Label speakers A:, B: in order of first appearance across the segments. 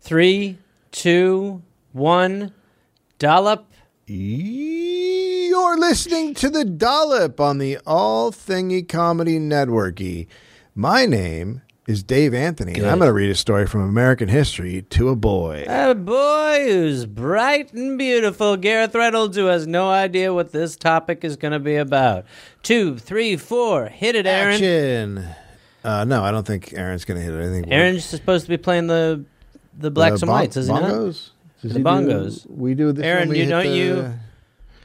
A: Three, two, one. Dollop.
B: You're listening to The Dollop on the All Thingy Comedy Networky. My name is Dave Anthony, and I'm going to read a story from American history to a boy.
A: A boy who's bright and beautiful, Gareth Reynolds, who has no idea what this topic is going to be about. Two, three, four. Hit it, Aaron.
B: Action. Uh, no, I don't think Aaron's going to hit it. I think we're-
A: Aaron's supposed to be playing the the blacks
B: Uh,
A: and
B: bon-
A: whites, is he not?
B: bongos? Does
A: The
B: he do-
A: bongos.
B: we do this.
A: Aaron,
B: when we
A: you
B: hit
A: don't
B: the-
A: you-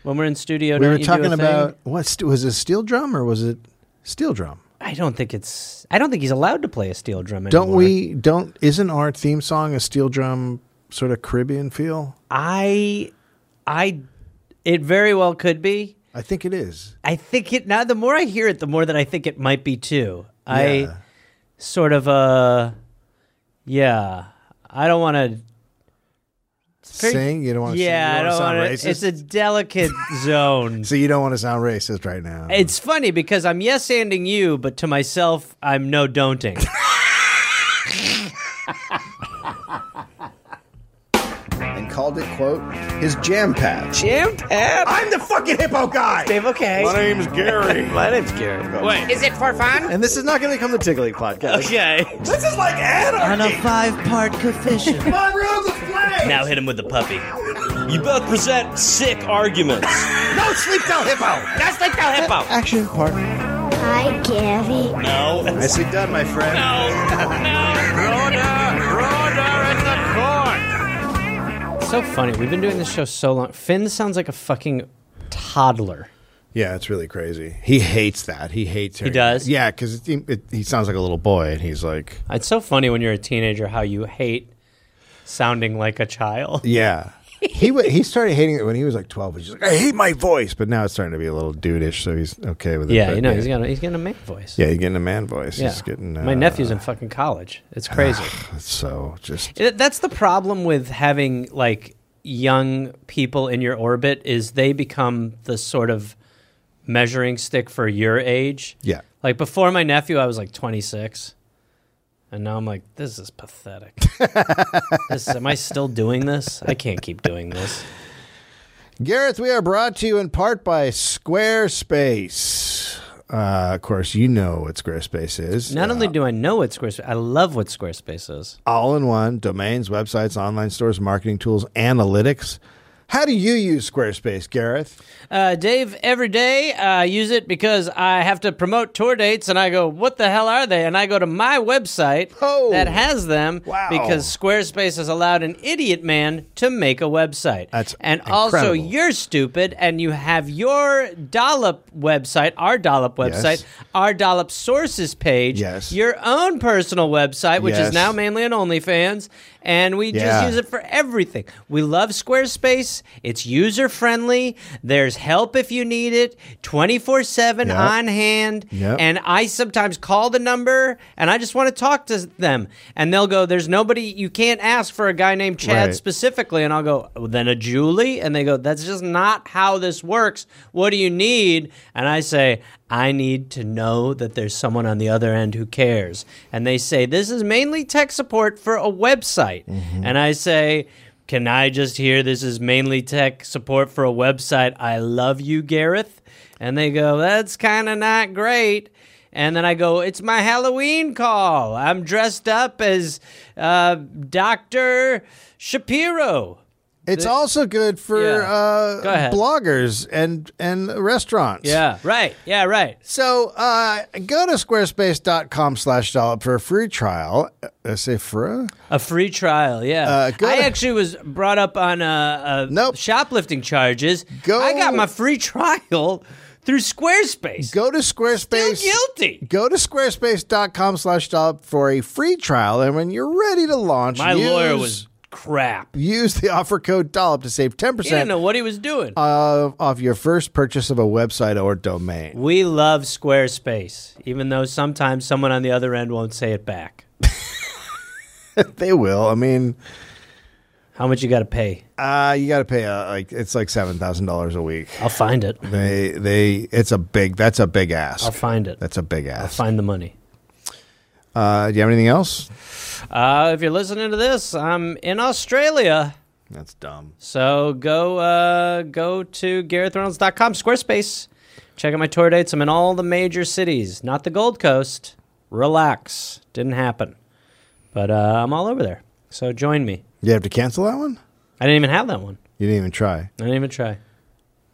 A: When we're in studio,
B: We
A: don't
B: were
A: you
B: talking
A: do a thing?
B: about what st- was it? Steel drum or was it steel drum?
A: I don't think it's. I don't think he's allowed to play a steel drum anymore.
B: Don't we? Don't isn't our theme song a steel drum sort of Caribbean feel?
A: I, I, it very well could be.
B: I think it is.
A: I think it now. The more I hear it, the more that I think it might be too. I
B: Yeah.
A: sort of uh, yeah. I don't want to. very-
B: Sing. Oh, You don't want.
A: Yeah, I don't want
B: sound
A: to. It's
B: racist.
A: a delicate zone.
B: so you don't want to sound racist right now.
A: It's funny because I'm yes anding you, but to myself, I'm no don'ting.
B: and called it quote his jam patch.
C: I'm the fucking hippo guy. Dave, okay. My name's Gary. My name's Gary. Wait.
D: Is it for fun?
C: And this is not going to become the Tiggly podcast.
A: okay.
C: This is like anarchy.
A: On a five part coefficient.
C: My room's a flame.
A: now hit him with the puppy.
E: You both present sick arguments.
C: No sleep till hippo.
D: That's like the hippo.
B: Action part.
F: Hi, Gary.
E: No.
C: Nicely done, my friend.
A: So funny. We've been doing this show so long. Finn sounds like a fucking toddler.
B: Yeah, it's really crazy. He hates that. He hates. He
A: does?
B: Yeah, because it, it, he sounds like a little boy, and he's like,
A: It's so funny when you're a teenager how you hate sounding like a child.
B: yeah. he wa he started hating it when he was like twelve. He's just like, I hate my voice, but now it's starting to be a little dudeish, so he's okay with it.
A: Yeah,
B: but
A: you know, he's got a, he's got a man voice.
B: Yeah, you're getting a man voice. He's getting uh, Ah.
A: My nephew's in fucking college. It's crazy.
B: So just
A: Th- That's the problem with having like young people in your orbit is they become the sort of measuring stick for your age.
B: yeah,
A: Like before my nephew, I was like 26, and now I'm like, this is pathetic. this, am I still doing this? I can't keep doing this.
B: Gareth. We are brought to you in part by Squarespace. Uh, of course, you know what Squarespace is.
A: Not only do I know what Squarespace, I love what Squarespace is.
B: all in one domains, websites, online stores, marketing tools, analytics. How do you use Squarespace, Gareth?
A: Uh, Dave, every day I use it because I have to promote tour dates, and I go, "What the hell are they?" And I go to my website
B: Oh.
A: that has them
B: Wow.
A: because Squarespace has allowed an idiot man to make a website.
B: That's
A: and also
B: incredible.
A: you're stupid, and you have your dollop website, our dollop website,
B: Yes.
A: our dollop sources page,
B: Yes.
A: your own personal website, which
B: Yes.
A: is now mainly an OnlyFans, and we just
B: Yeah.
A: use it for everything. We love Squarespace. It's user friendly. There's help if you need it, 24 7
B: Yep.
A: on hand.
B: Yep.
A: And I sometimes call the number and I just want to talk to them. And they'll go, There's nobody, you can't ask for a guy named Chad
B: Right.
A: specifically. And I'll go, "Oh, Then a Julie? And they go, That's just not how this works. What do you need? And I say, I need to know that there's someone on the other end who cares. And they say, This is mainly tech support for a website. And I say, Can I just hear this is mainly tech support for a website? I love you, Gareth. And they go, That's kind of not great. And then I go, it's my Halloween call. I'm dressed up as uh, Dr. Shapiro.
B: It's also good for
A: Yeah. Go
B: uh,
A: ahead.
B: bloggers and and restaurants.
A: Right. Yeah, right.
B: So uh, go to squarespace.com slash dollop for a free trial. Uh, I say for a?
A: A free trial. Yeah.
B: Uh, go
A: I
B: to-
A: actually was brought up on uh, uh,
B: Nope.
A: shoplifting charges.
B: Go-
A: I got my free trial through Squarespace.
B: Go to Squarespace.
A: Feel guilty.
B: Go to squarespace.com slash dollop for a free trial. And when you're ready to launch,
A: My
B: use,
A: lawyer was crap.
B: Use the offer code dollop to save
A: He didn't
B: 10%
A: know what he was doing.
B: of, off your first purchase of a website or domain.
A: we love Squarespace, even though sometimes someone on the other end won't say it back.
B: They will. I mean,
A: How much you got to pay?
B: uh, you got to pay uh like it's like $7,000 a week.
A: I'll find it.
B: They they it's a big that's a big ass.
A: I'll find it.
B: That's a big
A: I'll
B: ass.
A: find the money.
B: Uh, do you have anything else?
A: Uh, if you're listening to this, I'm in Australia.
B: That's dumb.
A: So go uh, go to GarethReynolds.com, Squarespace. Check out my tour dates. I'm in all the major cities, not the Gold Coast. Relax. Didn't happen. But uh, I'm all over there. So join me.
B: You have to cancel that one?
A: I didn't even have that one.
B: You didn't even try.
A: I didn't even try.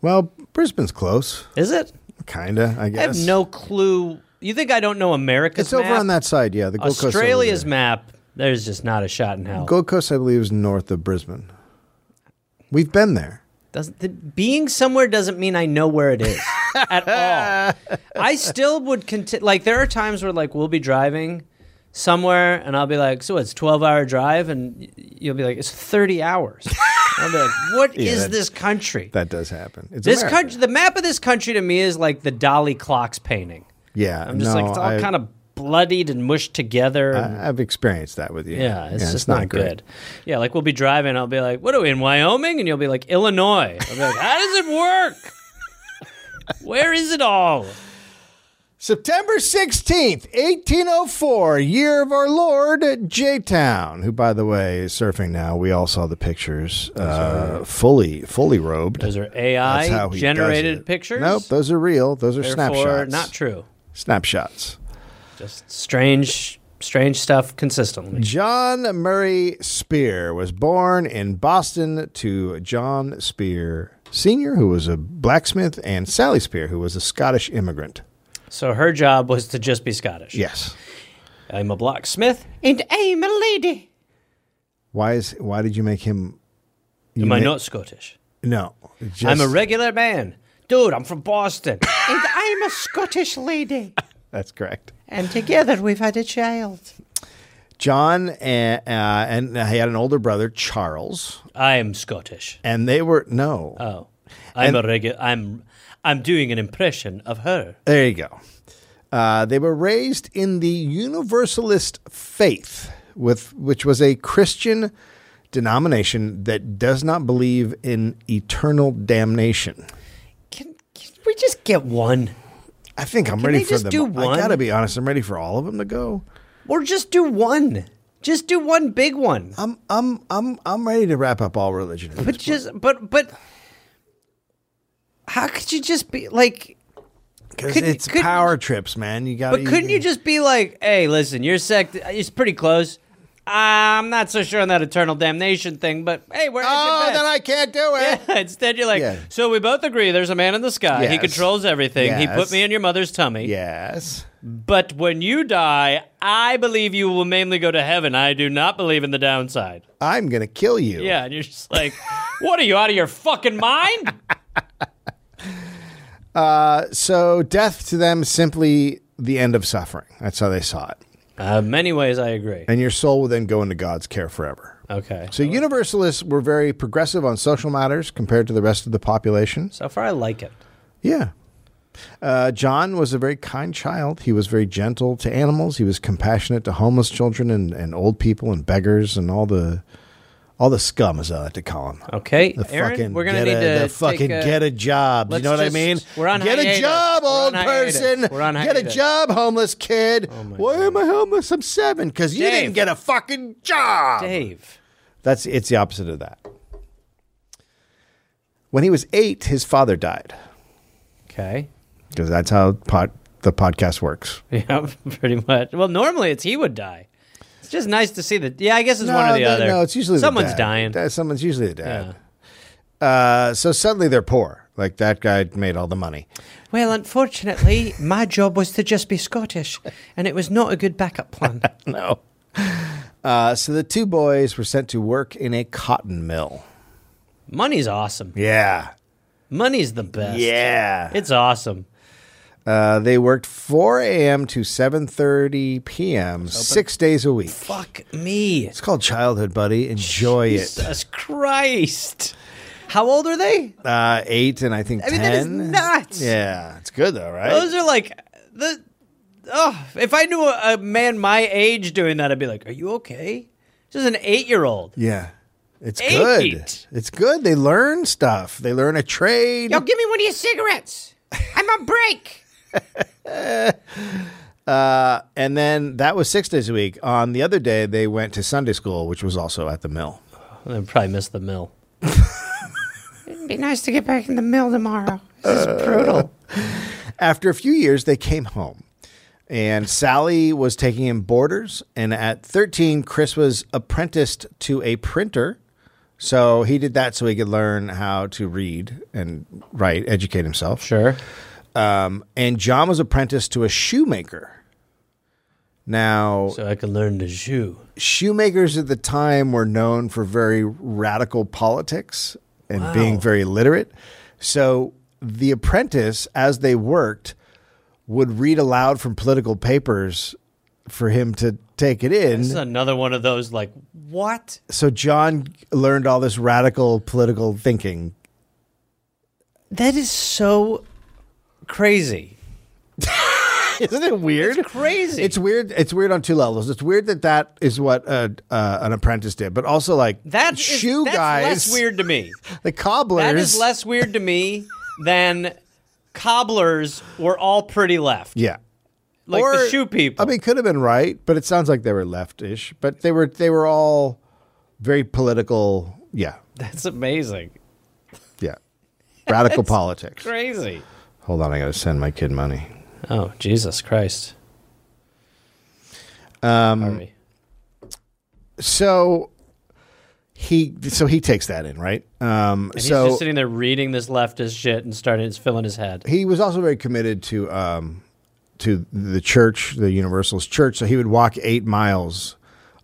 B: Well, Brisbane's close.
A: Is it?
B: Kinda, I guess.
A: I have no clue. You think I don't know America's
B: It's over
A: map?
B: on that side, yeah. The Gold Coast. over
A: Australia's
B: there.
A: map. There's just not a shot in hell.
B: Gold Coast, I believe, is north of Brisbane. We've been there.
A: Doesn't the, being somewhere doesn't mean I know where it is at all. I still would continue. Like there are times where like we'll be driving somewhere and I'll be like, so it's twelve hour drive, and y- you'll be like, it's thirty hours. I'll be like, what is
B: that-
A: this country?
B: That does happen. It's
A: this
B: America.
A: country, the map of this country to me is like the Dolly Clocks painting.
B: Yeah,
A: I'm just
B: no,
A: like it's all
B: I-
A: kind of bloodied and mushed together. and-
B: I- I've experienced that with you.
A: yeah, it's just not,
B: great.
A: good. Yeah, like we'll be driving, I'll be like, "What are we in Wyoming?" And you'll be like, "Illinois." I'll be like, "How does it work? Where is it all?"
B: September 16th, 1804, year of our Lord, J Town, who, by the way, is surfing now. We all saw the pictures. Uh, fully, fully robed.
A: Those are
B: That's how
A: AI
B: he does
A: generated
B: it.
A: pictures.
B: Nope, those are real. Those are
A: Therefore,
B: snapshots.
A: not true.
B: Snapshots.
A: Just strange, strange stuff consistently.
B: John Murray Spear was born in Boston to John Spear Sr., who was a blacksmith, and Sally Spear, who was a Scottish immigrant.
A: So her job was to just be Scottish.
B: Yes.
A: I'm a blacksmith, and I'm a lady.
B: Why is? Why did you make him? You
A: Am I
B: ma-
A: not Scottish?
B: No.
A: I'm a
B: just-
A: regular man, dude. I'm from Boston, and I'm a Scottish lady.
B: That's correct.
A: And together we've had a child.
B: John and, uh, and he had an older brother, Charles,
A: I am Scottish.
B: and they were no.
A: Oh, I'm a regular. I'm I'm doing an impression of her.
B: There you go. Uh, they were raised in the Universalist faith, with which was a Christian denomination that does not believe in eternal damnation.
A: Can, can we just get one,
B: I think I'm
A: Can
B: ready
A: they
B: for
A: just
B: them.
A: do
B: I
A: one?
B: gotta be honest. I'm ready for all of them to go.
A: or just do one? Just do one big one.
B: I'm I'm I'm I'm ready to wrap up all religion.
A: But just but but how could you just be like?
B: Because
A: couldn't-
B: it's
A: couldn't-
B: power trips, man. You got.
A: But couldn't you just be like, hey, listen, your sect is pretty close. I'm not so sure on that eternal damnation thing, but hey, we're at your
B: Oh,
A: best.
B: then I can't do it.
A: Yeah, Instead, you're like,
B: Yeah.
A: so we both agree there's a man in the sky. He
B: Yes.
A: controls everything. He
B: Yes.
A: put me in your mother's tummy.
B: Yes.
A: But when you die, I believe you will mainly go to heaven. I do not believe in the downside.
B: I'm gonna kill you.
A: Yeah, and you're just like, what are you out of your fucking mind?
B: So death to them simply the end of suffering. That's how they saw it.
A: Uh, many ways, I agree.
B: And your soul will then go into God's care forever.
A: Okay.
B: So universalists were very progressive on social matters compared to the rest of the population.
A: So far, I like it.
B: Yeah. Uh, John was a very kind child. He was very gentle to animals. He was compassionate to homeless children and, and old people and beggars and all the all the scum, as I like to call them.
A: Okay,
B: The
A: Uh, Aaron,
B: fucking
A: we're gonna
B: get
A: need
B: a,
A: to
B: the fucking
A: take a-
B: get a job. You
A: Let's
B: know what I
A: just-
B: mean?
A: we're on
B: get
A: hiatus.
B: a job,
A: We're on
B: old
A: hiatus.
B: person.
A: We're on
B: get a
A: hiatus. Oh
B: job, homeless kid. Why am I homeless? I'm seven because you
A: Dave.
B: didn't get a fucking job.
A: Dave.
B: That's it's the opposite of that. When he was eight, his father died
A: Okay.
B: because that's how pod, the podcast works.
A: Yeah, pretty much. Well, normally it's he would die. It's just nice to see that. Yeah, I guess it's one or the
B: no,
A: other.
B: No, it's usually the
A: someone's
B: dad.
A: dying.
B: That- someone's usually the dad. Uh, so suddenly they're poor. Like that guy made all the money.
A: Well, unfortunately, my job was to just be Scottish, and it was not a good backup plan.
B: No. Uh, so the two boys were sent to work in a cotton mill.
A: Money's awesome.
B: Yeah.
A: Money's the best.
B: Yeah.
A: It's awesome.
B: Uh, they worked 4 a.m. to 7:30 p.m. six days a week.
A: Fuck me.
B: It's called childhood, buddy. Enjoy it.
A: Jesus Christ. How old are they?
B: Uh, eight and I think
A: I mean, that is
B: ten.
A: nuts.
B: Yeah, it's good though, right?
A: Those are like the. Oh, if I knew a, a man my age doing that, I'd be like, "Are you okay?" This is an eight-year-old.
B: yeah, it's
A: Eight.
B: good. It's good. They learn stuff. They learn a trade.
A: give me one of your cigarettes. I'm on break.
B: Uh, and then that was six days a week. On the other day, they went to Sunday school, which was also at the mill.
A: I probably missed the mill.
D: It'd be nice to get back in the mill tomorrow.
B: After a few years, they came home. And Sally was taking in boarders. And at 13, Chris was apprenticed to a printer. So he did that so he could learn how to read and write, educate himself.
A: Sure.
B: Um, and John was apprenticed to a shoemaker. Now,
A: So I could learn to shoe.
B: shoemakers at the time were known for very radical politics and being very literate. So the apprentice, as they worked, would read aloud from political papers for him to take it
A: This is
B: in.
A: another one of those like what?
B: So John learned all this radical political thinking.
A: That is so crazy.
B: Isn't it weird?
A: It's crazy.
B: It's weird. It's weird on two levels. It's weird that that is what uh, uh, an apprentice did, but also like
A: that is-
B: shoe
A: that's
B: guys,
A: less weird to me.
B: the cobblers.
A: That is less weird to me than cobblers were all pretty left.
B: Yeah.
A: Like
B: Or-
A: the shoe people.
B: I mean, could have been right, but it sounds like they were leftish. But they were they were all very political. Yeah,
A: that's amazing.
B: yeah, radical politics.
A: Crazy.
B: Hold on, I gotta send my kid money.
A: Oh, Jesus Christ. Um
B: So he so he takes that in right. Um,
A: And he's
B: so
A: just sitting there reading this leftist shit and starting it's filling his head.
B: he was also very committed to um, to the church, the Universalist church. So he would walk eight miles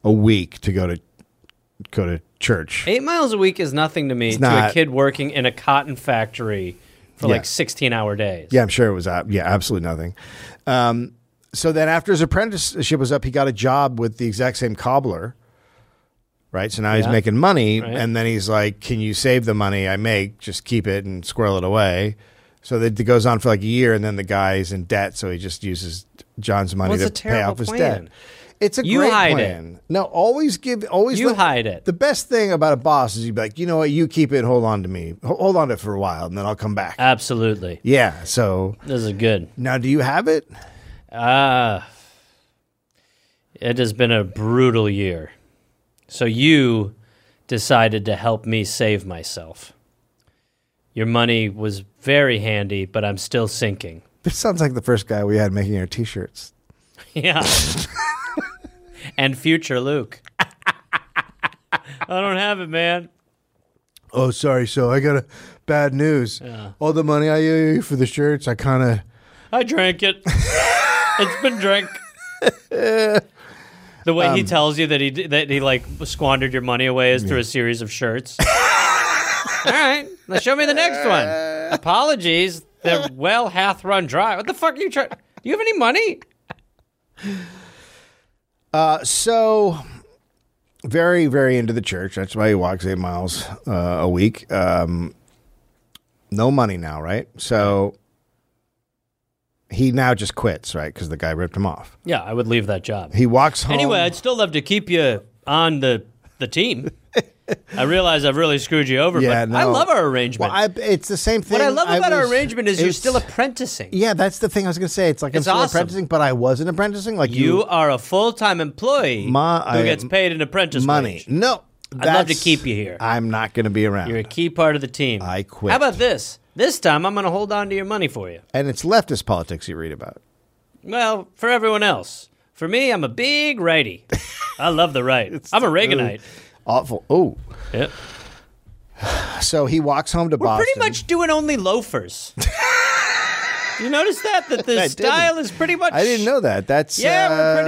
B: a week to go to go to church.
A: Eight miles a week is nothing to me to
B: not.
A: a kid working in a cotton factory for
B: Yeah.
A: like sixteen hour days.
B: Yeah, I'm sure it was. Uh, yeah, absolutely nothing. Um, so then, after his apprenticeship was up, he got a job with the exact same cobbler. Right. So now he's
A: Yeah.
B: making money,
A: Right.
B: and then he's like, "Can you save the money I make? Just keep it and squirrel it away." So that it goes on for like a year, and then the guy's in debt, so he just uses John's money
A: Well, it's
B: to
A: a
B: pay off
A: terrible
B: his
A: plan.
B: debt. It's a
A: You
B: great
A: hide it.
B: plan. No, always give. Always
A: You
B: let-
A: hide it.
B: The best thing about a boss is you'd be like, you know what, you keep it, hold on to me, Ho- hold on to it for a while, and then I'll come
A: Uh,
B: back.
A: Absolutely.
B: yeah. So
A: This is good.
B: now, do you have it?
A: Uh, it has been a brutal year. So you decided to help me save myself. Your money was very handy, but I'm still sinking.
B: This sounds like the first guy we had making our T-shirts.
A: Yeah. and future Luke. I don't have it, man.
B: Oh, sorry. So I got a bad news. All the money I owe you for the shirts, I kind of.
A: I drank it. it's been drank. The way
B: Um,
A: he tells you that he d- that he like squandered your money away is through a series of shirts. All right, now show me the next one. Apologies, the well hath run dry. What the fuck are you trying? Do you have any money?
B: Uh, so very, very into the church. That's why he walks eight miles uh, a week. Um, no money now, right? So he now just quits, right? Because the guy ripped him off.
A: Yeah, I would leave that job.
B: He walks home.
A: Anyway, I'd still love to keep you on the the team. I realize I've really screwed you over,
B: Yeah,
A: but I
B: no.
A: love our arrangement.
B: well, I, it's the same thing.
A: what I love about our
B: was-
A: arrangement is you're
B: it's-
A: still apprenticing.
B: Yeah, that's the thing I was gonna say. It's like I'm
A: It's
B: still
A: awesome.
B: apprenticing, but I wasn't apprenticing. Like
A: You are a full time employee
B: Ma-
A: who
B: I-
A: gets paid an apprentice
B: money.
A: wage.
B: No,
A: I'd love to keep you here.
B: I'm not going to be around.
A: You're a key part of the team.
B: I quit.
A: How about this? This time I'm going to hold on to your money for you.
B: and it's leftist politics you read about.
A: Well, for everyone else. For me, I'm a big righty. I love the right. I'm a Reaganite.
B: Awful. Oh,
A: Yep.
B: so he walks home to
A: We're
B: Boston.
A: pretty much doing only loafers. you notice that that the
B: I didn't.
A: style is pretty much
B: I didn't know that. That's
A: Yeah, we're
B: uh,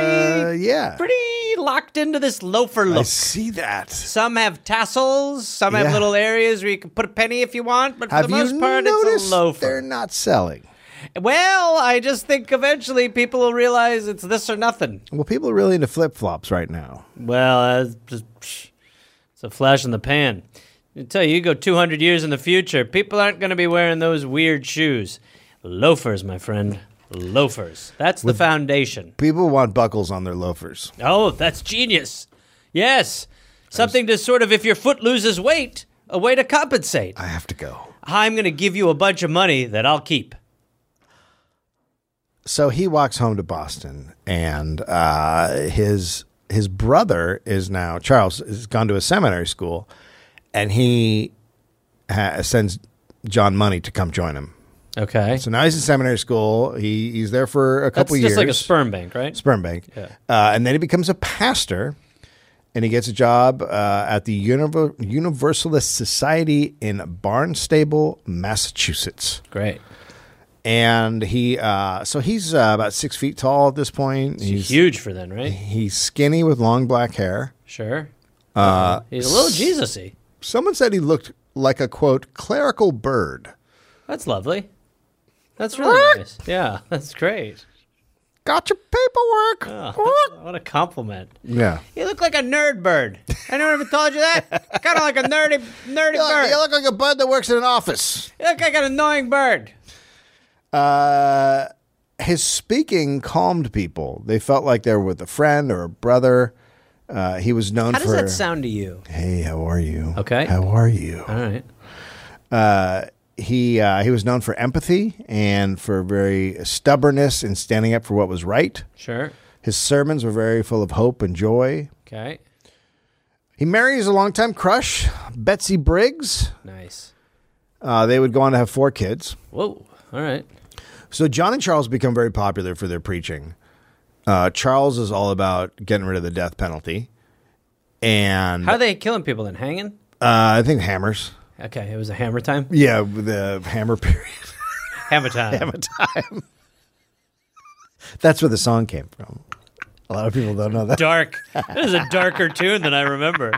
A: pretty
B: yeah.
A: pretty locked into this loafer
B: I
A: look.
B: see that.
A: Some have tassels, some
B: Yeah.
A: have little areas where you can put a penny if you want, but for
B: Have
A: the most
B: you
A: part,
B: noticed
A: it's a loafer.
B: they're not selling?
A: Well, I just think eventually people will realize it's this or nothing.
B: Well, people are really into flip flops right now.
A: Well, that's just, psh, it's a flash in the pan. I tell you, you go 200 years in the future, people aren't going to be wearing those weird shoes. Loafers, my friend. Loafers. That's the foundation.
B: People want buckles on their loafers.
A: Oh, that's genius. Yes. Something to sort of, if your foot loses weight, a way to compensate.
B: I have to go.
A: I'm going to give you a bunch of money that I'll keep.
B: So he walks home to Boston, and uh, his his brother is now Charles has gone to a seminary school, and he ha- sends John money to come join him.
A: Okay.
B: So now he's in seminary school. He he's there for a
A: that's
B: couple
A: just
B: years.
A: like a sperm bank, right?
B: sperm bank. Uh, and then he becomes a pastor and he gets a job uh, at the Univer- Universalist Society in Barnstable, Massachusetts.
A: Great.
B: And he, uh, so he's uh, about six feet tall at this point. He's,
A: Huge for then, right?
B: he's skinny with long black hair.
A: Sure. Uh, He's a little Jesus-y.
B: Someone said he looked like a quote, clerical bird.
A: That's lovely. That's really nice. Yeah, that's great.
B: Got your
A: Ah.
B: paperwork.
A: What a compliment.
B: Yeah.
A: You look like a nerd bird. Anyone ever told you that? kind of like a nerdy, nerdy
B: You look,
A: bird.
B: you look like a bud that works in an office.
A: You look like an annoying bird.
B: Uh, his speaking calmed people. They felt like they were with a friend or a brother. Uh, he was known
A: How does
B: for
A: that sound to you?
B: Hey, how are you?
A: Okay.
B: How are you?
A: All right.
B: He uh, he was known for empathy and for very stubbornness and standing up for what was right.
A: Sure.
B: His sermons were very full of hope and joy.
A: Okay.
B: He marries a longtime crush, Betsy Briggs.
A: Nice.
B: Uh, they would go on to have four kids.
A: Whoa. All right.
B: So John and Charles become very popular for their preaching. Uh, Charles is all about getting rid of the death penalty, and
A: How
B: uh,
A: are they killing people then? Hanging?
B: I think hammers.
A: Okay, it was a hammer time.
B: Yeah, with the hammer period.
A: Hammer time.
B: That's where the song came from. A lot of people don't know that.
A: Dark. That is a darker tune than I remember.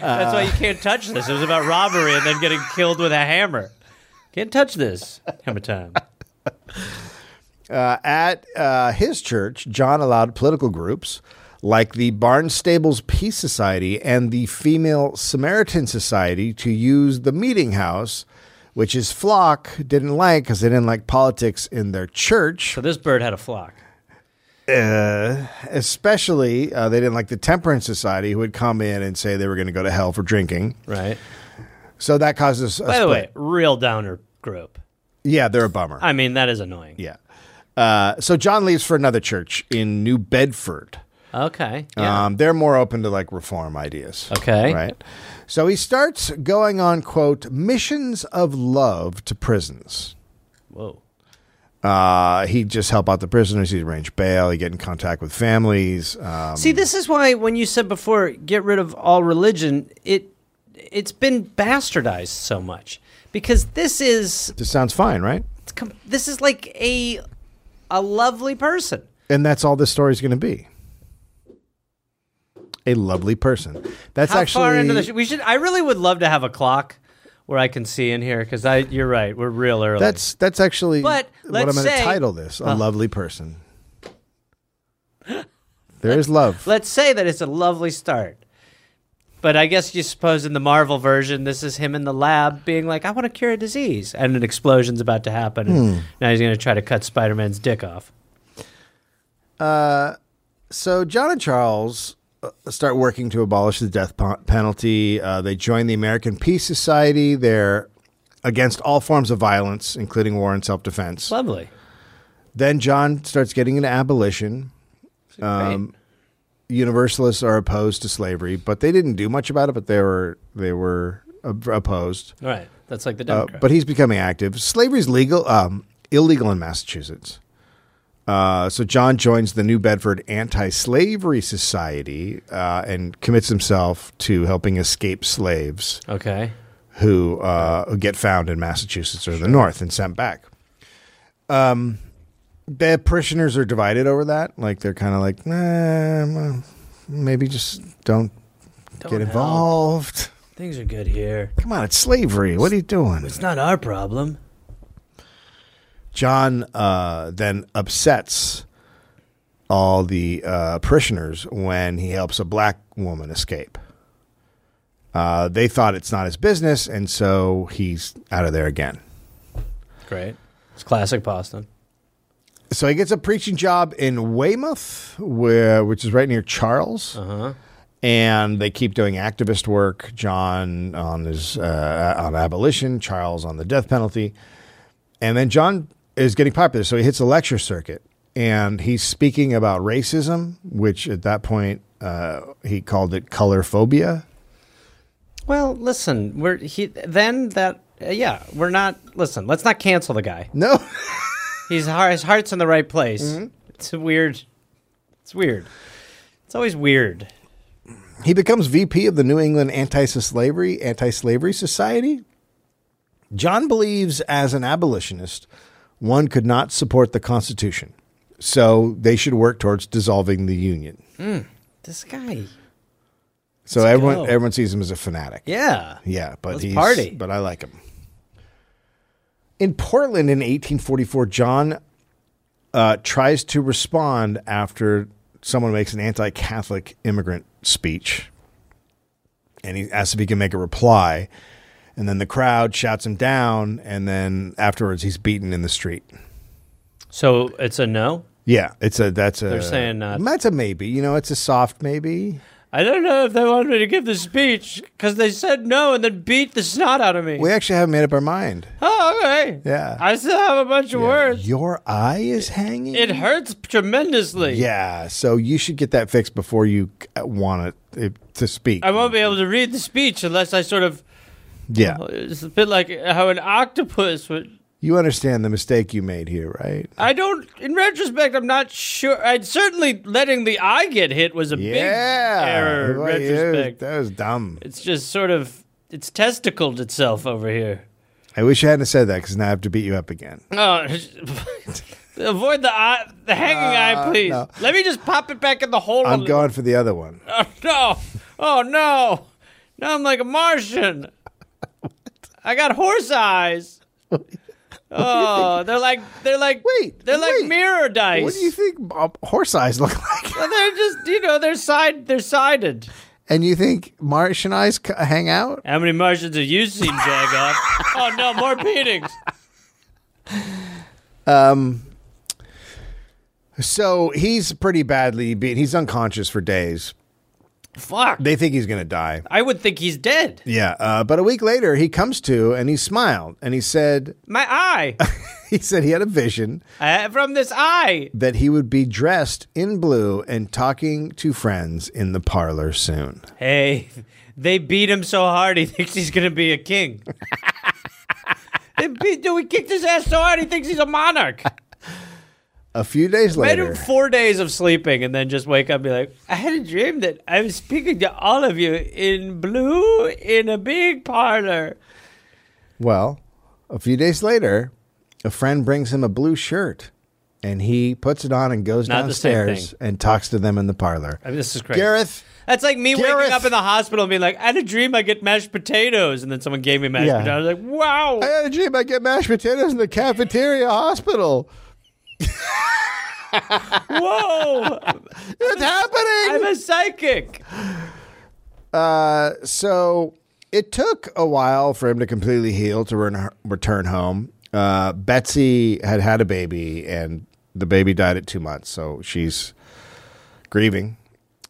A: That's why you
B: Uh,
A: can't touch this. It was about robbery and then getting killed with a hammer. Can't touch this. Hammer time.
B: Uh, at uh, his church, John allowed political groups like the Barnstables Peace Society and the Female Samaritan Society to use the meeting house, which his flock didn't like because they didn't like politics in their church. Uh,
A: So this bird had a flock.
B: especially uh, they didn't like the temperance society who would come in and say they were going to go to hell for drinking
A: Right.
B: so that causes a
A: By the
B: split.
A: way, real downer group.
B: yeah they're a bummer
A: I mean, that is annoying.
B: yeah uh, so john leaves for another church in new bedford
A: Okay. Yeah.
B: um, they're more open to like reform ideas
A: Okay.
B: right so he starts going on quote missions of love to prisons
A: Whoa.
B: uh, he'd just help out the prisoners he'd arrange bail he'd get in contact with families uh,
A: See, this is why when you said before, get rid of all religion, it it's been bastardized so much because this is
B: this sounds fine right
A: it's com- this is like a a lovely person.
B: And that's all this story's going to be. A lovely person. That's
A: How
B: actually
A: far into the sh- we should? I really would love to have a clock where I can see in here because I. You're right. We're real early.
B: that's that's actually
A: But
B: what I'm
A: let's
B: going to
A: say- Uh.
B: title this: a lovely person. There is love.
A: Let's say that it's a lovely start. But I guess you suppose in the Marvel version, this is him in the lab being like, I want to cure a disease. And an explosion's about to happen.
B: Hmm.
A: And now he's going to try to cut Spider Man's dick off.
B: So John and Charles uh, start working to abolish the death po- penalty. Uh, they join the American Peace Society. They're against all forms of violence, including war and self-defense.
A: Lovely.
B: Then John starts getting into abolition.
A: Um,
B: Universalists are opposed to slavery, but they didn't do much about it. But they were they were uh, opposed.
A: All right. That's like the
B: Uh,
A: Democrat.
B: but he's becoming active. Slavery's legal, um, illegal in Massachusetts. Uh, so John joins the New Bedford Anti-Slavery Society uh, and commits himself to helping escape slaves
A: okay.
B: who uh, who get found in Massachusetts or the North and sent back. Um, the parishioners are divided over that. Like they're kind of like, nah, well, maybe just don't, get involved.
A: Things are good here.
B: Come on, it's slavery. What are you doing?
A: It's not our problem.
B: John uh, then upsets all the uh, parishioners when he helps a black woman escape. Uh, they thought it's not his business, and so he's out of there again.
A: Great. It's classic Boston.
B: So he gets a preaching job in Weymouth, where which is right near Charles. And they keep doing activist work. John on his uh, on abolition, Charles on the death penalty, and then John is getting popular. So he hits a lecture circuit, and he's speaking about racism, which at that point uh, he called it color phobia.
A: Well, listen, we're he then that uh, yeah, we're not listen, let's not cancel the guy.
B: No,
A: He's heart, his heart's in the right place. It's a weird. It's weird. It's always weird.
B: He becomes VP of the New England Anti-Slavery Anti-Slavery Society. John believes as an abolitionist, one could not support the Constitution. So they should work towards dissolving the union.
A: This guy.
B: So everyone
A: go.
B: everyone sees him as a fanatic.
A: Yeah.
B: Yeah, but
A: Let's
B: he's
A: party.
B: but I like him. In Portland in 1844, John uh, tries to respond after someone makes an anti-Catholic immigrant speech, and he asks if he can make a reply, and then the crowd shouts him down, and then afterwards he's beaten in the street.
A: So it's a no.
B: Yeah, it's a that's a
A: They're saying, uh,
B: that's a maybe. You know, it's a soft maybe.
A: I don't know if they wanted me to give the speech because they said no and then beat the snot out of me.
B: We actually haven't made up our mind.
A: oh, okay.
B: Yeah.
A: I still have a bunch of words.
B: Your eye is hanging.
A: It hurts tremendously.
B: Yeah, so you should get that fixed before you want it, it uh, to speak.
A: I won't be able to read the speech unless I sort of.
B: yeah,
A: It's a bit like how an octopus would
B: you understand the mistake you made here, right?
A: I don't. In retrospect, I'm not sure. I certainly letting the eye get hit was a big
B: Yeah,
A: error. In
B: Well, yeah, that was-
A: retrospect,
B: that was dumb.
A: it's just sort of it's testicled itself over here.
B: I wish I hadn't said that because now I have to beat you up again.
A: Oh, avoid the eye, the hanging eye, please.
B: Uh, no.
A: Let me just pop it back in the hole.
B: I'm
A: a-
B: going for the other one.
A: Oh no! Oh no! Now I'm like a Martian. I got horse eyes. Oh, they're like they're like
B: Wait,
A: they're like
B: wait.
A: mirror dice.
B: What do you think uh, horse eyes look like?
A: Well, they're just you know they're side they're sided.
B: and you think Martian eyes c- hang out?
A: How many Martians have you seen, Jagoff? oh no, more beatings.
B: So he's pretty badly beaten. He's unconscious for days.
A: Fuck.
B: They think he's going to die.
A: I would think he's dead.
B: Yeah, uh, but a week later he comes to and he smiled and he said
A: My eye.
B: he said he had a vision
A: Uh, from this eye.
B: that he would be dressed in blue and talking to friends in the parlor soon.
A: Hey, they beat him so hard he thinks he's gonna be a king. they beat dude, we kicked his ass so hard he thinks he's a monarch.
B: A few days
A: Made him
B: later,
A: four days of sleeping and then just wake up and be like, I had a dream that I was speaking to all of you in blue in a big parlor.
B: well, a few days later, a friend brings him a blue shirt and he puts it on and goes
A: Not the same
B: downstairs and talks to them in the parlor.
A: I mean, this is crazy.
B: Gareth,
A: That's like me
B: Gareth.
A: waking up in the hospital and being like, I had a dream I get mashed potatoes, and then someone gave me mashed
B: Yeah.
A: potatoes. I was like, wow.
B: I had a dream I get mashed potatoes in the cafeteria hospital.
A: Whoa.
B: It's happening.
A: I'm a psychic.
B: so it took a while for him to completely heal to re- return home. Uh, Betsy had had a baby, and the baby died at two months, so she's grieving.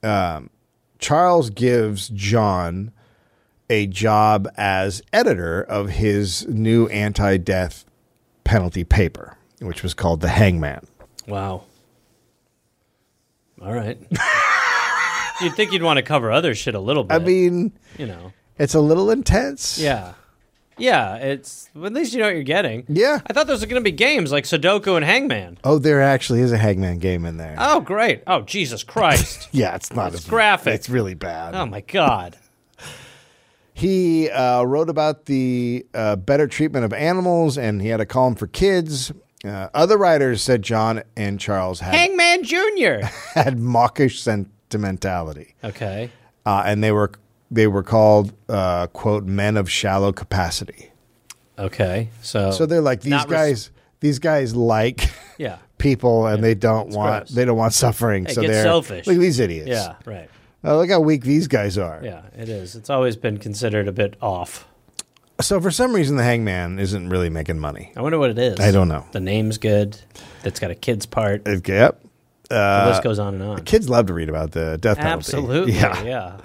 B: Um, Charles gives John a job as editor of his new anti death penalty paper, which was called The Hangman.
A: Wow. All right. you'd think you'd want to cover other shit a little bit.
B: I mean,
A: you know.
B: it's a little intense.
A: Yeah. Yeah, it's well, at least you know what you're getting.
B: Yeah.
A: I thought those were going to be games like Sudoku and Hangman.
B: Oh, there actually is a Hangman game in there.
A: Oh, great. Oh, Jesus Christ.
B: Yeah, it's not as
A: graphic.
B: It's really bad.
A: oh, my God.
B: He uh, wrote about the uh, better treatment of animals, and he had a column for kids. Uh, other writers said John and Charles had,
A: Hangman Jr.
B: had mawkish sentimentality.
A: Okay.
B: uh, and they were they were called uh, quote men of shallow capacity.
A: Okay. So
B: So they're like these
A: Not res-
B: guys. these guys like
A: Yeah.
B: people, and they don't want
A: gross.
B: they don't want suffering.
A: They
B: so
A: get
B: they're
A: selfish.
B: Look at these idiots.
A: Yeah, right.
B: Uh, look how weak these guys are.
A: Yeah, it is. It's always been considered a bit off.
B: So for some reason, the Hangman isn't really making money.
A: I wonder what it is.
B: I don't know.
A: The name's good. That's got a kid's part. The
B: Okay, Yep. Uh,
A: list goes on and on.
B: Kids love to read about the death penalty.
A: Absolutely. Yeah.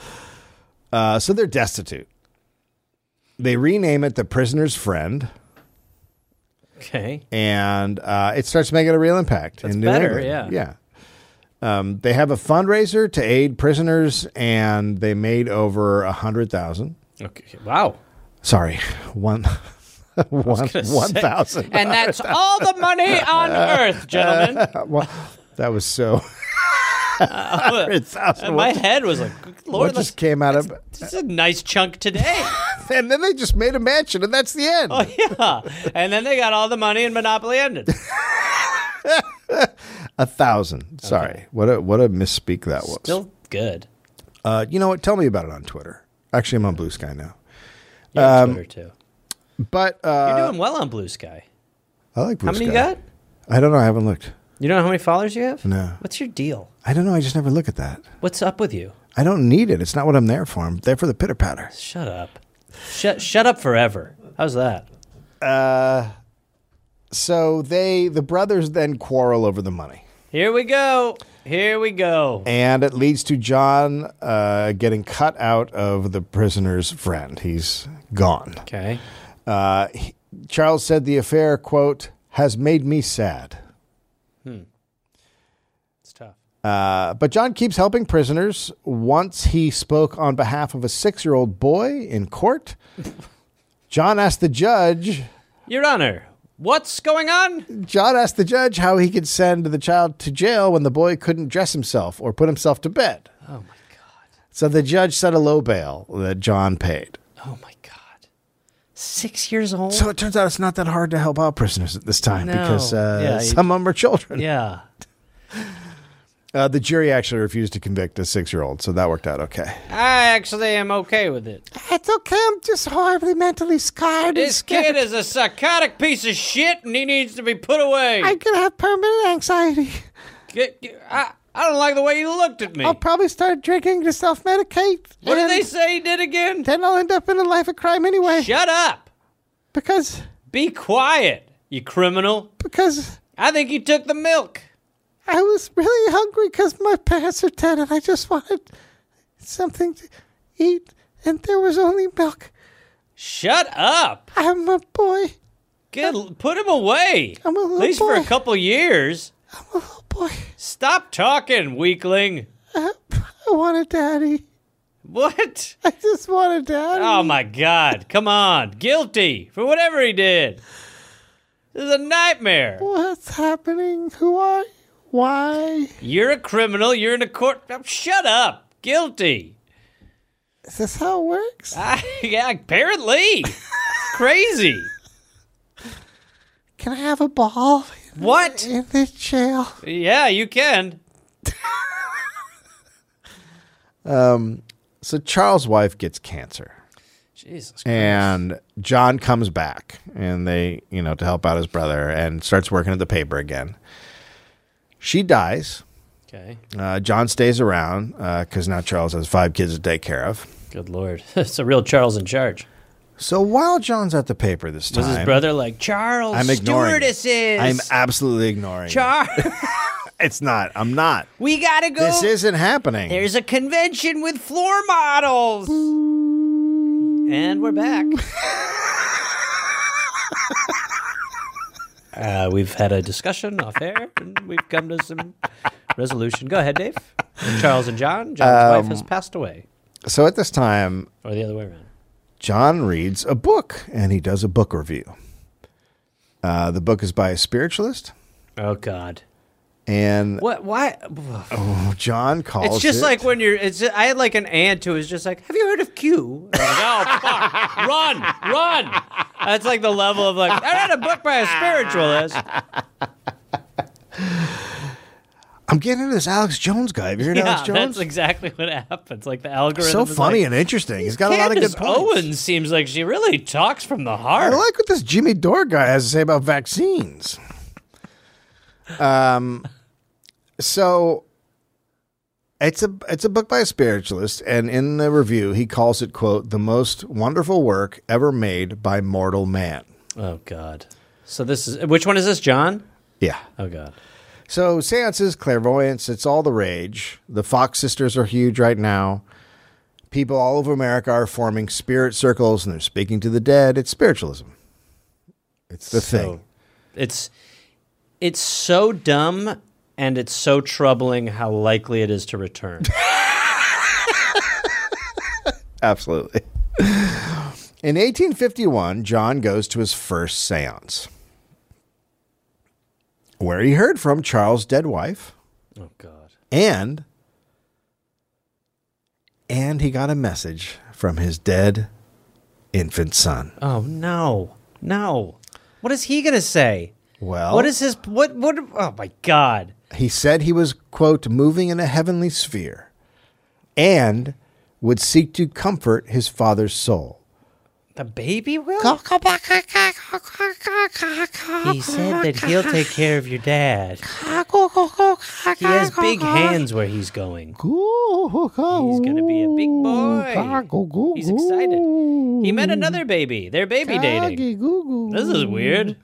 B: Uh, so they're destitute. They rename it the Prisoner's Friend,
A: Okay.
B: and uh, it starts making a real impact in New
A: better,
B: England.
A: yeah.
B: Yeah. Um, they have a fundraiser to aid prisoners, and they made over a hundred thousand.
A: Okay. Wow.
B: Sorry, one, one,
A: gonna say-
B: one thousand.
A: And that's all the money on earth, gentlemen.
B: Well, that was so.
A: Uh,
B: hundred thousand.
A: My
B: What,
A: head was like, "Good Lord,
B: what
A: this,
B: just came out of?
A: this is a nice chunk today.
B: And then they just made a mansion, and that's the end.
A: Oh, yeah. And then they got all the money and Monopoly ended.
B: A thousand. Sorry, what a what a misspeak that was.
A: Still good.
B: Uh, you know what? Tell me about it on Twitter. Actually, I'm on Blue Sky now.
A: You're on Twitter too.
B: But
A: You're
B: Um, uh,
A: doing well on Blue Sky.
B: I like Blue
A: How many you
B: Sky.
A: got?
B: I don't know. I haven't looked.
A: You don't know how many followers you have?
B: No.
A: What's your deal?
B: I don't know. I just never look at that.
A: What's up with you?
B: I don't need it. It's not what I'm there for. I'm there for the pitter patter.
A: Shut up. Shut shut up forever. How's that?
B: So they, the brothers, then quarrel over the money,
A: Here we go. Here we go.
B: and it leads to John uh, getting cut out of the prisoner's friend. He's gone.
A: Okay.
B: Uh, he- Charles said the affair quote has made me sad.
A: It's tough.
B: Uh, but John keeps helping prisoners. Once he spoke on behalf of a six-year-old boy in court. John asked the judge
A: Your Honor, what's going on?
B: John asked the judge how he could send the child to jail when the boy couldn't dress himself or put himself to bed. Oh my God. So the judge set a low bail that John paid.
A: Oh my God. Six years old?
B: So it turns out it's not that hard to help out prisoners at this time
A: No.
B: because uh,
A: Yeah, you-
B: some of them are children.
A: yeah.
B: Uh, the jury actually refused to convict a six year old, so that worked out okay.
A: I actually am okay with it.
B: It's okay. I'm just horribly mentally scarred.
A: This kid is a psychotic piece of shit and he needs to be put away. I,
B: going to have permanent anxiety.
A: I, I don't like the way you looked at me.
B: probably start drinking to self medicate.
A: what did they say he did again?
B: Then I'll end up in a life of crime anyway
A: Shut up.
B: because
A: Be quiet, you criminal.
B: because
A: I think you took the milk.
B: I was really hungry because my parents are dead and I just wanted something to eat, and there was only milk.
A: Shut up.
B: I'm a boy.
A: Good, put him away.
B: I'm a little
A: At least for a
B: boy.
A: couple years.
B: I'm a little boy.
A: Stop talking, weakling.
B: I want a daddy.
A: What?
B: I just want a daddy.
A: Oh my God! Come on, guilty for whatever he did. This is a nightmare.
B: What's happening? Who are you? Why?
A: You're a criminal. You're in a court. oh, Shut up. Guilty.
B: Is this how it works?
A: I, yeah, apparently. Crazy.
B: Can I have a ball
A: What?
B: in this jail?
A: Yeah, you can.
B: So Charles' wife gets cancer.
A: Jesus.
B: and John comes back and they, you know, to help out his brother and starts working at the paper again. She dies.
A: Okay.
B: Uh, John stays around because now Charles has five kids to take care of.
A: Good Lord. it's a real Charles in charge.
B: So while John's at the paper this time,
A: Was his brother like Charles?
B: I'm ignoring. it.
A: Stewardesses.
B: I'm absolutely ignoring. it.
A: Charles.
B: It's not. I'm not.
A: We gotta go.
B: This isn't happening.
A: There's a convention with floor models. And we're back. uh, we've had a discussion off air, and we've come to some resolution. Go ahead, Dave. Charles and John. John's wife has passed away,
B: so at this time,
A: or the other way around.
B: John reads a book and he does a book review. Uh, the book is by a spiritualist,
A: Oh God!
B: and
A: What? Why?
B: John calls.
A: It's just
B: it-
A: like when you're. It's. I had like an aunt who was just like, "Have you heard of Q?" And I was like, oh fuck! run, run! That's like the level of like I read a book by a spiritualist.
B: I'm getting into this Alex Jones guy. Have you heard of
A: Yeah,
B: Alex Jones?
A: that's exactly what happens. Like the algorithm.
B: so
A: is
B: funny
A: like,
B: and interesting. He's got a lot of
A: Candace
B: good points.
A: Owens seems like she really talks from the
B: I
A: heart.
B: like what this Jimmy Dore guy has to say about vaccines. Um, so it's a it's a book by a spiritualist, and in the review, he calls it "quote the most wonderful work ever made by mortal man."
A: Oh God. So this is which one is this, John?
B: Yeah.
A: Oh God.
B: So seances, clairvoyance, it's all the rage. The Fox sisters are huge right now. People all over America are forming spirit circles and they're speaking to the dead. It's spiritualism. It's the thing.
A: It's it's so dumb and it's so troubling how likely it is to return.
B: Absolutely. In 1851, John goes to his first seance, where he heard from Charles' dead wife,
A: oh God.
B: and and he got a message from his dead infant son.
A: Oh no. No. What is he gonna say?
B: Well,
A: What is his what what oh my god.
B: he said he was quote moving in a heavenly sphere, and would seek to comfort his father's soul.
A: The baby will?
D: He
A: He said that he'll take care of your dad. He
D: He
A: has big hands where he's going. He's gonna be a big boy. He's excited. He met another baby. They're baby dating. This is weird.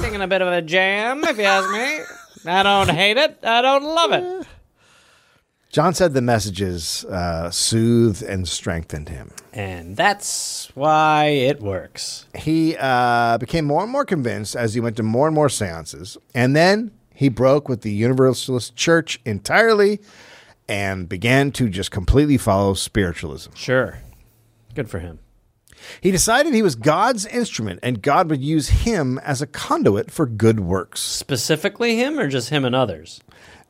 A: Singing a bit of a jam, if you ask me. I don't hate it. I don't love it.
B: John said the messages uh, soothed and strengthened him.
A: And that's why it works.
B: He uh, became more and more convinced as he went to more and more seances. And then he broke with the Universalist Church entirely and began to just completely follow spiritualism.
A: Sure. Good for him.
B: He decided he was God's instrument and God would use him as a conduit for good works.
A: Specifically him or just him and others?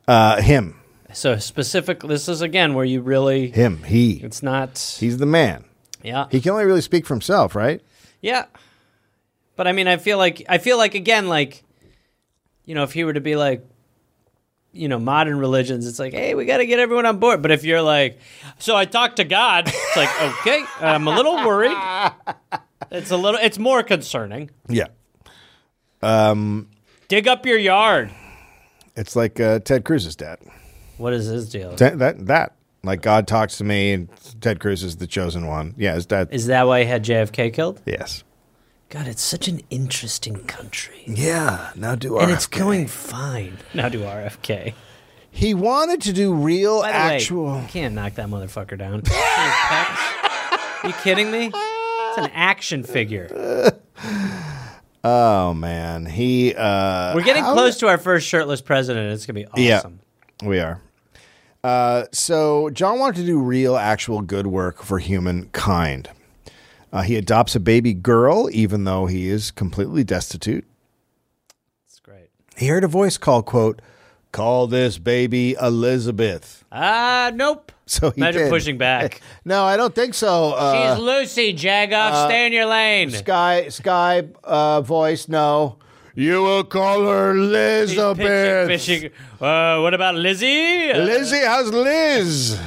B: Uh, him,
A: So specific this is again where you really
B: him, he.
A: it's not
B: He's the man.
A: yeah.
B: He can only really speak for himself, right?
A: Yeah. But I mean, I feel like I feel like again, like you know, if he were to be like, you know, modern religions, it's like, hey, we got to get everyone on board. But if you're like, so I talked to God, it's like, okay, I'm a little worried. It's a little, it's more concerning.
B: Yeah.
A: Dig up your yard.
B: It's like uh, Ted Cruz's dad.
A: What is his deal?
B: That, that that like God talks to me and Ted Cruz is the chosen one. Yeah, is that
A: Is that why he had JFK killed?
B: yes?
A: God, it's such an interesting
B: Mm,
A: country.
B: Yeah, now do
A: And it's going fine. Now do RFK.
B: He wanted to do real
A: By the
B: actual.
A: way, you can't knock that motherfucker down. His pecs. you kidding me? It's an action figure.
B: Oh man, he. uh
A: We're getting
B: how-
A: close to our first shirtless president. It's gonna be
B: Yeah,
A: awesome.
B: we are. Uh, so John wanted to do real, actual good work for humankind. Uh, he adopts a baby girl, even though he is completely destitute.
A: It's great.
B: He heard a voice call, "quote Call this baby Elizabeth."
A: Ah, nope.
B: So he
A: Imagine
B: did.
A: pushing back.
B: No, I don't think so. Uh,
A: She's Lucy Jagoff. Stay in your lane.
B: Sky Sky uh, voice, no. You will call her
A: She's pitching,
B: Elizabeth.
A: fishing. Uh, what about Lizzie?
B: Lizzie, how's Liz?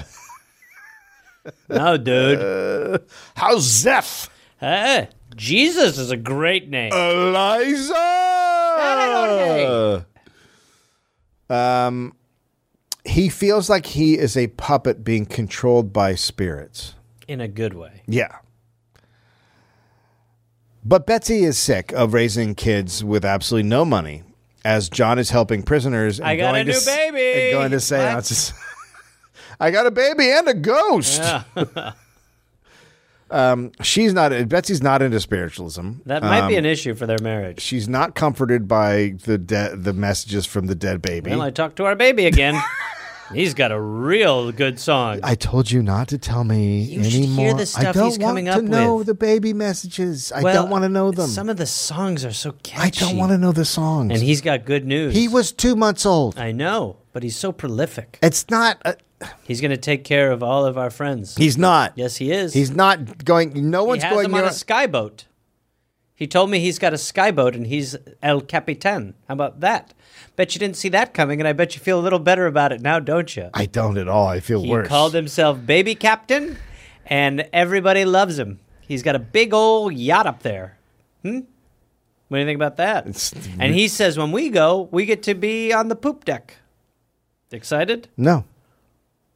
A: no,
B: Uh,
A: dude.
B: How's Zeph?
A: Huh? Jesus is a great name.
B: Uh, Eliza.
A: I
B: Um, he feels like he is a puppet being controlled by spirits.
A: in a good way.
B: Yeah. But Betsy is sick of raising kids with absolutely no money, as John is helping prisoners. And
A: I got a
B: going to
A: new
B: s-
A: baby.
B: And going to
A: What?
B: seances. I got a baby and a ghost. um, she's not. Betsy's not into spiritualism.
A: That might be
B: Um,
A: an issue for their marriage.
B: She's not comforted by the de- the messages from the dead baby.
A: Well, I talked to our baby again. He's got a real good song.
B: I told you not to tell me
A: You should hear
B: anymore.
A: the
B: I
A: stuff
B: don't
A: he's
B: want
A: coming
B: to
A: up
B: know
A: with.
B: the baby messages. I
A: Well,
B: don't want to know them.
A: Some of the songs are so catchy.
B: I don't want to know the songs.
A: And he's got good news.
B: He was two months old.
A: I know, but he's so prolific.
B: It's not. A,
A: He's going to take care of all of our friends.
B: he's not.
A: yes, he is.
B: He's not going. No
A: he
B: one's
A: has
B: going.
A: him on
B: near-
A: a skyboat. He told me he's got a skyboat and he's El Capitan. How about that? Bet you didn't see that coming, and I bet you feel a little better about it now, don't you?
B: I don't at all. I feel
A: He
B: worse.
A: called himself Baby Captain, and everybody loves him. He's got a big old yacht up there. Hmm? What do you think about that? and he says when we go, we get to be on the poop deck. Excited?
B: no,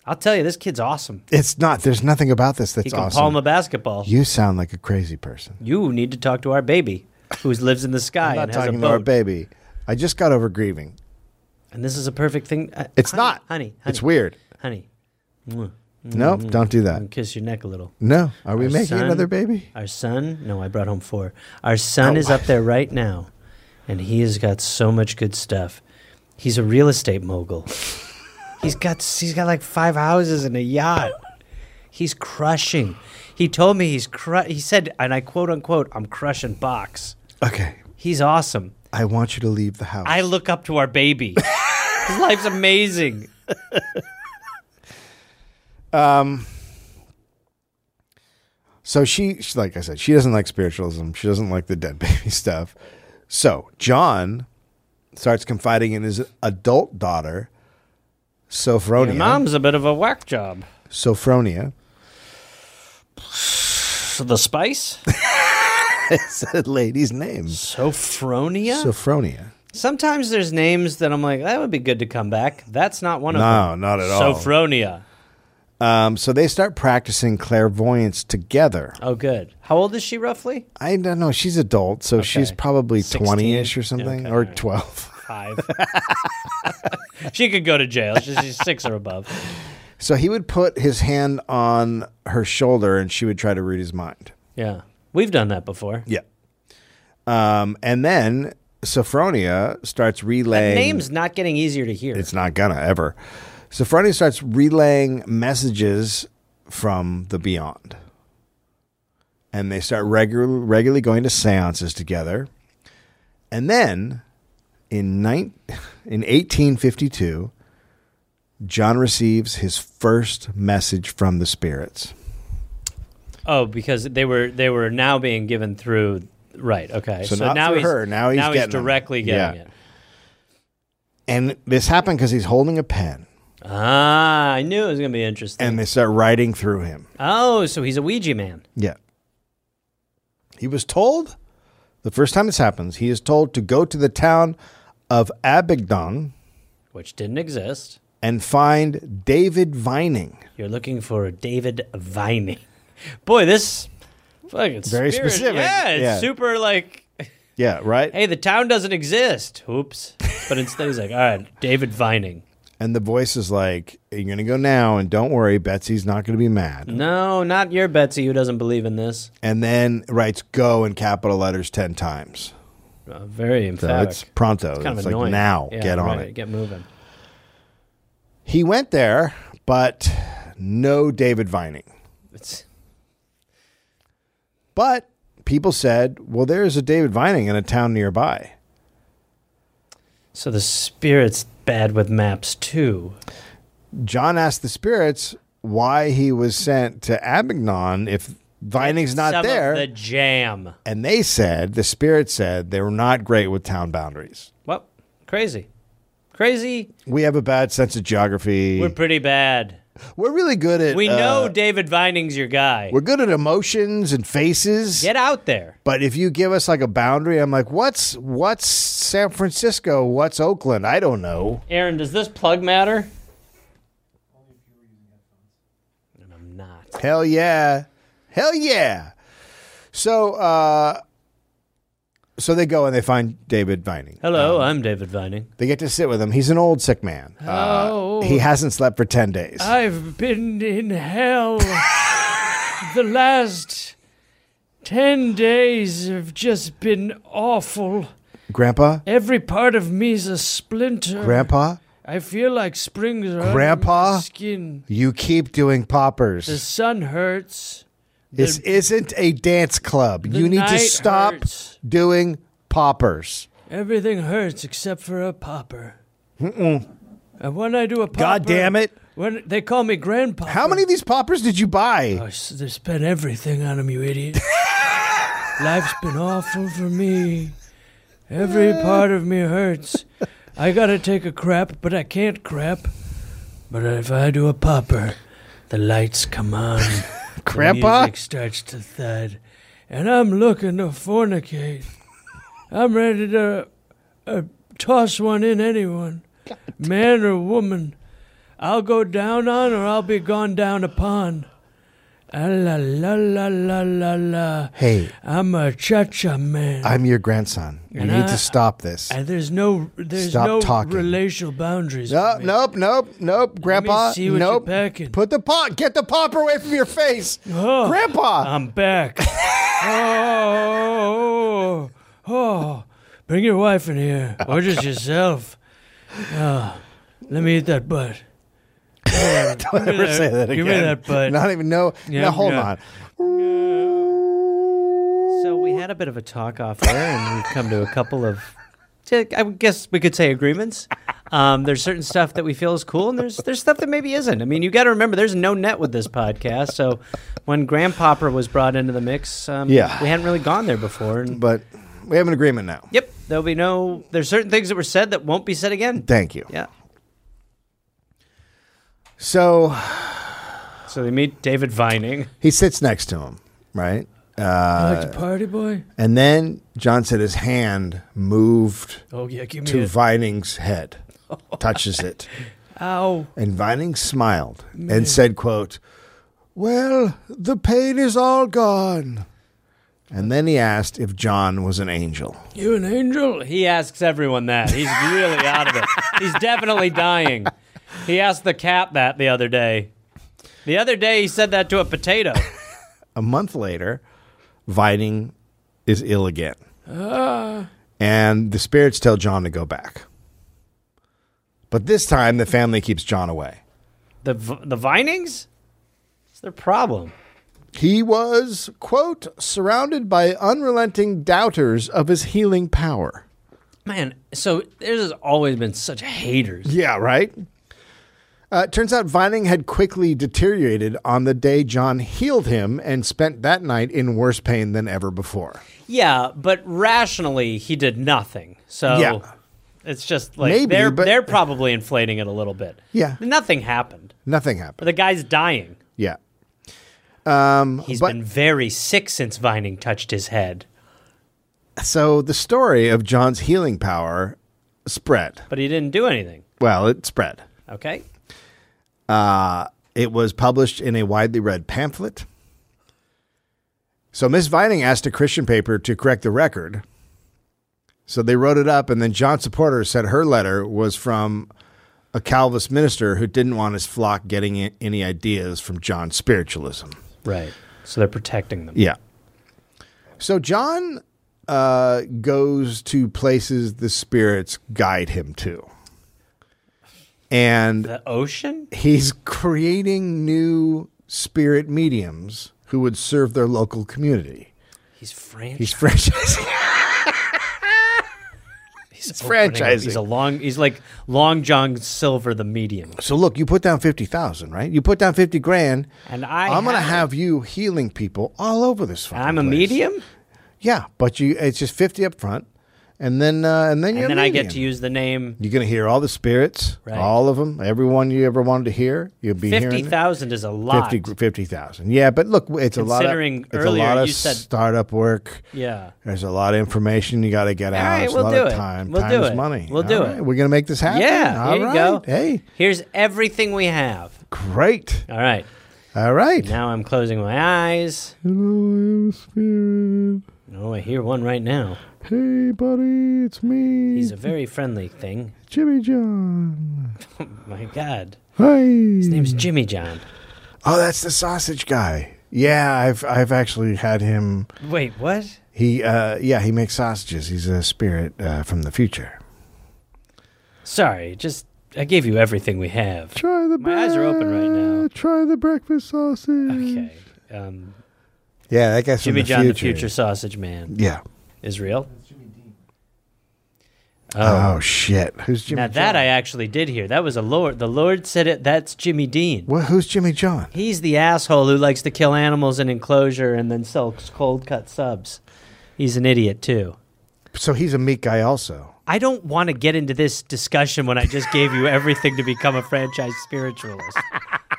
A: I'll tell you, this kid's awesome.
B: it's not. There's nothing about this that's
A: He can
B: awesome.
A: palm a basketball.
B: you sound like a crazy person.
A: You need to talk to our baby, who lives in the sky
B: I'm not
A: and has a
B: talking
A: boat.
B: to our baby. I just got over grieving.
A: And this is a perfect thing. uh,
B: It's
A: honey,
B: not.
A: honey, honey.
B: It's weird.
A: honey. Mwah.
B: Nope. Don't do that.
A: And kiss your neck a little.
B: No. Are we
A: Our
B: making
A: son-
B: another baby?
A: Our son? No, I brought home four. Our son
B: Oh.
A: is up there right now, and he has got so much good stuff. He's a real estate mogul. he's got he's got like five houses and a yacht. He's crushing. He told me he's cru- he said, and I quote unquote, I'm crushing box.
B: Okay.
A: He's awesome.
B: I want you to leave the house.
A: I look up to our baby. His life's amazing.
B: So she, she, like I said, she doesn't like spiritualism. She doesn't like the dead baby stuff. So John starts confiding in his adult daughter, Sophronia.
A: Your mom's a bit of a whack job.
B: Sophronia.
A: So the spice?
B: It's a lady's name.
A: Sophronia?
B: Sophronia.
A: Sometimes there's names that I'm like, that would be good to come back. That's not one of
B: No,
A: them.
B: not at all.
A: Sophronia.
B: Um, so they start practicing clairvoyance together.
A: Oh, good. How old is she roughly?
B: I don't know. She's adult, so she's probably
A: 16?
B: twenty-ish or something,
A: Okay, all
B: or
A: right.
B: twelve.
A: Five. she could go to jail. She's, she's six or above.
B: So he would put his hand on her shoulder, and she would try to read his mind.
A: Yeah. We've done that before.
B: Yeah. Um, and then Sophronia starts relaying.
A: Name's not getting easier to hear.
B: It's not gonna ever. Sophronia starts relaying messages from the beyond, and they start regular, regularly going to seances together. And then, in nine, in eighteen fifty two, John receives his first message from the spirits.
A: oh, because they were they were now being given through. Right. Okay.
B: So not
A: now
B: through
A: he's
B: her, now he's
A: now
B: getting them.
A: directly getting
B: Yeah.
A: it.
B: And this happened because he's holding a pen,
A: Ah, I knew it was going to be interesting.
B: and they start writing through him.
A: oh, so he's a Ouija man.
B: Yeah. He was told the first time this happens, he is told to go to the town of Abingdon
A: which didn't exist.
B: and find David Vining.
A: You're looking for David Vining. Boy, this fucking
B: Very
A: spirit-
B: specific.
A: Yeah, it's
B: Yeah.
A: super like,
B: Yeah, right?
A: hey, the town doesn't exist. Oops. But instead, he's like, all right, David Vining.
B: And the voice is like, You're going to go now, and don't worry, Betsy's not going to be mad.
A: Mm. No, not your Betsy who doesn't believe in this.
B: And then writes go in capital letters 10 times.
A: Uh, very
B: So
A: emphatic.
B: it's pronto. It's,
A: kind of
B: like,
A: annoying.
B: now,
A: Yeah,
B: get on
A: right,
B: it.
A: Get moving.
B: He went there, but no David Vining.
A: It's,
B: But people said, Well, there is a David Vining in a town nearby.
A: so the spirit's bad with maps too.
B: John asked the spirits why he was sent to Avignon if Vining's not
A: Some of
B: there.
A: the jam.
B: and they said, the spirits said, they were not great with town boundaries.
A: Well, crazy. Crazy.
B: We have a bad sense of geography.
A: We're
B: We're,
A: pretty bad.
B: really good at.
A: We
B: uh,
A: know David Vining's your guy.
B: we're good at emotions and faces.
A: Get out there.
B: But if you give us like a boundary, I'm like, what's what's San Francisco? What's Oakland? I don't know.
A: Aaron, does this plug matter? And I'm not.
B: Hell yeah. Hell yeah. So uh so they go and they find David Vining.
A: Hello, I'm David Vining.
B: They get to sit with him. He's an old sick man. Uh,
A: Oh.
B: he hasn't slept for 10 days.
A: I've been in hell the last 10 days have just been awful.
B: Grandpa?
A: Every part of me's a splinter.
B: Grandpa?
A: I feel like springs are
B: Grandpa?
A: under my skin.
B: You keep doing poppers.
A: The
B: This,
A: sun hurts.
B: isn't a dance club.
A: The
B: You need
A: night
B: to stop
A: hurts.
B: doing poppers.
A: Everything hurts except for a popper. And when I do a popper,
B: God damn it.
A: When they call me grandpa.
B: How many of these poppers did you buy?
A: I s- They spent everything on him, you idiot. Life's been awful for me. Every part of me hurts. I gotta take a crap, but I can't crap. But if I do a popper, the lights come on. The
B: Grandpa?
A: music starts to thud. And I'm looking to fornicate. I'm ready to uh, toss one in anyone, man or woman. I'll go down on or I'll be gone down upon. Ah, la la la la la la.
B: Hey,
A: I'm a cha-cha man.
B: I'm your grandson. You
A: And
B: need
A: I-
B: to stop this.
A: and there's no there's
B: Stop
A: no
B: talking.
A: relational boundaries.
B: No,
A: for me.
B: nope, nope, nope, Grandpa.
A: see what you're
B: nope.
A: packing.
B: Put the pop, get the popper away from your face,
A: Oh,
B: Grandpa.
A: I'm back. oh, oh, oh. bring your wife in here, or just yourself. Ah, let me eat that butt.
B: Don't ever say that again.
A: give me that butt.
B: Not even no.
A: Yeah,
B: now hold
A: yeah.
B: on.
A: So we had a bit of a talk off air, and we've come to a couple of, I would guess we could say agreements. Um, there's certain stuff that we feel is cool, and there's there's stuff that maybe isn't. I mean, you got to remember, there's no net with this podcast. So when Grandpopper was brought into the mix, um,
B: Yeah.
A: we hadn't really gone there before. And,
B: But we have an agreement now.
A: yep, there'll be no. There's certain things that were said that won't be said again.
B: Thank you.
A: Yeah.
B: So
A: So they meet David Vining.
B: he sits next to him, right?
A: I like to party, boy.
B: And then John said his hand moved
A: Oh yeah, give me
B: to
A: a
B: Vining's head, touches it.
A: ow.
B: And Vining smiled and said, quote, Well, the pain is all gone. And then he asked if John was an angel.
A: You an angel? He asks everyone that. He's really out of it. He's definitely dying. He asked the cat that the other day. The other day he said that to a potato.
B: A month later, Vining is ill again. And the spirits tell John to go back. But this time, the family keeps John away.
A: The v- the vinings? It's their problem.
B: He was, quote, surrounded by unrelenting doubters of his healing power.
A: Man, so there's always been such haters.
B: Yeah, right? Uh, it turns out Vining had quickly deteriorated on the day John healed him and spent that night in worse pain than ever before.
A: Yeah, but rationally he did nothing. So
B: Yeah.
A: it's just like
B: Maybe,
A: they're
B: but-
A: they're probably inflating it a little bit.
B: Yeah.
A: Nothing happened.
B: Nothing
A: But
B: happened.
A: the guy's dying.
B: Yeah.
A: He's
B: But-
A: been very sick since Vining touched his head.
B: So the story of John's healing power spread.
A: but he didn't do anything.
B: Well, it spread.
A: Okay.
B: It was published in a widely read pamphlet. So Miss Vining asked a Christian paper to correct the record. So they wrote it up, and then John Supporter said her letter was from a Calvinist minister who didn't want his flock getting i- any ideas from John's spiritualism.
A: Right. So they're protecting them.
B: Yeah. So John uh, goes to places the spirits guide him to. And
A: The ocean?
B: he's creating new spirit mediums who would serve their local community.
A: He's French.
B: He's franchising.
A: he's
B: franchising.
A: He's a long. He's like Long John Silver, the medium.
B: so look, you put down fifty thousand, right? You put down fifty grand,
A: And I
B: I'm gonna
A: have-
B: have you healing people all over this. fucking
A: I'm a
B: place.
A: medium,
B: Yeah, but you, it's just fifty up front, and then uh, and then you're
A: and then
B: a
A: I get
B: medium.
A: to use the name.
B: You're gonna hear all the spirits,
A: Right.
B: all of them, everyone you ever wanted to hear. You'll be
A: Fifty
B: hearing it.
A: thousand is a lot.
B: 50 50,000. yeah, but look, it's a lot of
A: Considering
B: it's a
A: earlier
B: lot of
A: you said-
B: startup work.
A: Yeah.
B: There's a lot of information you got to get out.
A: right,
B: It's
A: we'll
B: a lot
A: do
B: of
A: it.
B: time.
A: We'll
B: time
A: do
B: is
A: it.
B: money.
A: We'll do
B: right,
A: it.
B: We're gonna make this happen.
A: Yeah.
B: All
A: Here
B: right.
A: you go.
B: Hey,
A: Here's everything we have.
B: great.
A: All right.
B: All right.
A: Now I'm closing my eyes.
B: Hello, spirit.
A: Oh, I hear one right now.
B: Hey, buddy, it's me,
A: He's a very friendly thing.
B: Jimmy John.
A: My God.
B: Hi.
A: His name's Jimmy John.
B: Oh, that's the sausage guy. Yeah, I've I've actually had him.
A: Wait, what?
B: He uh yeah, he makes sausages. He's a spirit uh, from the future.
A: Sorry, just I gave you everything we have.
B: Try the
A: My eyes are open right now.
B: Try the breakfast sausage.
A: Okay. Um,
B: Yeah, that guy's
A: Jimmy
B: from the
A: John,
B: future.
A: the future sausage man,
B: Yeah.
A: is real.
B: Oh, shit! Who's Jimmy?
A: Now that I actually did hear. That was a Lord. The Lord said it. That's Jimmy Dean.
B: Well, who's Jimmy John?
A: He's the asshole who likes to kill animals in enclosure and then sells cold cut subs. He's an idiot too.
B: So he's a meat guy, also.
A: I don't want to get into this discussion when I just gave you everything to become a franchise spiritualist.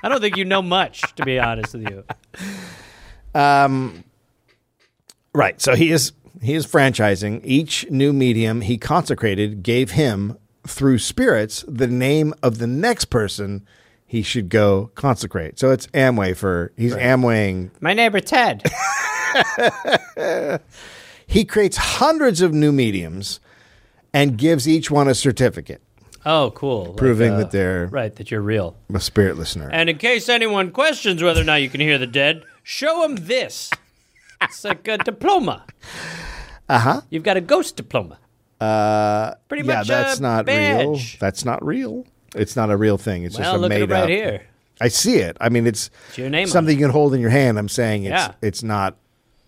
A: I don't think you know much, to be honest with you.
B: Right. So he is he is franchising each new medium he consecrated gave him through spirits the name of the next person he should go consecrate. So it's Amway for he's Amwaying.
A: My neighbor Ted.
B: He creates hundreds of new mediums and gives each one a certificate
A: Oh, cool. Like,
B: proving
A: uh,
B: that they're
A: right that you're real.
B: a spirit listener.
A: And in case anyone questions whether or not you can hear the dead, show them this. It's like a diploma. Uh huh. You've got a ghost diploma. Uh, pretty
B: Uh-huh. yeah,
A: much.
B: that's
A: a
B: not real.
A: badge.
B: That's not real. It's not a real thing. It's just
A: Well,
B: a
A: look at
B: made
A: it right
B: up.
A: here.
B: I see it. I mean, it's,
A: your name on
B: something you can hold in your hand. I'm saying it's
A: Yeah.
B: it's not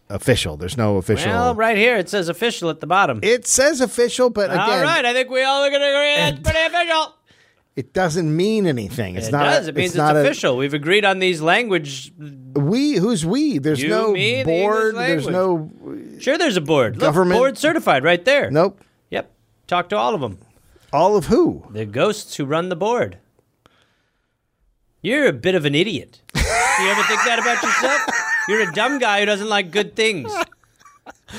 B: official. There's no official.
A: Well, right here it says official at the bottom.
B: It says official, but again,
A: all right, I think we all are going to agree that's pretty official.
B: it doesn't mean anything. It's
A: it
B: not.
A: does.
B: A,
A: it means it's,
B: not
A: official. We've agreed on these language.
B: A, we who's we? There's
A: You,
B: no
A: me, the
B: board.
A: English
B: There's no.
A: Sure, there's a board. Look,
B: Government-
A: board certified right there.
B: Nope.
A: Yep. Talk to all of them.
B: All of who?
A: The ghosts who run the board. You're a bit of an idiot. you ever think that about yourself? You're a dumb guy who doesn't like good things.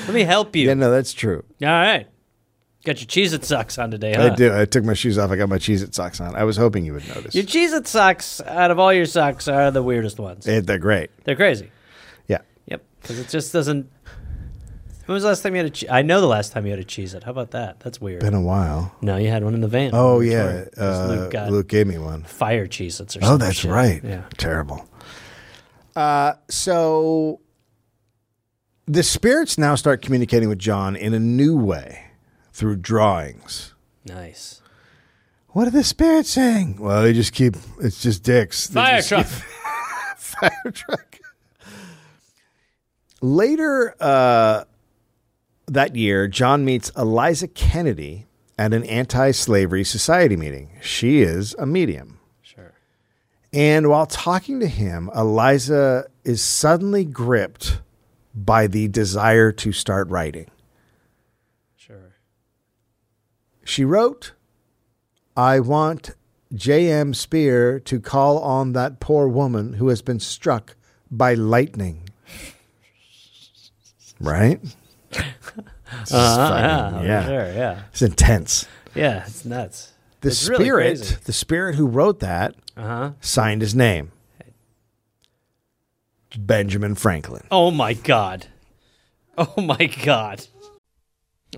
A: Let me help you.
B: Yeah, no, that's true.
A: All right. Got your Cheez It socks on today, huh?
B: I did. I took my shoes off. I got my cheese it socks on. I was hoping you would notice.
A: Your Cheez It socks, out of all your socks, are the weirdest ones.
B: Eh, they're great.
A: They're crazy.
B: Yeah.
A: Yep. Because it just doesn't. When was the last time you had a che- I know the last time you had a Cheez It. How about that? That's weird.
B: Been a while.
A: no, you had one in the van.
B: Oh
A: Which
B: yeah,
A: one? 'Cause
B: uh,
A: Luke
B: Luke,
A: got
B: gave me one.
A: fire Cheez Its or
B: Oh,
A: some
B: that's
A: shit.
B: right.
A: Yeah.
B: terrible. Uh, so the spirits now start communicating with John in a new way through drawings.
A: Nice.
B: What are the spirits saying? Well, they just keep. It's just dicks. They
A: Fire
B: just
A: truck.
B: fire truck. Later uh, that year, John meets Eliza Kennedy at an anti slavery society meeting. She is a medium.
A: Sure.
B: And while talking to him, Eliza is suddenly gripped by the desire to start writing.
A: Sure.
B: She wrote, I want J.M. Spear to call on that poor woman who has been struck by lightning. Right? It's fucking- yeah.
A: Oh, Sure. Yeah.
B: It's intense.
A: Yeah. It's nuts.
B: The
A: It's really
B: spirit,
A: crazy. Uh-huh.
B: the spirit who wrote that, signed his name. Benjamin Franklin.
A: Oh my god. Oh my god.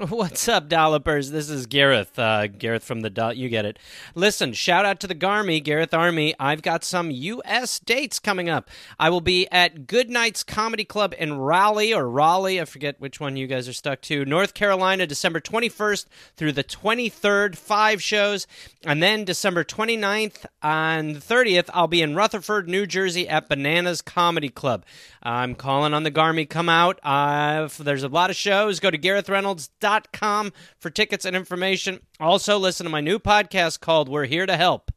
A: What's up, dollopers? This is Gareth. Uh, Gareth from the Doll. You get it. Listen, shout out to the Garmy, Gareth Army. I've got some U.S. dates coming up. I will be at Good Nights Comedy Club in Raleigh or Raleigh. I forget which one you guys are stuck to. North Carolina, December 21st through the 23rd, five shows. And then December 29th and 30th, I'll be in Rutherford, New Jersey at Bananas Comedy Club. I'm calling on the Garmy. Come out. Uh, if there's a lot of shows. Go to GarethReynolds.com for tickets and information. Also, listen to my new podcast called We're Here to Help.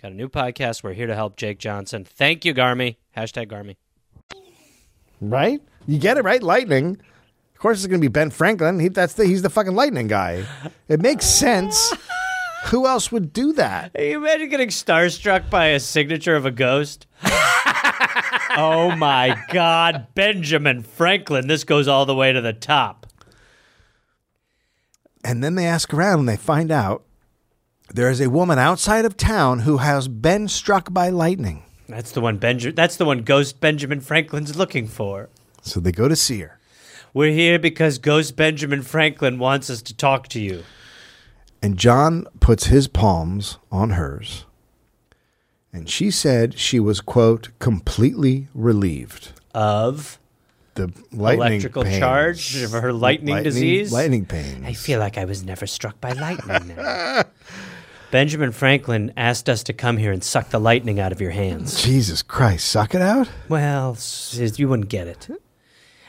A: Got a new podcast. We're here to help Jake Johnson. Thank you, Garmy. Hashtag Garmy.
B: Right? You get it right, lightning. Of course, it's going to be Ben Franklin. He, that's the he's the fucking lightning guy. It makes sense. Who else would do that?
A: Can you imagine getting starstruck by a signature of a ghost? oh my God, Benjamin Franklin. This goes all the way to the top.
B: And then they ask around and they find out there is a woman outside of town who has been struck by lightning.
A: That's the one Benja- that's the one Ghost Benjamin Franklin's looking for.
B: So they go to see her,
A: We're here because Ghost Benjamin Franklin wants us to talk to you.
B: and John puts his palms on hers. And she said she was quote completely relieved.
A: Of
B: The lightning
A: electrical
B: pains.
A: charge of her lightning, disease.
B: lightning pain.
A: I feel like I was never struck by lightning now. Benjamin Franklin asked us to come here and suck the lightning out of your hands.
B: Jesus Christ, suck it out.
A: Well, s- you wouldn't get it.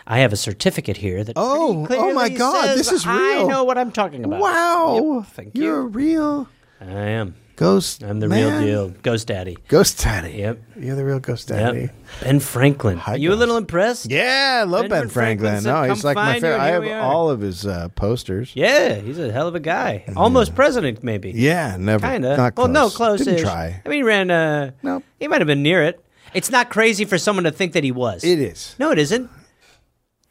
A: I have a certificate here that
B: Oh,
A: pretty
B: oh my
A: clearly
B: God,
A: says
B: this is real.
A: I know what I'm talking about.
B: Wow.
A: Yep, thank
B: You're
A: you.
B: a real
A: I am.
B: ghost.
A: I'm the real
B: man.
A: deal. Ghost Daddy.
B: Ghost Daddy.
A: Yep.
B: You're the real Ghost Daddy.
A: Yep. Ben Franklin.
B: Hi,
A: you a
B: guys.
A: little impressed?
B: Yeah, I love
A: Benjamin
B: Ben Franklin.
A: Franklin said,
B: no, he's
A: "Come
B: like my
A: find you,"
B: favorite.
A: and
B: I
A: here
B: have
A: we are.
B: all of his uh, posters.
A: Yeah, he's a hell of a guy. Almost president, maybe.
B: Yeah, never.
A: Kind of.
B: Not close.
A: Well, no, close.
B: Didn't try.
A: I mean, he ran. Uh,
B: Nope.
A: He might have been near it. It's not crazy for someone to think that he was.
B: It is.
A: No, it isn't.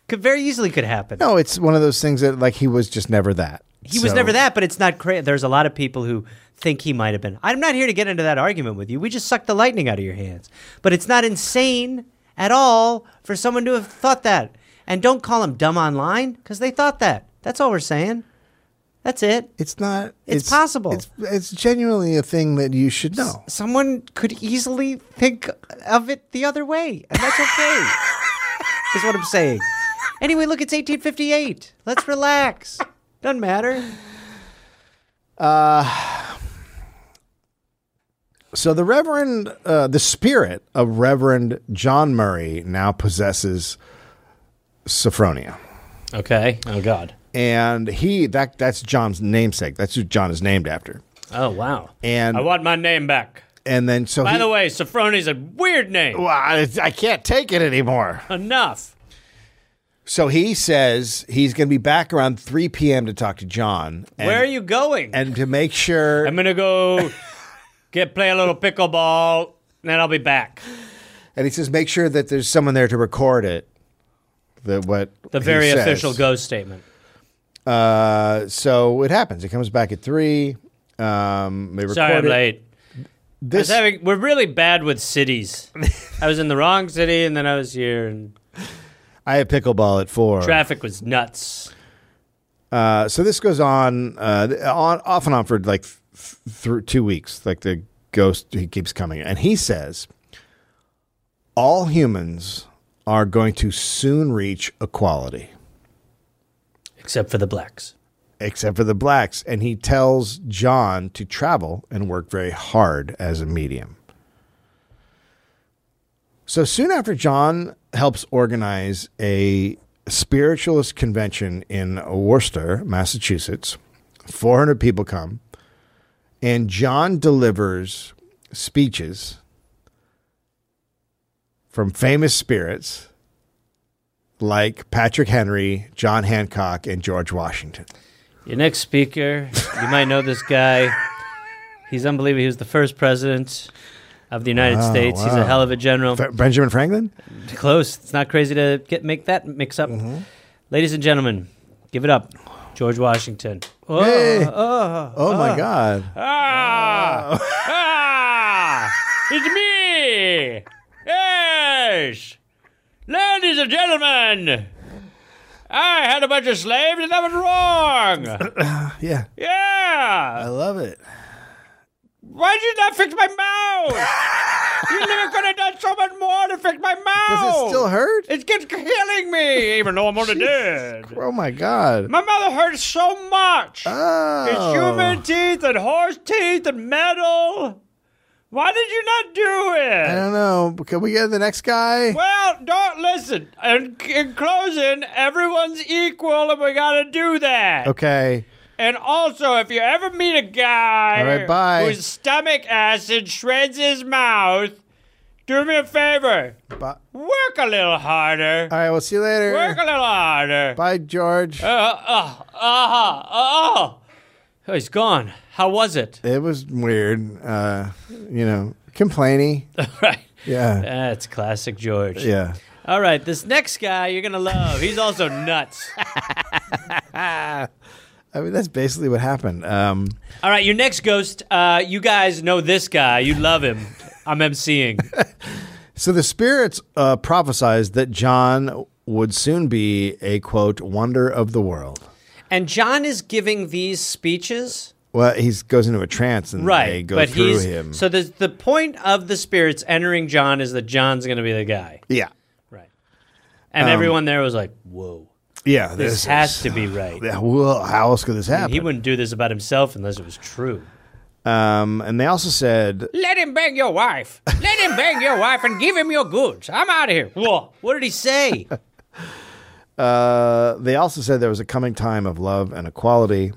A: Could very easily could happen.
B: No, it's one of those things that like he was just never that.
A: He was
B: So-
A: never that, but it's not crazy. There's a lot of people who think he might have been. I'm not here to get into that argument with you. We just sucked the lightning out of your hands. But it's not insane at all for someone to have thought that. And don't call him dumb online because they thought that. That's all we're saying. That's it.
B: It's not.
A: It's possible.
B: It's, it's genuinely a thing that you should know.
A: Someone could easily think of it the other way, and that's okay. is what I'm saying. Anyway, look, it's 1858. Let's relax. Doesn't matter.
B: So the Reverend, uh, the spirit of Reverend John Murray now possesses Sophronia,
A: Okay. Oh God.
B: and he that that's John's namesake. That's who John is named after.
A: Oh wow.
B: And
A: my name back.
B: and then so he,
A: way, Sophroni's a weird name.
B: well, I, I can't take it anymore.
A: Enough.
B: So he says he's going to be back around 3 p.m. to talk to John. And,
A: you going?
B: And to make sure.
A: gonna go get play a little pickleball, and then I'll be back.
B: And he says, make sure that there's someone there to record it. The, what
A: The
B: he
A: very
B: says.
A: official ghost statement.
B: Uh, so it happens. He comes back at 3. Um, they record
A: Sorry, I'm
B: it.
A: late. I was
B: This,
A: having- we're really bad with cities. I was in the wrong city, and then I was here, and
B: I had pickleball at 4.
A: traffic was nuts.
B: Uh, so this goes on, uh, th- on off and on for like th- through two weeks. Like the ghost, he keeps coming, and he says, "All humans are going to soon reach equality,
A: Except for the blacks.
B: except for the blacks." And he tells John to travel and work very hard as a medium. So soon after, John helps organize a spiritualist convention in Worcester, Massachusetts. 400 people come, and John delivers speeches from famous spirits like Patrick Henry, John Hancock, and George Washington.
A: Your next speaker, you might know this guy. He's unbelievable. He was the first president of the United
B: Wow,
A: States. He's a
B: wow.
A: hell of a general.
B: F- Benjamin Franklin?
A: Close. It's not crazy to get make that mix up. Ladies and gentlemen, give it up. George Washington. Oh,
B: Hey.
A: oh,
B: Oh my God.
A: Ah! Ah! It's me! Yes! Ladies and gentlemen! I had a bunch of slaves and that was wrong!
B: Yeah. I
A: Yeah!
B: love it.
A: Why did you not fix my mouth? You never could have done so much more to fix my mouth!
B: Does it still hurt?
A: It's just killing me, even though I'm only dead.
B: Oh my God.
A: My mother hurts so much!
B: Oh.
A: It's human teeth and horse teeth and metal. Why did you not do it?
B: I don't know. Can we get the next guy?
A: well, don't listen. And in closing, everyone's equal, and we gotta do that.
B: Okay.
A: And also, if you ever meet a guy
B: All right, bye.
A: whose stomach acid shreds his mouth, do me a favor.
B: Bu- All
A: Work a little harder.
B: right. We'll see you later.
A: Work a little harder.
B: Uh. Bye, George.
A: Uh, uh, uh, uh, uh. Oh, he's gone. How was it?
B: it was weird. Uh, you know, complaining.
A: right.
B: Yeah.
A: That's classic George.
B: Yeah.
A: All right, this next guy you're gonna love. He's also nuts.
B: I mean, that's basically what happened. Um,
A: All right, your next ghost. Uh, you guys know this guy. You love him. I'm emceeing.
B: so the spirits uh, prophesized that John would soon be a quote wonder of the world.
A: And John is giving these speeches.
B: Well, he goes into a trance and they
A: Right,
B: go
A: but
B: through
A: he's
B: him.
A: so the the point of the spirits entering John is that John's going to be the guy,
B: yeah,
A: right? And everyone there was like, "Whoa,
B: yeah.
A: this,
B: Um, is-
A: has to be right."
B: Yeah, well, how else could this happen?
A: He wouldn't do this about himself unless it was true.
B: um, and they also said
A: Let him bang your wife. Let him bang your wife and give him your goods. I'm out of here. Whoa. What did he say?
B: Uh, they also said there was a coming time of love and equality.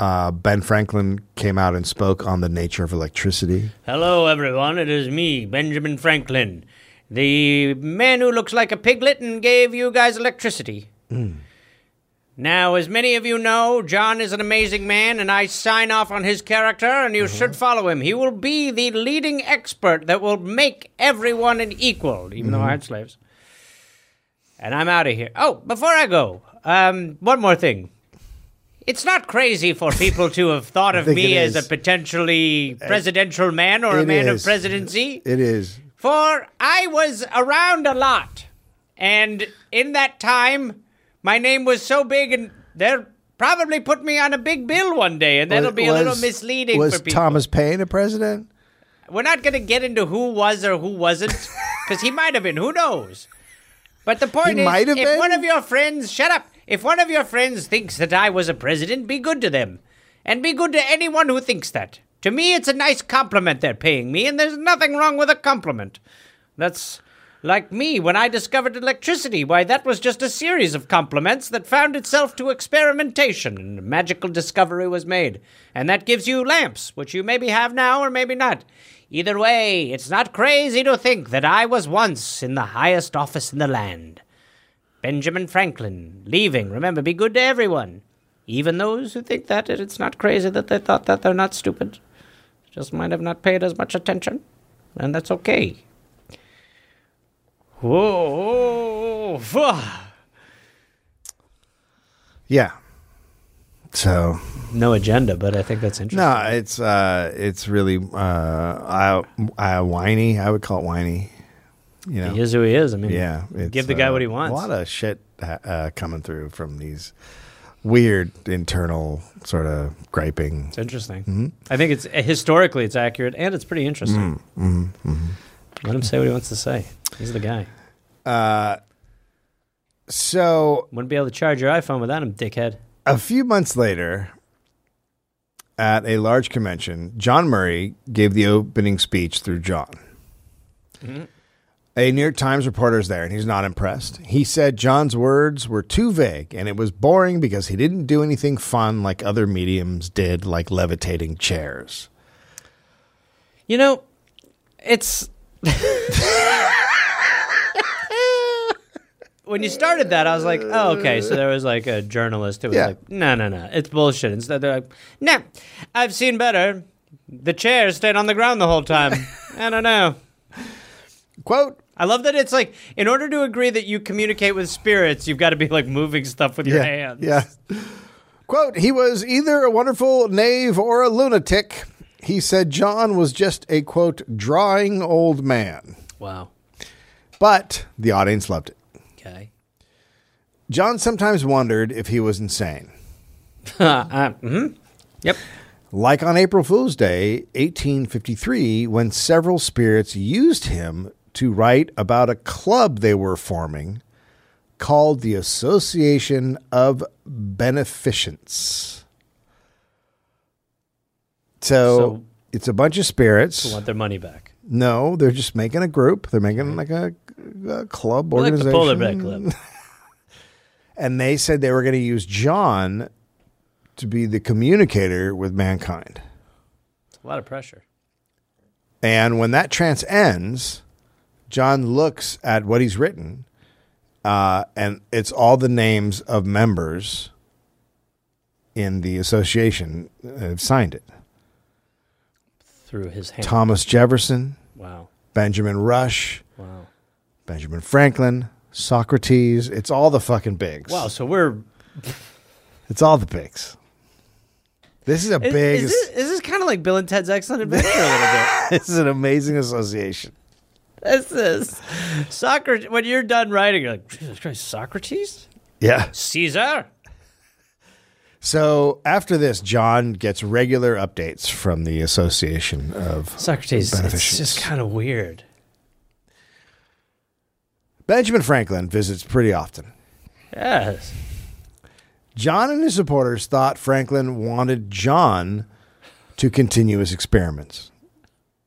B: Uh, ben Franklin came out and spoke on the nature of electricity.
A: Hello, everyone. It is me, Benjamin Franklin, the man who looks like a piglet and gave you guys electricity. Now, as many of you know, John is an amazing man, and I sign off on his character, and
B: Mm-hmm.
A: you should follow him. He will be the leading expert that will make everyone an equal, even though I
B: Mm-hmm.
A: had slaves. And I'm out of here. Oh, before I go, um, one more thing. It's not crazy for people to have thought of
B: think
A: me
B: it
A: as a
B: is. Uh,
A: potentially presidential man or a
B: It
A: man
B: is.
A: of presidency,
B: It is.
A: for I was around a lot. And in that time, my name was so big, and they'll probably put me on a big bill one day, and that'll be a little
B: Was-
A: misleading
B: Was
A: for people.
B: Thomas Paine a president?
A: We're not going to get into who was or who wasn't, because he might have been. Who knows? But the point
B: He
A: is,
B: might
A: if
B: have been?
A: one of your friends, shut up. If one of your friends thinks that I was a president, be good to them, and be good to anyone who thinks that. To me, it's a nice compliment they're paying me, and there's nothing wrong with a compliment. That's like me when I discovered electricity. Why, that was just a series of compliments that found itself to experimentation, and a magical discovery was made. And that gives you lamps, which you maybe have now or maybe not. Either way, it's not crazy to think that I was once in the highest office in the land. Benjamin Franklin, leaving. Remember, be good to everyone. Even those who think that it's not crazy that they thought that they're not stupid. Just might have not paid as much attention. And that's okay. Whoa.
B: Yeah. So
A: No agenda, but I think that's interesting.
B: no, it's uh, it's really uh, I, I whiny. I would call it whiny. You know,
A: He is who he is. I mean,
B: yeah. it's,
A: give the guy
B: uh,
A: what he wants.
B: A lot of shit uh, uh, coming through from these weird internal sort of griping.
A: it's interesting.
B: Mm-hmm.
A: I think it's historically it's accurate and it's pretty interesting.
B: Mm-hmm.
A: Let him say what he wants to say. He's the guy.
B: Uh, So
A: Wouldn't be able to charge your iPhone without him, dickhead.
B: a few months later, at a large convention, John Murray gave the opening speech through John.
A: Mm-hmm.
B: A New York Times reporter is there, and he's not impressed. He said John's words were too vague, and it was boring because he didn't do anything fun like other mediums did, like levitating chairs.
A: You know, it's when you started that, I was like, oh, okay. So there was like a journalist who was
B: Yeah.
A: like, no, no, no, it's bullshit. Instead, they're like, nah, I've seen better. The chair stayed on the ground the whole time. I don't know.
B: Quote:
A: I love that it's like, in order to agree that you communicate with spirits, you've got to be like moving stuff with your hands.
B: Yeah. Quote, he was either a wonderful knave or a lunatic. He said John was just a, quote, drawing old man.
A: Wow.
B: But the audience loved it.
A: Okay.
B: John sometimes wondered if he was insane.
A: Uh, mm-hmm. Yep.
B: Like on April Fool's Day, 1853, when several spirits used him to write about a club they were forming called the Association of Beneficence. So,
A: So-
B: it's a bunch of spirits.
A: Want their money back.
B: No, they're just making a group. They're making like a, a club
A: Like the
B: organization.
A: polar bear clip.
B: And they said they were going to use John to be the communicator with mankind.
A: It's a lot of pressure.
B: And when that trance ends, John looks at what he's written, uh, and it's all the names of members in the association have signed it
A: Through his hand.
B: Thomas Jefferson,
A: Wow.
B: Benjamin Rush,
A: Wow.
B: Benjamin Franklin, Socrates. It's all the fucking bigs.
A: Wow. So we're
B: It's all the bigs. This is a
A: is,
B: big,
A: is this, is this kind of like Bill and Ted's Excellent Adventure a little bit?
B: this is an amazing association.
A: This is Socrates. When you're done writing, you're like Jesus Christ, Socrates,
B: Yeah.
A: Caesar.
B: So after this, John gets regular updates from the Association of
A: Socrates. It's
B: Beneficence.
A: just kind of weird.
B: Benjamin Franklin visits pretty often.
A: Yes.
B: John and his supporters thought Franklin wanted John to continue his experiments.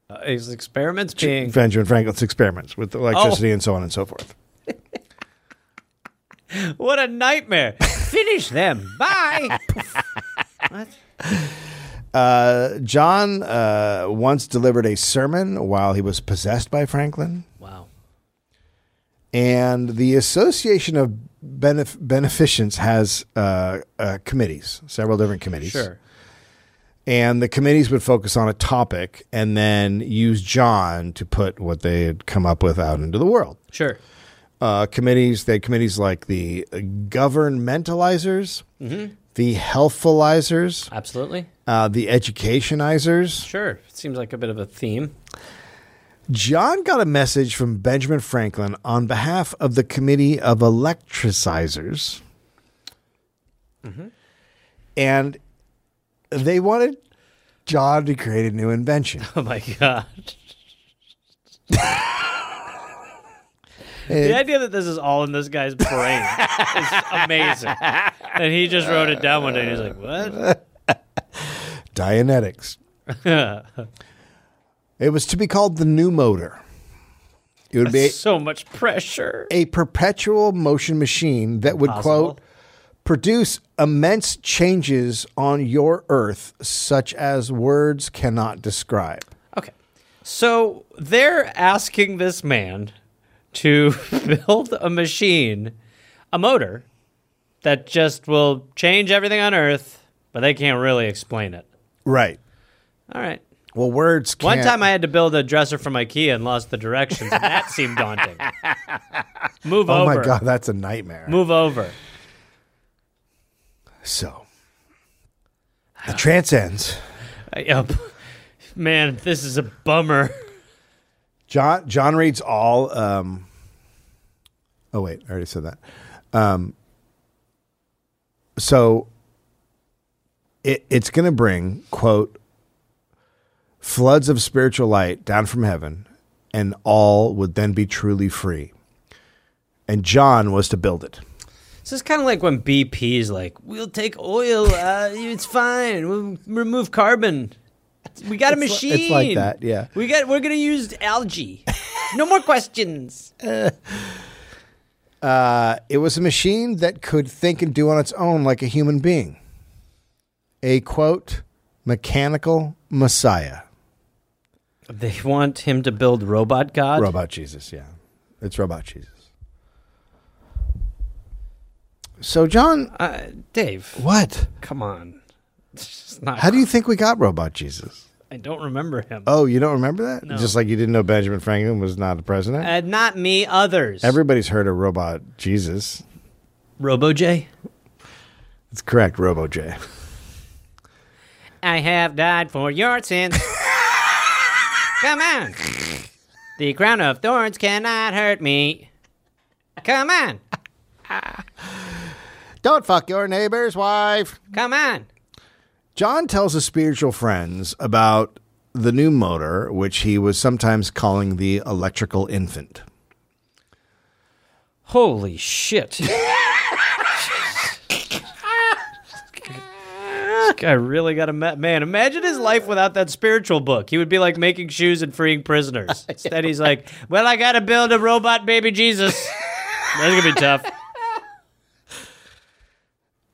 A: Uh, his experiments being
B: Benjamin Franklin's experiments with electricity and so on and so forth.
A: What a nightmare. Finish them. Bye.
B: Uh, John uh, once delivered a sermon while he was possessed by Franklin.
A: wow.
B: and the Association of Benef- Beneficents has uh, uh, committees, several different committees.
A: Sure.
B: And the committees would focus on a topic and then use John to put what they had come up with out into the world.
A: Sure.
B: Uh, committees, they had committees like the governmentalizers, the healthfulizers,
A: Absolutely.
B: uh, the educationizers.
A: Sure. Seems like a bit of a theme.
B: John got a message from Benjamin Franklin on behalf of the Committee of Electricizers. And they wanted John to create a new invention.
A: Oh my god.
B: Eh.
A: the idea that this is all in this guy's brain is amazing. And he just wrote it down one day and he's like, What?
B: Dianetics. it was to be called the new motor. It would be
A: So much pressure.
B: a perpetual motion machine that would, quote,
A: Possible.
B: produce immense changes on your earth, such as words cannot describe.
A: Okay. So they're asking this man to build a machine, a motor that just will change everything on Earth, but they can't really explain it.
B: Right.
A: All right.
B: Well, words can't.
A: One time I had to build a dresser from IKEA and lost the directions, and that seemed daunting. Move
B: Oh
A: over.
B: my god, that's a nightmare.
A: Move over.
B: So the transcends.
A: I- yep. Man, this is a bummer.
B: John John reads all. Um, oh wait, I already said that. Um, so it, it's going to bring quote floods of spiritual light down from heaven, and all would then be truly free. And John was to build it.
A: This is kind of like when BP's like, we'll take oil. Uh, it's fine. We'll remove carbon. We got a
B: It's li-
A: machine.
B: it's like that, yeah.
A: We got. We're gonna use algae. no more questions.
B: It was a machine that could think and do on its own like a human being. A quote, mechanical messiah.
A: They want him to build robot god.
B: Robot Jesus, yeah. It's Robot Jesus. So, John,
A: Uh, Dave,
B: what?
A: come on. It's just not.
B: How do you think we got Robot Jesus?
A: I don't remember him.
B: Oh, you don't remember that? Just like you didn't know Benjamin Franklin was not a president?
A: Uh, not me. Others.
B: Everybody's heard of Robot Jesus.
A: Robo J.
B: It's correct, Robo J.
A: I have died for your sins. Come on. The crown of thorns cannot hurt me. Come on.
B: Don't fuck your neighbor's wife.
A: Come on.
B: John tells his spiritual friends about the new motor, which he was sometimes calling the electrical infant.
A: Holy shit. this guy really got a ma- man. Imagine his life without that spiritual book. He would be like making shoes and freeing prisoners. Instead, he's like, well, I got to build a robot baby Jesus. That's going to be tough.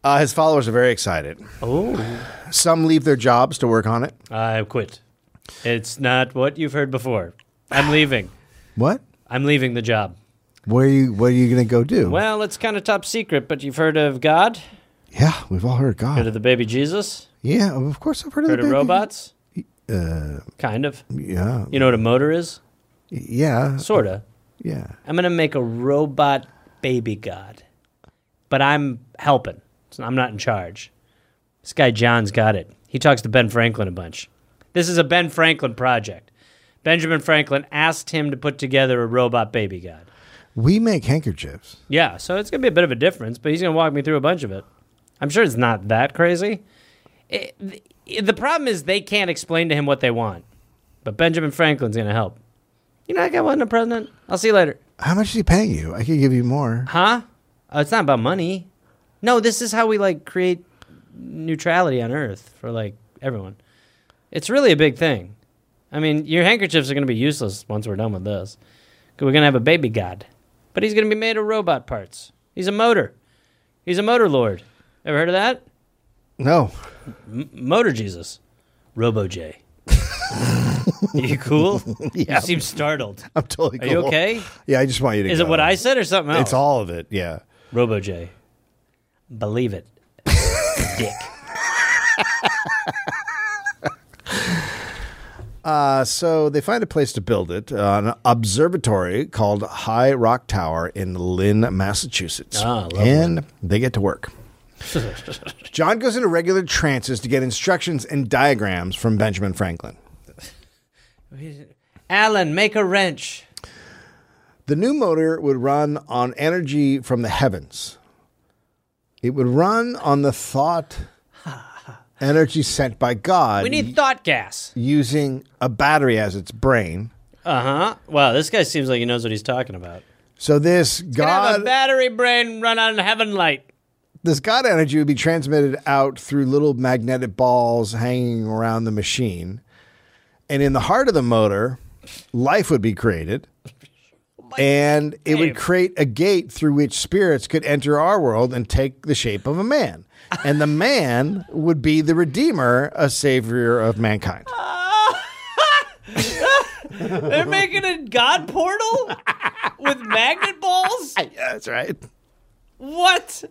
B: Uh, his followers are very excited.
A: Oh.
B: Some leave their jobs to work on it.
A: I quit. It's not what you've heard before. I'm leaving.
B: What?
A: I'm leaving the job.
B: Where are you? What are you going to go do?
A: Well, it's kind of top secret, but you've heard of God,
B: yeah, we've all heard God.
A: heard of the baby Jesus,
B: yeah, of course I've heard,
A: heard
B: of the
A: of
B: baby.
A: robots. kind of.
B: Yeah,
A: You know what a motor is?
B: yeah,
A: Sorta.
B: yeah.
A: I'm gonna make a robot baby god, but I'm helping. So I'm not in charge. This guy John's got it. He talks to Ben Franklin a bunch. This is a Ben Franklin project. Benjamin Franklin asked him to put together a robot baby god.
B: We make handkerchiefs.
A: Yeah, so it's gonna be a bit of a difference, but he's gonna walk me through a bunch of it. I'm sure it's not that crazy. It- th- the problem is they can't explain to him what they want, but Benjamin Franklin's gonna help. You know, I got one a president. I'll see you later,
B: How much is he paying you? I could give you more.
A: huh? Oh, it's not about money. No, this is how we like create neutrality on Earth for like everyone. It's really a big thing. I mean, your handkerchiefs are gonna be useless once we're done with this. 'Cause We're gonna have a baby god, but he's gonna be made of robot parts. He's a motor. He's a motor lord. Ever heard of that?
B: No.
A: Motor Jesus. Robo J. you cool?
B: Yeah.
A: You seem startled.
B: I'm totally
A: Are
B: cool.
A: you okay?
B: Yeah, I just want you to
A: Is it
B: go.
A: what I said or something else?
B: It's all of it, yeah.
A: Robo J. Believe it. Dick.
B: Uh, so they find a place to build it, uh, an observatory called High Rock Tower in Lynn, Massachusetts.
A: Ah, lovely.
B: and they get to work. John goes into regular trances to get instructions and diagrams from Benjamin Franklin.
A: Alan, make a wrench.
B: The new motor would run on energy from the heavens. It would run on the thought energy sent by God
A: We need thought gas.
B: using a battery as its brain.
A: Uh huh. Wow, this guy seems like he knows what he's talking about.
B: So this
A: Can I have a
B: God
A: battery brain run on heaven light.
B: this God energy would be transmitted out through little magnetic balls hanging around the machine. And in the heart of the motor, life would be created. And it would
A: Dave.
B: create a gate through which spirits could enter our world and take the shape of a man. And the man would be the redeemer, a savior of mankind.
A: Ah, They're making a god portal with magnet balls?
B: That's right.
A: What?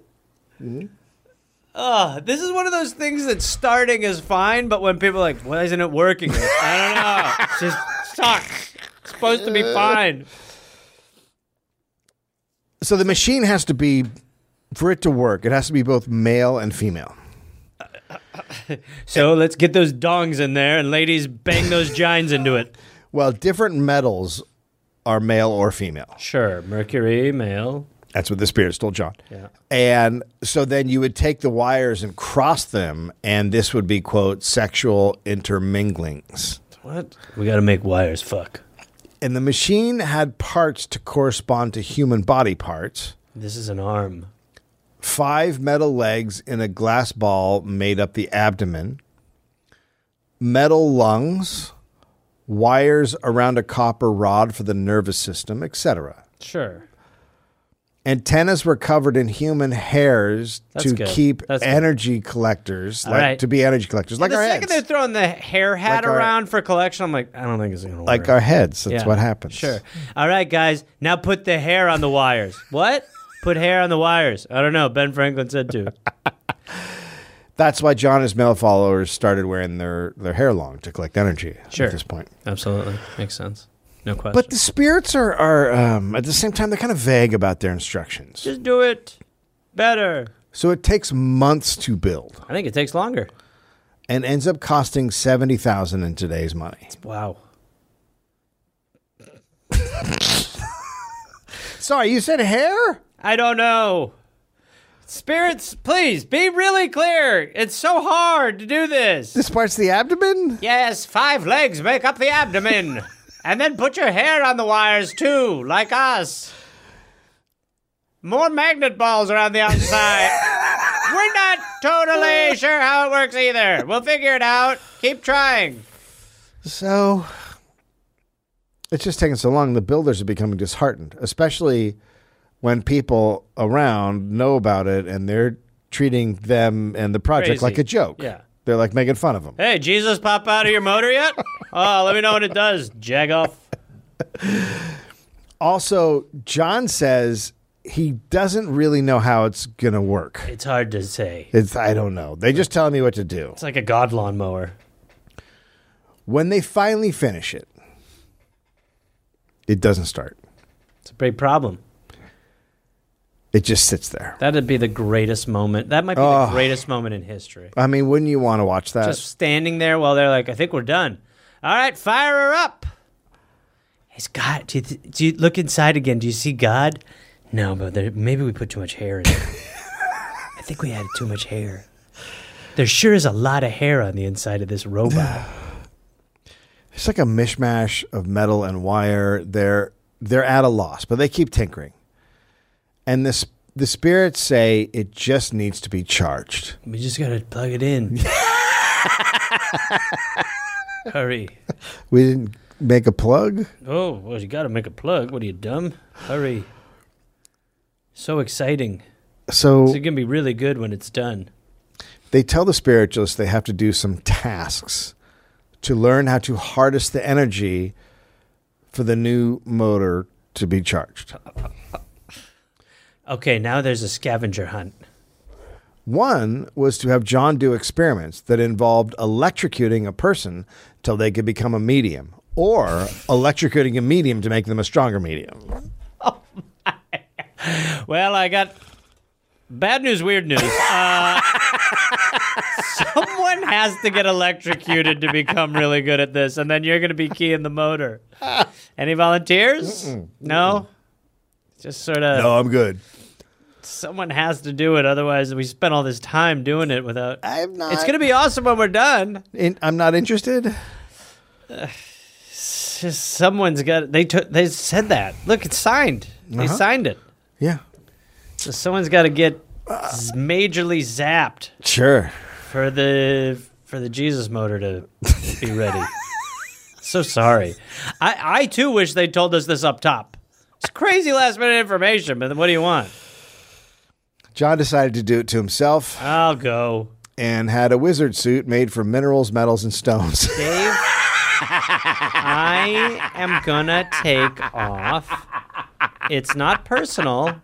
A: Ugh, this is one of those things that starting is fine, but when people are like, why isn't it working? I don't know. It just sucks. It's supposed to be fine.
B: So the machine has to be, for it to work, it has to be both male and female.
A: So let's get those dongs in there and ladies bang those gines into it.
B: Well, different metals are male or female.
A: Sure. Mercury, male.
B: That's what the spirits told John. And so then you would take the wires and cross them, and this would be, quote, sexual interminglings.
A: What? We got to make wires. Fuck.
B: And the machine had parts to correspond to human body parts.
A: This is an arm.
B: Five metal legs in a glass ball made up the abdomen, metal lungs, wires around a copper rod for the nervous system, etc.
A: Sure.
B: Antennas were covered in human hairs
A: That's
B: to
A: good.
B: keep
A: That's good.
B: energy collectors, like
A: right.
B: to be energy collectors, like
A: the
B: our
A: second
B: heads,
A: they're throwing the hair hat
B: Like our-
A: around for collection, I'm like, I don't think it's gonna work.
B: like our heads. That's
A: Yeah.
B: what happens.
A: Sure. All right, guys. Now put the hair on the wires. What? Put hair on the wires. I don't know. Ben Franklin said to.
B: That's why John and his male followers started wearing their their hair long to collect energy.
A: Sure.
B: At this point,
A: Absolutely makes sense. No question.
B: but the spirits are are um, at the same time they're kind of vague about their instructions.
A: just do it better.
B: So it takes months to build
A: I think it takes longer.
B: and ends up costing seventy thousand in today's money.
A: Wow.
B: Sorry, you said hair.
A: I don't know. Spirits, please be really clear. It's so hard to do this.
B: This part's the abdomen.
A: Yes, five legs make up the abdomen. and then put your hair on the wires too, like us. More magnet balls around the outside. We're not totally sure how it works either. We'll figure it out. Keep trying.
B: So it's just taking so long. The builders are becoming disheartened, especially when people around know about it and they're treating them and the project
A: Crazy.
B: like a joke.
A: Yeah.
B: They're like making fun of them.
A: Hey, Jesus pop out of your motor yet? Oh, let me know when it does, jag off.
B: Also, John says he doesn't really know how it's going to work.
A: It's hard to say.
B: It's I don't know. They just telling me what to do.
A: It's like a god lawnmower.
B: When they finally finish it, it doesn't start.
A: It's a big problem.
B: It just sits there.
A: That'd be the greatest moment. That might be
B: Oh.
A: the greatest moment in history.
B: I mean, wouldn't you want to watch that?
A: just standing there while they're like, "I think we're done." All right, fire her up. Is God? Do you, th- do you look inside again? Do you see God? No, but there, maybe we put too much hair in. it. I think we added too much hair. There sure is a lot of hair on the inside of this robot.
B: It's like a mishmash of metal and wire. They're they're at a loss, but they keep tinkering. And this the spirits say it just needs to be charged.
A: we just gotta plug it in. Hurry!
B: We didn't make a plug.
A: Oh, well, you gotta make a plug. What are you dumb? Hurry! So exciting.
B: So
A: It's going to be really good when it's done.
B: they tell the spiritualists they have to do some tasks to learn how to harness the energy for the new motor to be charged.
A: Okay, now there's a scavenger hunt.
B: One was to have John do experiments that involved electrocuting a person till they could become a medium, or electrocuting a medium to make them a stronger medium.
A: Well, I got bad news, weird news. Uh, someone has to get electrocuted to become really good at this, and then you're going to be keying the motor. Any volunteers? No? Just sort of
B: I'm good.
A: someone has to do it. Otherwise, we spent all this time doing it without.
B: I'm not.
A: It's going to be awesome when we're done.
B: In, I'm not interested.
A: It's just someone's got. They took. They said that. Look, it's signed. They
B: Uh-huh.
A: signed it.
B: Yeah.
A: So someone's got to get z- majorly zapped.
B: Sure.
A: for the for the Jesus motor to be ready. so sorry. I I too wish they told us this up top. It's crazy last minute information, but what do you want?
B: John decided to do it to himself
A: I'll go.
B: and had a wizard suit made from minerals, metals, and stones.
A: Dave, I am gonna take off. It's not personal.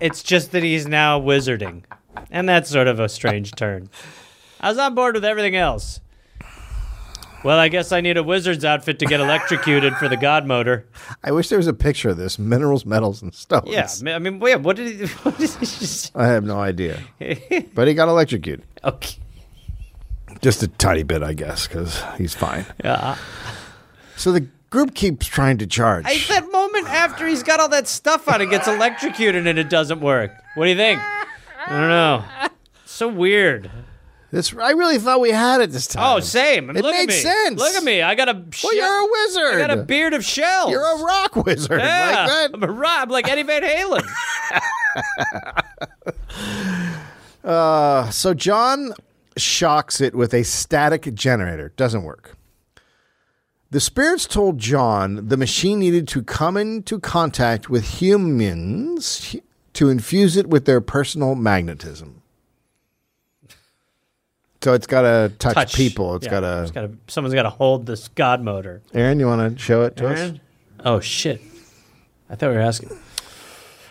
A: It's just that he's now wizarding. And that's sort of a strange turn. I was on board with everything else. Well, I guess I need a wizard's outfit to get electrocuted for the god motor.
B: I wish there was a picture of this minerals, metals, and stones.
A: Yeah, I mean- I mean, yeah, what did he, what did he just
B: I have no idea. but he got electrocuted.
A: Okay.
B: Just a tiny bit, I guess, because he's fine.
A: Yeah.
B: So the group keeps trying to charge.
A: It's that moment after he's got all that stuff on, it gets electrocuted and it doesn't work. What do you think? I don't know. So weird.
B: This I really thought we had it this time.
A: Oh, same.
B: Um, It
A: Look at
B: made
A: me.
B: sense.
A: Look at me. I got a.
B: Well,
A: shell-
B: you're a wizard.
A: I got a beard of shells.
B: You're a rock wizard.
A: Yeah,
B: Like that.
A: I'm a Rob, like Eddie Van Halen.
B: Uh, so John shocks it with a static generator. Doesn't work. The spirits told John the machine needed to come into contact with humans hu- to infuse it with their personal magnetism. So it's got to touch,
A: Touch.
B: people. It's
A: Yeah,
B: got to.
A: it's gotta- Someone's got to hold this God motor.
B: Aaron, you want to show it to us?
A: Aaron? Oh shit! I thought we were asking.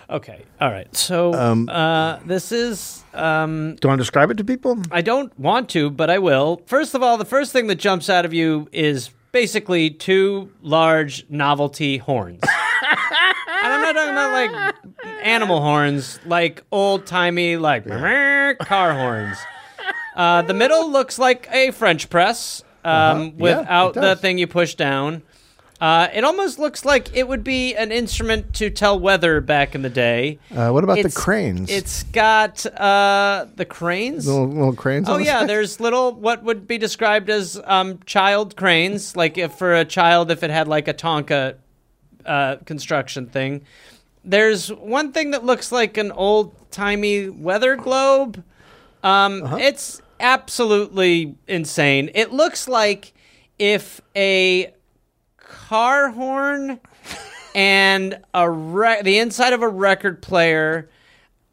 A: Okay. All right. So
B: Um,
A: uh, this is. Um,
B: Do you want to describe it to people?
A: I don't want to, but I will. First of all, the first thing that jumps out of you is basically two large novelty horns. and I'm not talking about like animal horns, like old timey, like car horns. Uh, the middle looks like a French press um,
B: Uh-huh. Yeah, it
A: without the
B: does.
A: thing you push down. Uh, it almost looks like it would be an instrument to tell weather back in the day.
B: Uh, what about the
A: It's-
B: cranes?
A: It's got uh, the cranes.
B: little, little cranes.
A: Oh
B: on the
A: yeah,
B: side?
A: there's little what would be described as um, child cranes, like if for a child if it had like a Tonka uh, construction thing. There's one thing that looks like an old timey weather globe. Um,
B: Uh-huh.
A: It's absolutely insane. It looks like if a car horn and a re- the inside of a record player,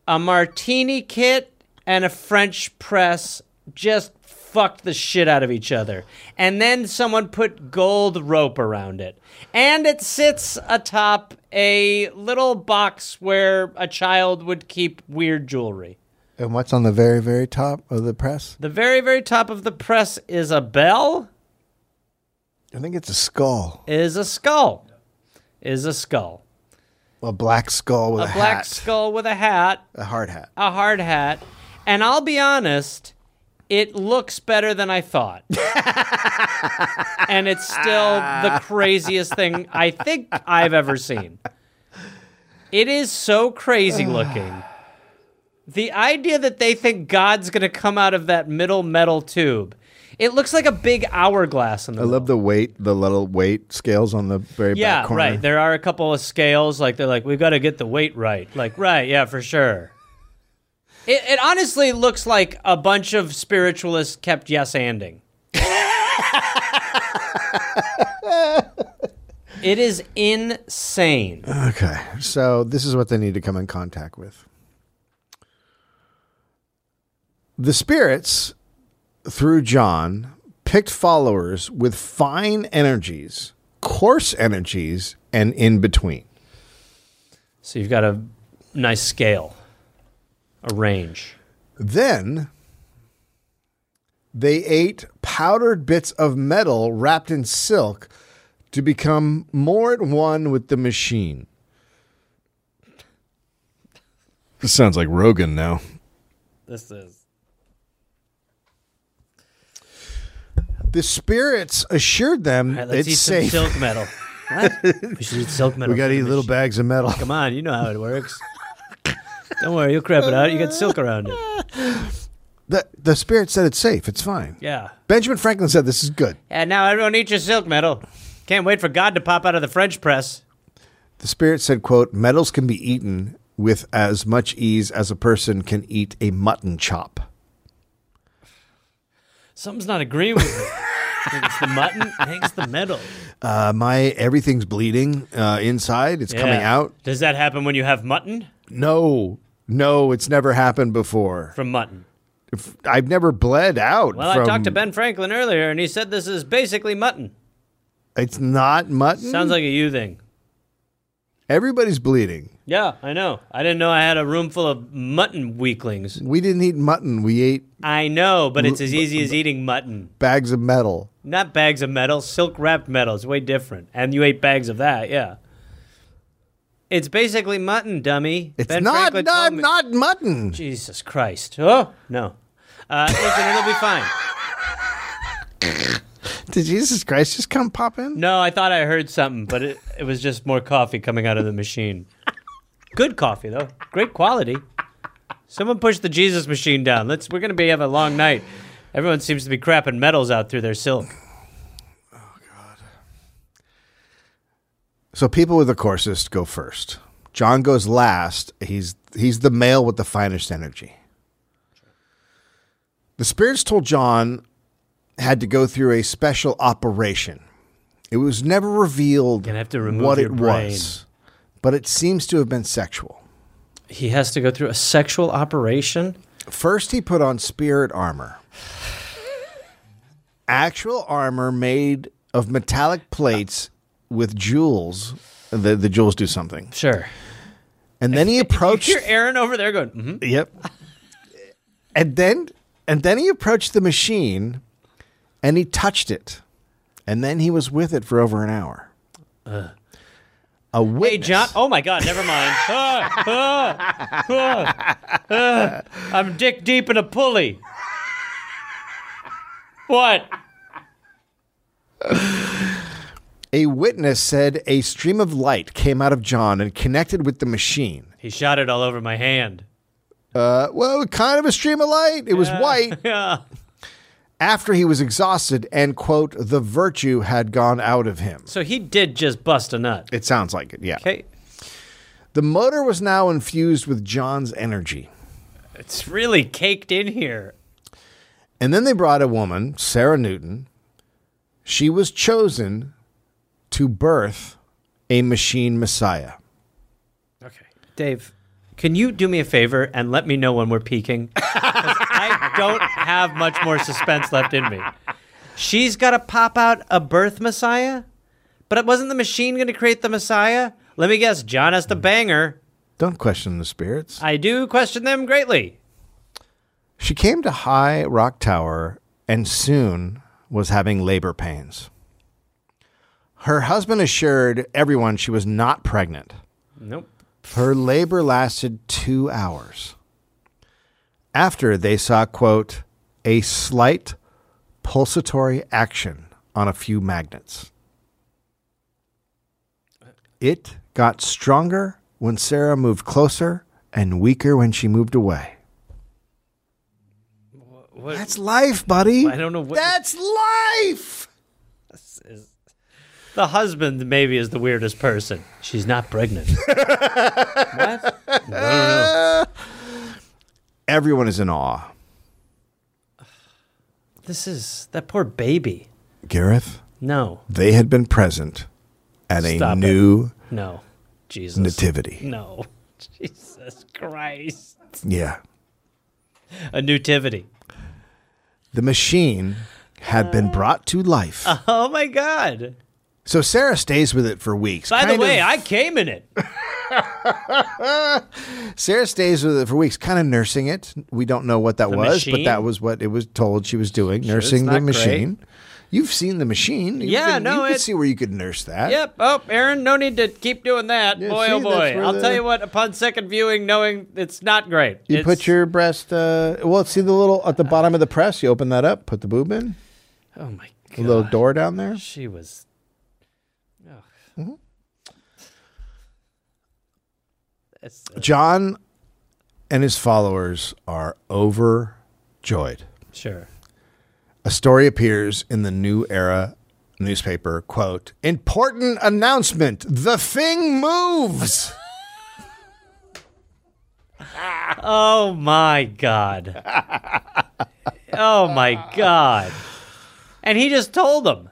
A: a martini kit, and a French press just fucked the shit out of each other. And then someone put gold rope around it. And it sits atop a little box where a child would keep weird jewelry.
B: And what's on the very, very top of the press?
A: The very, very top of the press is a bell,
B: I think it's a skull,
A: is a skull, is a skull.
B: a black skull with a,
A: A black
B: hat,
A: skull with a hat,
B: a hard hat.
A: a hard hat, and I'll be honest, it looks better than I thought. and it's still the craziest thing I think I've ever seen. It is so crazy looking. The idea that they think God's going to come out of that middle metal tube. It looks like a big hourglass in the
B: I love
A: middle.
B: the weight, the little weight scales on the very
A: Yeah,
B: back corner.
A: right. There are a couple of scales. Like they're like, we've got to get the weight right. Like, right, yeah, for sure. It, it honestly looks like a bunch of spiritualists kept yes anding. It is insane.
B: Okay. So this is what they need to come in contact with. The spirits, through John, picked followers with fine energies, coarse energies, and in between.
A: So you've got a nice scale, a range.
B: Then they ate powdered bits of metal wrapped in silk to become more at one with the machine. This sounds like Rogan now.
A: This is
B: The spirits assured them
A: All right, let's
B: it's
A: eat
B: safe.
A: some silk metal. What? we should eat silk metal.
B: we got to
A: for
B: eat
A: the
B: little
A: machine.
B: bags of metal.
A: Come on, you know how it works. Don't worry, you'll crap it out. You got silk around it.
B: The, the spirit said it's safe. It's fine.
A: Yeah.
B: Benjamin Franklin said this is good.
A: And now everyone eat your silk metal. Can't wait for God to pop out of the French press.
B: The spirit said, quote, metals can be eaten with as much ease as a person can eat a mutton chop.
A: Something's not agreeing with me. I think it's the mutton. I think it's the metal.
B: Uh, my everything's bleeding uh, inside. It's coming
A: Yeah.
B: out.
A: Does that happen when you have mutton?
B: No, no, it's never happened before.
A: From mutton.
B: If- I've never bled out.
A: Well, I
B: from-
A: talked to Ben Franklin earlier, and he said this is basically mutton.
B: It's not mutton.
A: Sounds like a you thing.
B: everybody's bleeding.
A: Yeah, I know. I didn't know I had a room full of mutton weaklings.
B: We didn't eat mutton. We ate
A: I know, but it's as easy as eating mutton.
B: bags of metal.
A: Not bags of metal, silk wrapped metal. It's way different. And you ate bags of that, yeah. It's basically mutton, dummy.
B: It's
A: Ben
B: not
A: Franklin
B: not,
A: told me-
B: not mutton.
A: Jesus Christ. Oh, no. Uh, listen, it'll be fine.
B: Did Jesus Christ just come pop in?
A: No, I thought I heard something, but it, it was just more coffee coming out of the machine. Good coffee, though. Great quality. Someone push the Jesus machine down. Let's. We're going to be have a long night. Everyone seems to be crapping metals out through their silk.
B: So people with the coarsest go first. John goes last. He's he's the male with the finest energy. The spirits told John had to go through a special operation. It was never revealed
A: Gonna have to remove
B: what
A: your
B: it
A: brain.
B: was, but it seems to have been sexual.
A: He has to go through a sexual operation.
B: First, he put on spirit armor, actual armor made of metallic plates with jewels. The, the jewels do something,
A: Sure.
B: and then he approached.
A: Hear Aaron over there going. Mm-hmm.
B: Yep. and then and then he approached the machine and he touched it. And then he was with it for over an hour. a
A: Hey,
B: witness.
A: John. Oh my God. Never mind. Ah, ah, ah, ah. I'm dick deep in a pulley. What?
B: A witness said a stream of light came out of John and connected with the machine.
A: He shot it all over my hand.
B: Uh, well, kind of a stream of light. It was white.
A: Yeah.
B: After he was exhausted and quote the virtue had gone out of him.
A: So he did just bust a nut.
B: It sounds like it. Yeah.
A: Okay.
B: The motor was now infused with John's energy.
A: It's really caked in here.
B: And then they brought a woman, Sarah Newton. She was chosen to birth a machine messiah.
A: Okay. Dave, can you do me a favor and let me know when we're peaking? 'Cause I don't have much more suspense left in me. She's got to pop out a birth messiah, but wasn't the machine going to create the messiah? Let me guess, John has to bang her.
B: Don't question the spirits.
A: I do question them greatly.
B: She came to High Rock Tower and soon was having labor pains. Her husband assured everyone she was not pregnant.
A: Nope.
B: Her labor lasted two hours. After they saw, quote, a slight pulsatory action on a few magnets. It got stronger when Sarah moved closer and weaker when she moved away. That's life, buddy.
A: I don't know what-
B: That's life.
A: The husband maybe is the weirdest person. She's not pregnant. what? I don't know.
B: Everyone is in awe.
A: This is that poor baby.
B: Gareth,
A: No.
B: they had been present at a
A: Stop it.
B: new
A: No. Jesus.
B: nativity.
A: No. Jesus Christ.
B: Yeah.
A: A nativity.
B: The machine had
A: Uh,
B: been brought to life.
A: Oh my God.
B: so Sarah stays with it for weeks.
A: By
B: kind
A: the way,
B: of-
A: I came in it.
B: Sarah stays with it for weeks, kind of nursing it. We don't know what that was, but
A: machine?
B: that was what it was told she was doing, nursing the
A: not great.
B: machine. You've seen the machine. You
A: Yeah,
B: can,
A: no,
B: you could
A: it-
B: see where you could nurse that.
A: Yep. Oh, Aaron, no need to keep doing that.
B: Yeah,
A: boy,
B: see,
A: oh
B: that's
A: boy.
B: where
A: I'll
B: the-
A: tell you what, upon second viewing, knowing it's not great.
B: You
A: It's-
B: put your breast. Uh, well, see the little at the bottom of the press. You open that up, put the boob in.
A: Oh my
B: A
A: God.
B: little door down there.
A: She was. Ugh.
B: Mm-hmm.
A: That's- uh,
B: John and his followers are overjoyed.
A: Sure.
B: A story appears in the New Era newspaper, quote, important announcement, the thing moves.
A: Oh my god. oh my god. And he just told them.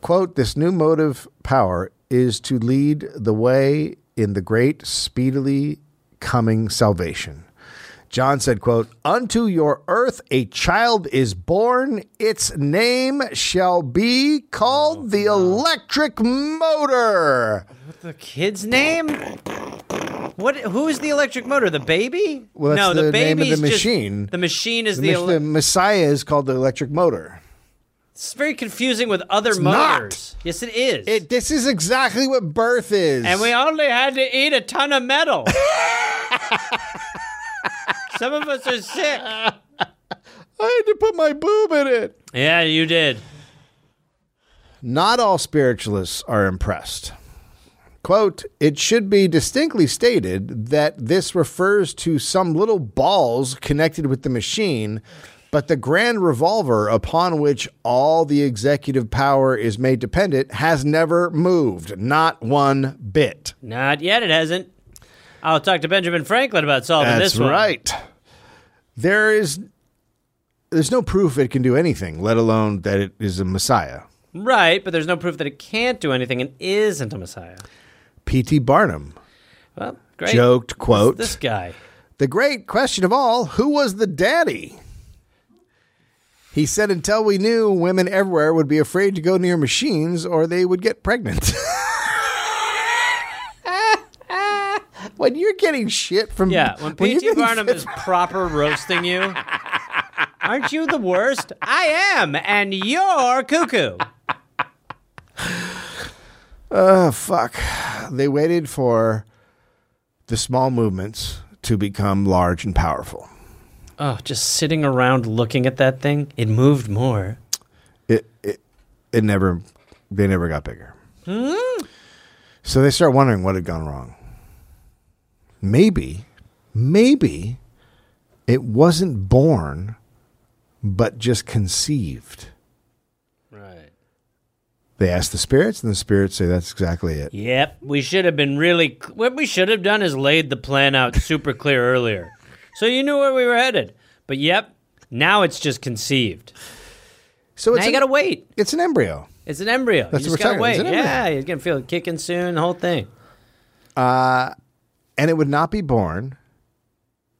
B: quote, this new motive power is to lead the way in the great speedily coming salvation. John said, quote, unto your earth a child is born, its name shall be called the electric motor.
A: The kid's name? What? Who is the electric motor? The baby?
B: Well, that's
A: no, the,
B: the name of
A: baby's
B: the
A: just-
B: machine.
A: the machine is the.
B: The, mis-
A: ele-
B: the Messiah is called the electric motor.
A: it's very confusing with other
B: not.
A: motors. Yes, it is.
B: It, this is exactly what birth is.
A: and we only had to eat a ton of metal. Some of us are sick.
B: I had to put my boob in it.
A: Yeah, you did.
B: Not all spiritualists are impressed. Quote, it should be distinctly stated that this refers to some little balls connected with the machine, but the grand revolver upon which all the executive power is made dependent has never moved, not one bit.
A: Not yet. It hasn't. I'll talk to Benjamin Franklin about solving
B: That's
A: this one.
B: right. There is there's no proof it can do anything, let alone that it is a messiah.
A: Right, but there's no proof that it can't do anything and isn't a messiah.
B: P.T. Barnum
A: Well, great.
B: joked, quote,
A: This guy.
B: The great question of all, who was the daddy? He said until we knew women everywhere would be afraid to go near machines or they would get pregnant. when you're getting shit from
A: Yeah, when P.T.
B: you're getting
A: Barnum
B: shit
A: is proper roasting you, aren't you the worst? I am, and you're cuckoo.
B: Oh, fuck. They waited for the small movements to become large and powerful.
A: Oh, just sitting around looking at that thing, it moved more.
B: It, it, it never, they never got bigger.
A: Hmm.
B: So they start wondering what had gone wrong. Maybe, maybe it wasn't born, but just conceived.
A: Right.
B: They ask the spirits, and the spirits say that's exactly it.
A: Yep, we should have been really. What we should have done is laid the plan out super clear earlier, so you knew where we were headed. But yep, now it's just conceived.
B: So it's
A: now you
B: an,
A: gotta wait.
B: it's an embryo.
A: It's an embryo.
B: That's
A: you
B: what
A: just gotta
B: we're
A: wait.
B: talking about. It's an
A: Yeah,
B: embryo.
A: you're gonna feel it kicking soon. The whole thing.
B: and it would not be born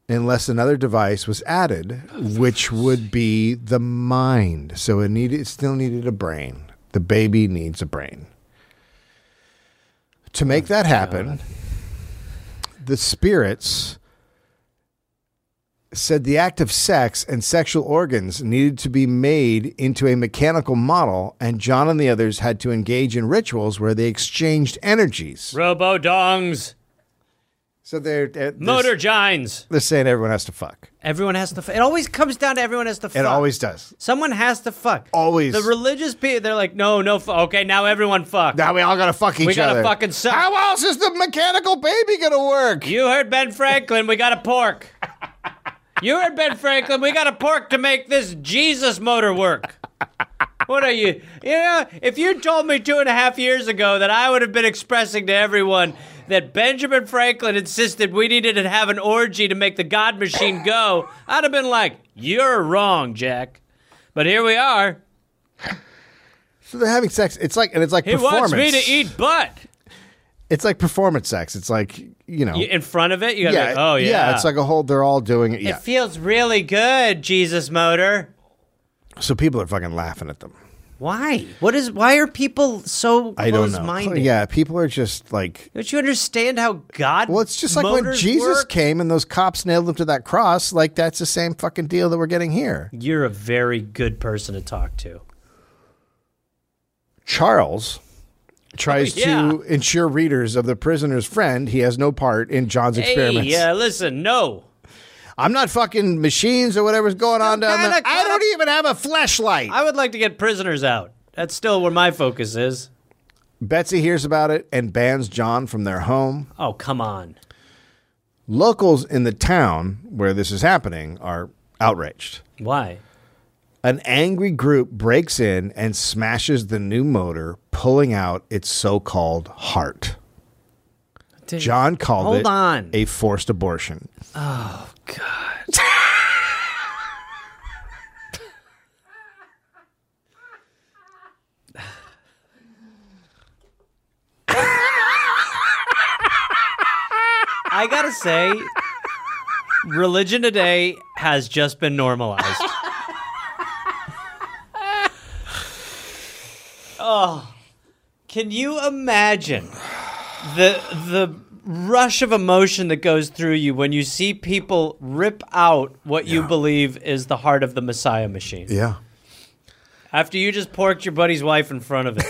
B: unless another device was added, which would be the mind. So it needed, it still needed a brain. The baby needs a brain. To make that happen, the spirits said the act of sex and sexual organs needed to be made into a mechanical model, and John and the others had to engage in rituals where they exchanged energies.
A: Robo dongs,
B: So they're, they're
A: motor gines.
B: they're saying everyone has to fuck.
A: Everyone has to. F- it always comes down to everyone has to. Fuck.
B: It always does.
A: Someone has to fuck.
B: Always.
A: The religious people, they're like, no, no. Fu- okay, now everyone fuck.
B: Now we all gotta fuck each
A: We gotta
B: other.
A: fucking suck.
B: How else is the mechanical baby gonna work?
A: You heard Ben Franklin. We got a pork. You heard Ben Franklin. We got a pork to make this Jesus motor work. What are you? You know, if you told me two and a half years ago that I would have been expressing to everyone that Benjamin Franklin insisted we needed to have an orgy to make the God machine go, I'd have been like, you're wrong, Jack. But here we are.
B: So they're having sex. It's like and it's like
A: He
B: performance.
A: wants me to eat butt.
B: It's like performance sex. It's like you know.
A: You- in front of it, you gotta be like, oh yeah.
B: Oh. It's like a whole. They're all doing it. Yeah.
A: It feels really good, Jesus Motor.
B: so people are fucking laughing at them.
A: Why? What is? Why are people so
B: I don't know.
A: close-minded?
B: Yeah, people are just like.
A: Don't you understand how God?
B: Well, it's just like when
A: motors
B: Jesus
A: work?
B: came and those cops nailed him to that cross. Like that's the same fucking deal that we're getting here.
A: You're a very good person to talk to.
B: Charles tries
A: Yeah.
B: to ensure readers of the prisoner's friend he has no part in John's experiments.
A: Hey, yeah, listen, no.
B: I'm not fucking machines or whatever's going on down
A: kinda-
B: there. I
A: kinda-
B: don't even have a flashlight.
A: I would like to get prisoners out. That's still where my focus is.
B: Betsy hears about it and bans John from their home.
A: Oh, come on.
B: Locals in the town where this is happening are outraged.
A: Why?
B: An angry group breaks in and smashes the new motor, pulling out its so called heart. John called
A: hold
B: it
A: on.
B: a forced abortion.
A: I gotta say, religion today has just been normalized. oh, Oh, can you imagine the the rush of emotion that goes through you when you see people rip out what you believe is the heart of the Messiah machine?
B: Yeah.
A: After you just porked your buddy's wife in front of it,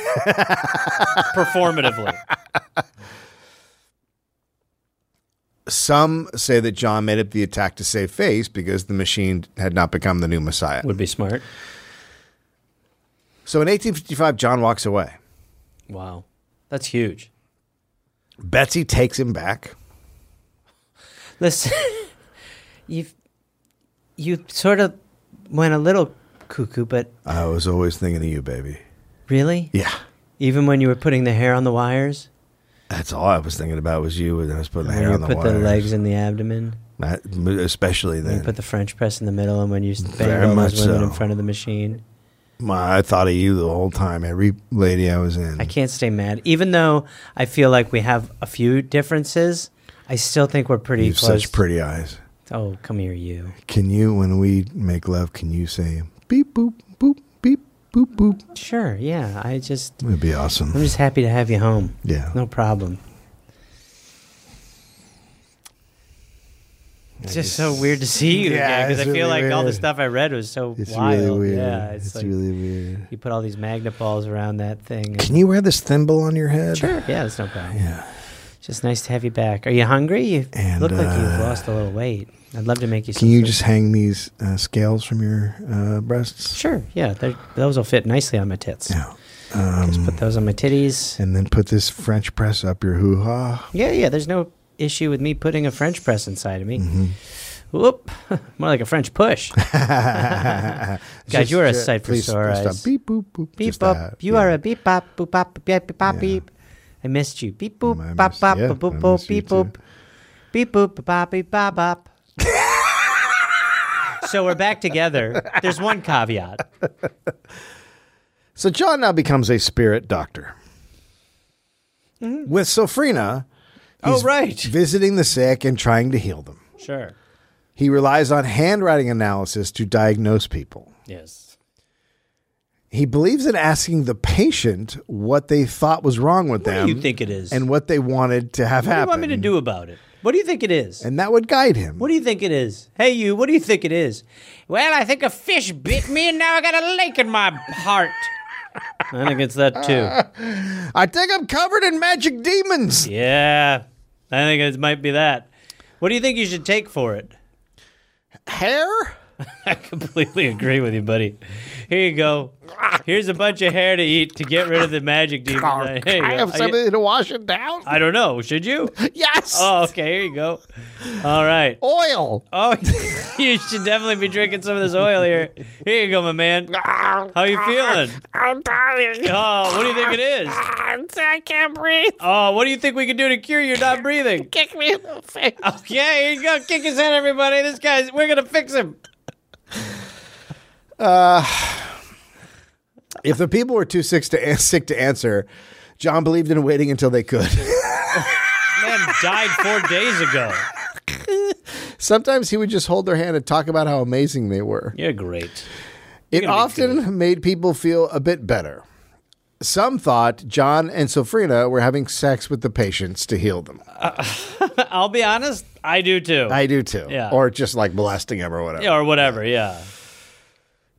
A: performatively.
B: Some say that John made up the attack to save face because the machine had not become the new Messiah.
A: Would be smart.
B: So in 1855, John walks away.
A: Wow. That's huge.
B: Betsy takes him back.
A: Listen, you you sort of went a little cuckoo, but
B: I was always thinking of you, baby.
A: really,
B: Yeah.
A: even when you were putting the hair on the wires,
B: That's all I was thinking about was you, and I was putting the
A: when
B: hair
A: you
B: on the
A: put
B: wires.
A: the legs in the abdomen,
B: Not- especially
A: when
B: then.
A: you put the French press in the middle, and when you
B: Very
A: banged all those
B: much
A: women in
B: so.
A: front of the machine.
B: My, I thought of you the whole time. Every lady I was in.
A: I can't stay mad, even though I feel like we have a few differences. I still think we're pretty
B: you have
A: close.
B: such pretty eyes.
A: oh, come here, you.
B: Can you, when we make love, can you say beep boop boop beep boop boop?
A: Sure, yeah. I just,
B: It'd be
A: I'm
B: awesome.
A: just happy to have you home.
B: Yeah.
A: No problem. It's just so weird to see you
B: Yeah,
A: because I
B: it's
A: feel
B: really
A: like all the
B: weird.
A: stuff I read was so
B: It's
A: wild.
B: really weird.
A: Yeah, it's,
B: it's
A: like
B: really weird.
A: you put all these magnet balls around that thing. and-
B: Can you wear this thimble on your head?
A: sure, yeah, that's no problem. Yeah, just nice to have you back. Are you hungry? You
B: And,
A: look like you've
B: uh,
A: lost a little weight. I'd love to make you.
B: Can
A: some
B: you
A: food.
B: just hang these uh, scales from your uh, breasts?
A: Sure, yeah, they're- those will fit nicely on my tits.
B: Yeah.
A: Just put those on my titties.
B: And then put this French press up your hoo ha.
A: Yeah, yeah. There's no issue with me putting a French press inside of me.
B: Mm-hmm.
A: Whoop! More like a French push. God, you are a sight for
B: please,
A: sore
B: stop.
A: eyes.
B: Beep boop boop.
A: Beep
B: Just
A: bop.
B: that,
A: You
B: yeah.
A: are a beep bop boop bop beep beep bop beep. I missed you. Beep boop
B: Mm, I
A: bop
B: miss-
A: bop
B: yeah,
A: boop boop
B: I
A: boop,
B: miss you
A: beep boop
B: too.
A: beep boop bop, bop beep bop bop. So we're back together. There's one caveat.
B: So John now becomes a spirit doctor.
A: Mm-hmm.
B: With Sophrina,
A: Oh
B: he's
A: right.
B: visiting the sick and trying to heal them.
A: Sure.
B: He relies on handwriting analysis to diagnose people.
A: Yes.
B: He believes in asking the patient what they thought was wrong with
A: What
B: them
A: do you think it is?
B: and what they wanted to have
A: what do you
B: happen.
A: want me to do about it? What do you think it is?
B: And that would guide him.
A: What do you think it is? Hey, you, what do you think it is? Well, I think a fish bit me and now I got a lake in my heart. I think it's that too.
B: I think I'm covered in magic demons.
A: Yeah, I think it might be that. What do you think you should take for it?
B: Hair?
A: I completely agree with you, buddy. Here you go. Here's a bunch of hair to eat to get rid of the magic demon. Hey, uh,
B: I have
A: I,
B: something to wash it down?
A: I don't know. Should you?
B: yes.
A: Oh, okay. Here you go. All right.
B: Oil.
A: Oh, you should definitely be drinking some of this oil here. Here you go, my man. How you feeling?
D: I'm tired.
A: Oh, what do you think it is?
D: I can't breathe.
A: Oh, what do you think we can do to cure your not breathing?
D: Kick me in the face.
A: Okay, here you go. Kick his head, everybody. This guy's, we're going to fix him.
B: If the people were too sick to an- sick to answer, John believed in waiting until they could.
A: Man died four days ago.
B: Sometimes he would just hold their hand and talk about how amazing they were.
A: You're great.
B: It
A: gonna be
B: often made people feel a bit better. Some thought John and Sophrina were having sex with the patients to heal them.
A: Oh. I'll be honest, I do too.
B: I do too.
A: Yeah.
B: Or just like molesting him or whatever.
A: Yeah, or whatever, yeah.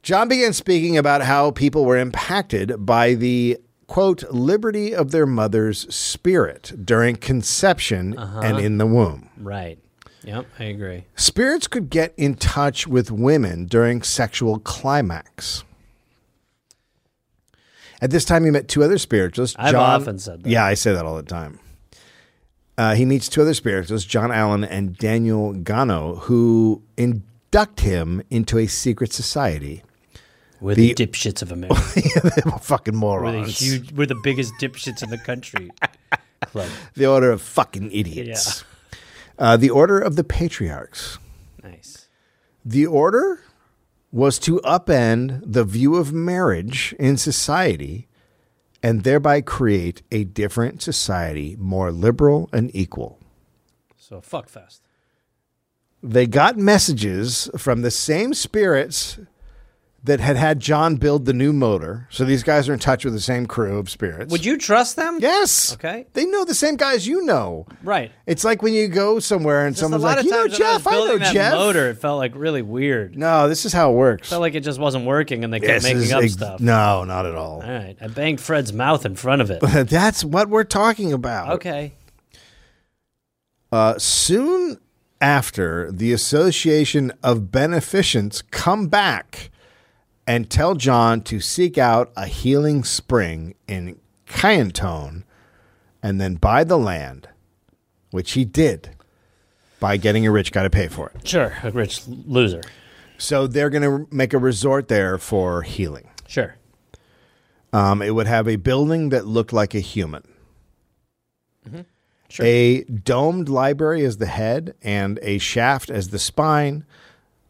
B: John began speaking about how people were impacted by the quote liberty of their mother's spirit during conception
A: Uh-huh.
B: and in the womb.
A: Right. Yep, I agree.
B: Spirits could get in touch with women during sexual climax. At this time, he met two other spiritualists.
A: I've often said that.
B: Yeah, I say that all the time. Uh, he meets two other spiritualists, John Allen and Daniel Gano, who induct him into a secret society.
A: We're
B: The-
A: the, dipshits of America.
B: They were fucking
A: we're, the
B: morons.
A: huge, we're the biggest dipshits in the country. Club.
B: The order of fucking idiots. Uh, the order of the patriarchs.
A: Nice.
B: The order was to upend the view of marriage in society and thereby create a different society more liberal and equal.
A: So fuck fest.
B: They got messages from the same spirits that had had John build the new motor. So these guys are in touch with the same crew of spirits.
A: Would you trust them?
B: Yes.
A: Okay.
B: They know the same guys you know.
A: Right.
B: It's like when you go somewhere and someone's like, "You know
A: when I was
B: Jeff, I, know
A: building that
B: Jeff."
A: Motor, it felt like really weird. It
B: No, this is how it works.
A: felt like it just wasn't working, and they kept
B: This is
A: making up
B: ex-
A: stuff.
B: No, not at all.
A: All right, I banged Fred's mouth in front of it.
B: That's what we're talking about.
A: Okay.
B: Uh, soon after, the Association of Beneficents come back and tell John to seek out a healing spring in Kiantone and then buy the land, which he did by getting a rich guy to pay for it.
A: Sure. A rich loser.
B: So they're going to make a resort there for healing.
A: Sure.
B: Um, it would have a building that looked like a human. Mm-hmm. A domed library as the head and a shaft as the spine.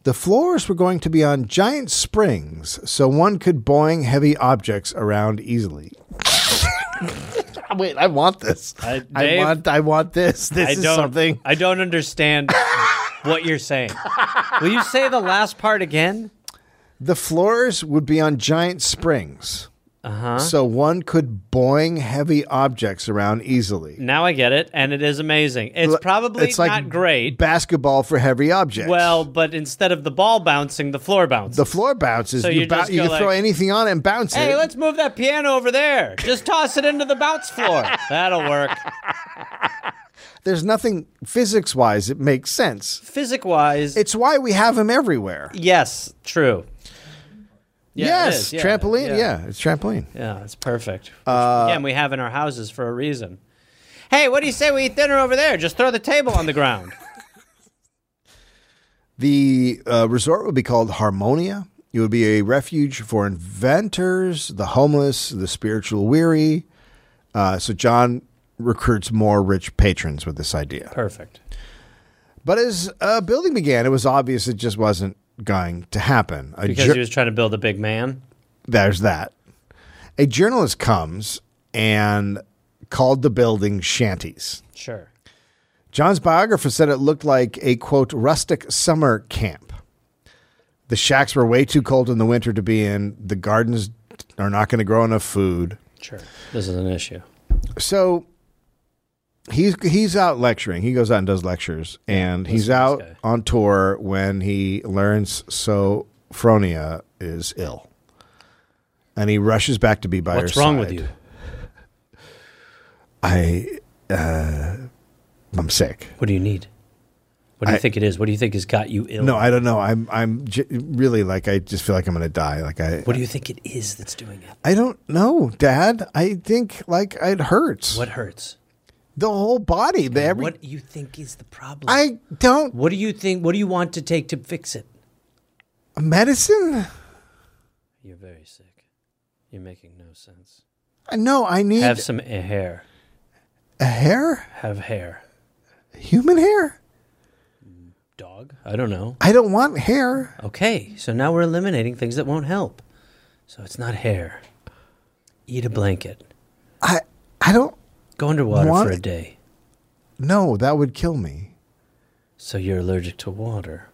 B: The floors were going to be on giant springs so one could boing heavy objects around easily. Wait, I want this.
A: I-
B: I
A: Dave,
B: want I want this. This
A: I
B: is
A: don't,
B: something.
A: I don't understand what you're saying. Will you say the last part again?
B: The floors would be on giant springs. Uh-huh. So one could boing heavy objects around easily.
A: Now I get it, and it is amazing. It's probably
B: it's like
A: not great.
B: Basketball for heavy objects.
A: Well, but instead of the ball bouncing, the floor bounces.
B: the floor bounces.
A: So
B: you
A: you
B: bou-
A: just
B: you
A: go
B: can throw
A: like-
B: anything on it and bounce
A: Hey,
B: it.
A: let's move that piano over there. Just toss it into the bounce floor. That'll work.
B: There's nothing physics wise. It makes sense.
A: Physic wise,
B: It's why we have them everywhere.
A: yes, true. Yeah, it
B: yes,
A: is. Yeah,
B: trampoline.
A: yeah.
B: Yeah. it's trampoline.
A: Yeah, it's perfect. Which, again, we have in our houses for a reason. Hey, what do you say we eat dinner over there? Just throw the table on the ground.
B: The uh, resort would be called Harmonia. It would be a refuge for inventors, the homeless, the spiritual weary. Uh, so John recruits more rich patrons with this idea.
A: Perfect.
B: But as uh, building began, it was obvious it just wasn't going to happen. A
A: Because
B: jur-
A: he was trying to build a big man.
B: there's that. A journalist comes and called the building shanties.
A: Sure.
B: John's biographer said it looked like a quote rustic summer camp. The shacks were way too cold in the winter to be in. The gardens are not going to grow enough food.
A: Sure. This is an issue.
B: So he's he's out lecturing. He goes out and does lectures, and he's out
A: guy.
B: on tour when he learns Sophronia is ill, and he rushes back to be by
A: What's
B: her
A: wrong with
B: side.
A: you?
B: I uh, I'm sick.
A: What do you need? What do you
B: I-
A: think it is? What do you think has got you ill?
B: No, I don't know. I'm I'm j- really like I just feel like I'm gonna die. Like I
A: What do you think it is that's doing it?
B: I don't know, Dad. I think like it hurts
A: What hurts?
B: the whole body. The every
A: What you think is the problem?
B: I don't
A: What do you think? What do you want to take to fix it?
B: medicine.
A: You're very sick. You're making no sense.
B: I know I need
A: Have some a- hair.
B: a hair,
A: Have hair.
B: human hair.
A: Dog? I don't know.
B: I don't want hair.
A: Okay, so now we're eliminating things that won't help. So it's not hair.
G: Eat a blanket.
B: I I don't
G: Go underwater
B: What?
G: for a day.
B: know. That would kill me.
G: So you're allergic to water.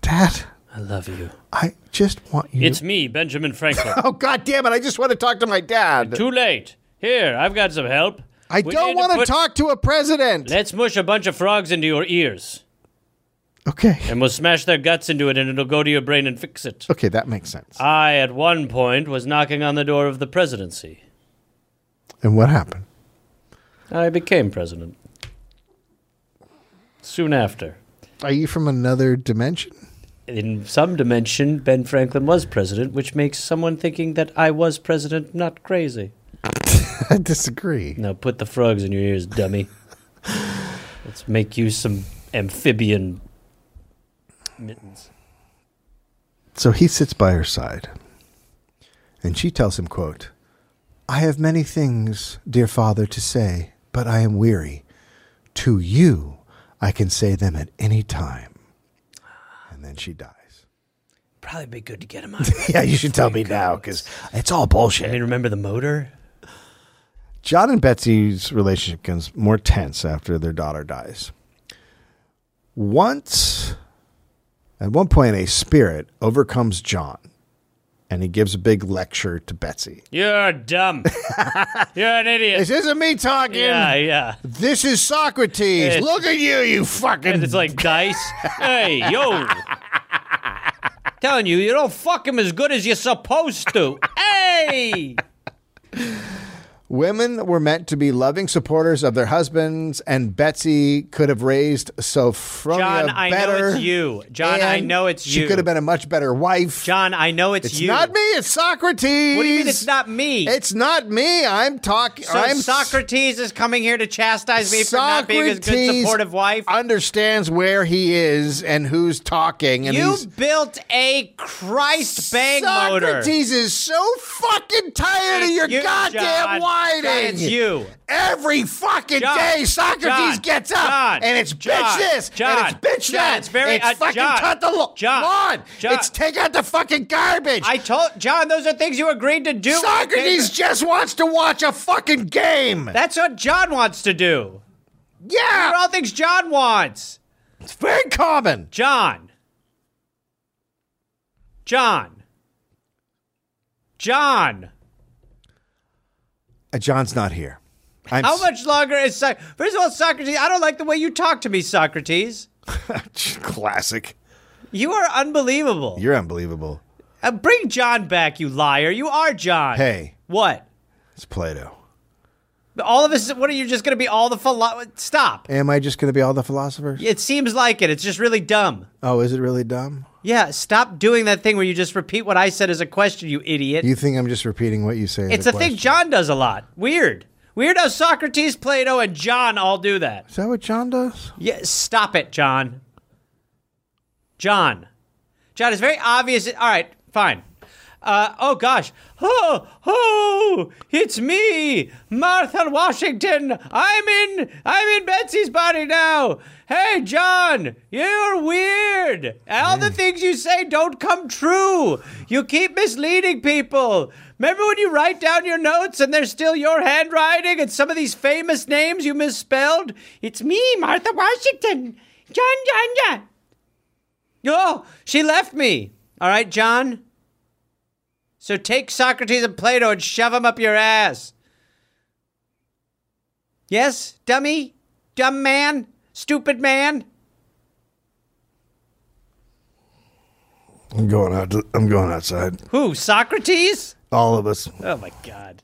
B: Dad,
G: I love you.
B: I just want you.
A: It's me, Benjamin Franklin.
B: oh God damn it! I just want to talk to my dad.
A: Too late. Here, I've got some help.
B: I
A: We
B: don't
A: need to
B: want to
A: put-
B: talk to a president.
A: Let's mush a bunch of frogs into your ears,
B: Okay.
A: and we'll smash their guts into it, and it'll go to your brain and fix it.
B: Okay, that makes sense.
A: I, at one point, was knocking on the door of the presidency.
B: and what happened?
A: I became president. Soon after.
B: Are you from another dimension?
A: In some dimension, Ben Franklin was president, which makes someone thinking that I was president not crazy.
B: I disagree.
A: Now put the frogs in your ears, dummy. Let's make you some amphibian mittens.
B: So he sits by her side, and she tells him, quote, I have many things, dear father, to say, but I am weary. To you, I can say them at any time. And then she dies.
G: Probably be good to get him out.
B: Yeah, you should tell me now, because it's all
G: I
B: bullshit.
G: mean, remember the motor?
B: John and Betsy's relationship becomes more tense after their daughter dies. Once, at one point, a spirit overcomes John, and he gives a big lecture to Betsy.
A: You're dumb. You're an idiot.
B: This isn't me talking.
A: Yeah, yeah.
B: This is Socrates.
A: Yeah.
B: Look at you, you fucking.
A: And it's like dice. hey, yo. Telling you, you don't fuck him as good as you're supposed to. Hey!
B: Women were meant to be loving supporters of their husbands, and Betsy could have raised Sophronia
G: John, I know
B: better.
G: it's you. John, I
B: and
G: know it's
B: She
G: you.
B: could have been a much better wife.
G: John, I know it's,
B: it's
G: you.
B: not me. It's Socrates.
G: What do you mean it's not me?
B: It's not me. I'm talking.
G: so
B: I'm
G: Socrates is coming here to chastise me for not being a good
B: Socrates
G: supportive wife.
B: Understands where he is and who's talking, and
G: you
B: he's
G: built a Christ bang motor.
B: Socrates is so fucking tired of your
G: You-
B: goddamn
G: John,
B: whining.
G: John, it's you.
B: Every fucking
G: John,
B: day, Socrates
G: John,
B: gets up
G: John,
B: and it's bitch
G: John,
B: this
G: John,
B: and it's bitch
G: John,
B: that.
G: it's very-
B: it's
G: uh,
B: fucking
G: John,
B: cut the lo-
G: John,
B: lawn.
G: John.
B: It's take out the fucking garbage.
G: I told John those are things you agreed to do.
B: Socrates just wants to watch a fucking game.
G: That's what John wants to do.
B: yeah,
G: They're all things John wants.
B: it's very common.
G: John. John. John.
B: Uh, John's not here. I'm
G: How
B: s-
G: much longer is Soc- First of all, Socrates, I don't like the way you talk to me, Socrates.
B: classic?
G: You are unbelievable.
B: You're unbelievable.
G: Uh, bring John back, you liar. You are John.
B: Hey,
G: What?
B: it's Plato.
G: All of us, what are you just going to be all the philo- Stop.
B: Am I just going to be all the philosophers?
G: It seems like it. It's just really dumb.
B: Oh, is it really dumb?
G: Yeah, stop doing that thing where you just repeat what I said as a question, you idiot.
B: You think I'm just repeating what you say? as
G: it's a thing
B: question?
G: John does a lot. Weird. Weird how Socrates, Plato, and John all do that.
B: Is that what John does?
G: Yeah, stop it, John. John. John, it's very obvious. All right, fine. Uh, oh, gosh. Oh, oh, it's me, Martha Washington. I'm in, I'm in Betsy's body now. Hey, John, you're weird. All the things you say don't come true. You keep misleading people. Remember when you write down your notes and they're still your handwriting and some of these famous names you misspelled? It's me, Martha Washington. John, John, John. Oh, she left me. All right, John. So take Socrates and Plato and shove them up your ass. Yes, dummy? Dumb man? Stupid man?
B: I'm going out. To, I'm going outside.
G: Who, Socrates?
B: All of us,
G: Oh my god.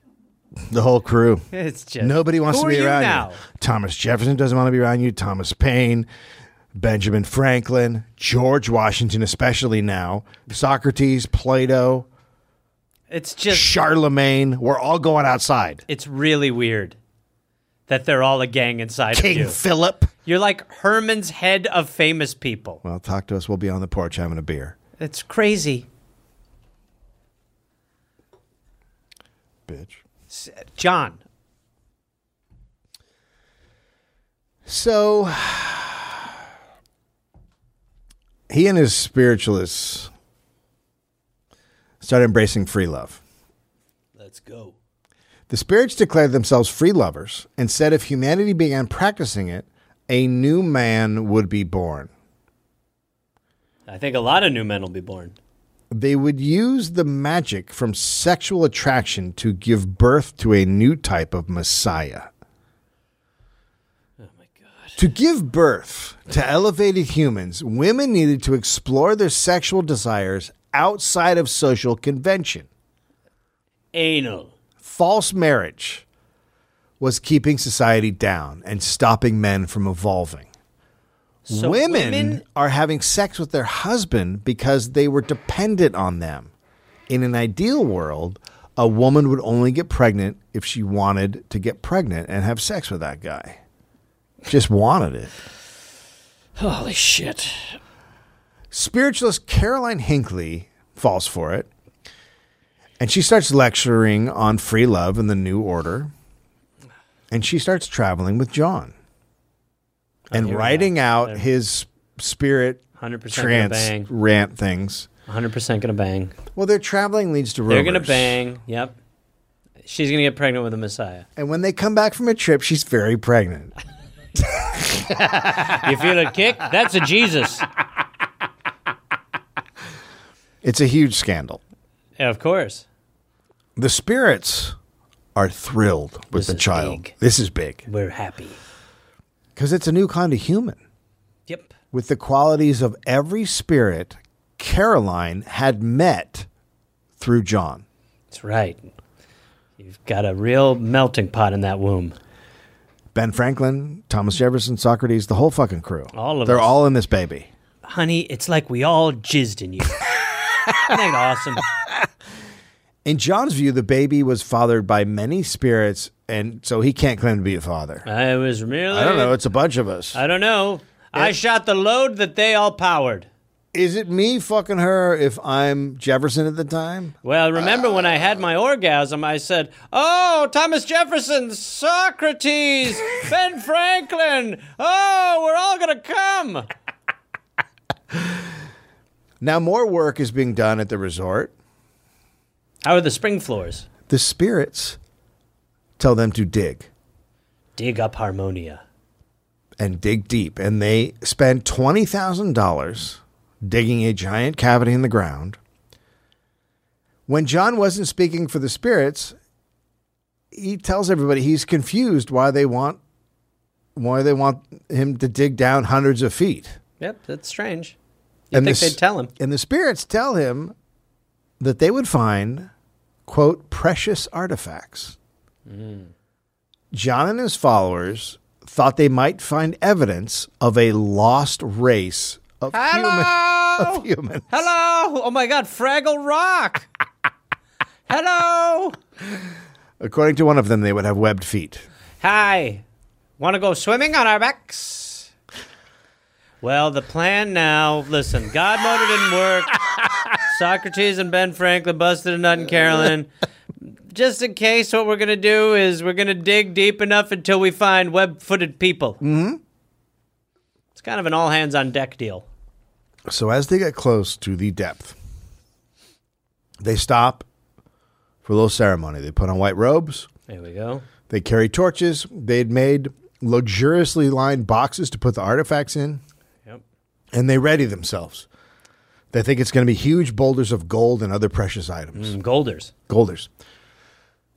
B: the whole crew.
G: It's just
B: Nobody wants
G: Who
B: to be
G: are you
B: around
G: now?
B: you. Thomas Jefferson doesn't want to be around you. Thomas Paine, Benjamin Franklin, George Washington, especially now. Socrates, Plato,
G: It's just
B: Charlemagne. We're all going outside.
G: it's really weird that they're all a gang inside
B: King
G: of you.
B: Philip.
G: You're like Herman's head of famous people.
B: Well, talk to us. We'll be on the porch having a beer.
G: It's crazy.
B: Bitch.
G: S- John,
B: So he and his spiritualists start embracing free love.
A: Let's go.
B: The spirits declared themselves free lovers and said if humanity began practicing it, a new man would be born.
A: I think a lot of new men will be born.
B: They would use the magic from sexual attraction to give birth to a new type of messiah. To give birth to elevated humans, women needed to explore their sexual desires outside of social convention.
A: Anal.
B: False marriage was keeping society down and stopping men from evolving.
A: So
B: women,
A: women-
B: are having sex with their husband because they were dependent on them. In an ideal world, a woman would only get pregnant if she wanted to get pregnant and have sex with that guy. Just wanted it.
G: Holy shit.
B: spiritualist Caroline Hinckley falls for it. And she starts lecturing on free love and the new order. And she starts traveling with John and
A: here we
B: writing
A: go.
B: out
A: There.
B: his spirit
A: 100% gonna
B: trance
A: bang.
B: rant things.
A: 100% gonna bang.
B: Well, their traveling leads to rumors.
A: They're gonna bang. Yep. She's gonna get pregnant with a messiah.
B: And when they come back from a trip, she's very pregnant.
G: You feel a kick? That's a Jesus.
B: It's a huge scandal.
A: Yeah, of course.
B: The spirits are thrilled with
A: This
B: the
A: is
B: child.
A: big.
B: This is big
A: We're happy.
B: because it's a new kind of human.
A: Yep.
B: with the qualities of every spirit Caroline had met through John.
A: That's right. You've got a real melting pot in that womb.
B: Ben Franklin, Thomas Jefferson, Socrates, the whole fucking crew.
A: All of
B: They're
A: us.
B: all in this baby.
A: Honey, it's like we all jizzed in you. Isn't that awesome?
B: In John's view, the baby was fathered by many spirits, and so he can't claim to be a father.
G: Uh,
A: I was merely.
B: I don't know. It's a bunch of us.
A: I don't know. I shot the load that they all powered.
B: Is it me fucking her if I'm Jefferson at the time?
A: Well, remember when I had my orgasm, I said, Oh, Thomas Jefferson, Socrates, Ben Franklin, oh, we're all going to come.
B: Now, more work is being done at the resort.
A: How are the spring floors?
B: The spirits tell them to dig.
A: Dig up Harmonia.
B: and dig deep. And they spend $20,000 digging a giant cavity in the ground. When John wasn't speaking for the spirits, he tells everybody he's confused why they want why they want him to dig down hundreds of feet.
A: Yep, that's strange. You think
B: the s-
A: they'd tell him?
B: And the spirits tell him that they would find, quote, precious artifacts. John and his followers thought they might find evidence of a lost race of, human,
A: Hello!
B: of human.
A: Hello! Oh my god, Fraggle Rock! Hello!
B: According to one of them, they would have webbed feet.
A: Hi. Want to go swimming on our backs? Well, the plan now. Listen, God motor didn't work. Socrates and Ben Franklin busted a nut in Carolyn. Just in case, what we're going to do is we're going to dig deep enough until we find web footed people. Mm hmm. It's kind of an all hands on deck deal.
B: So as they get close to the depth, they stop for a little ceremony. They put on white robes.
A: There we go.
B: They carry torches. They had made luxuriously lined boxes to put the artifacts in.
A: Yep.
B: And they ready themselves. They think it's going to be huge boulders of gold and other precious items.
A: Some golders.
B: Golders.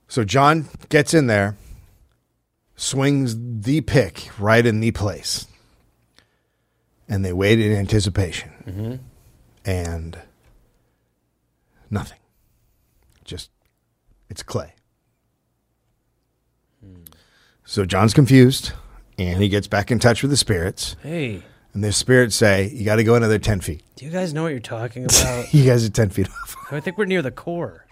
B: So John gets in there, swings the pick right in the place. And they wait in anticipation. And nothing. Just, it's clay. So John's confused and he gets back in touch with the spirits.
A: Hey,
B: And the spirits say, You got to go another 10 feet.
A: do you guys know what you're talking about?
B: You guys are 10 feet off.
A: I think we're near the core.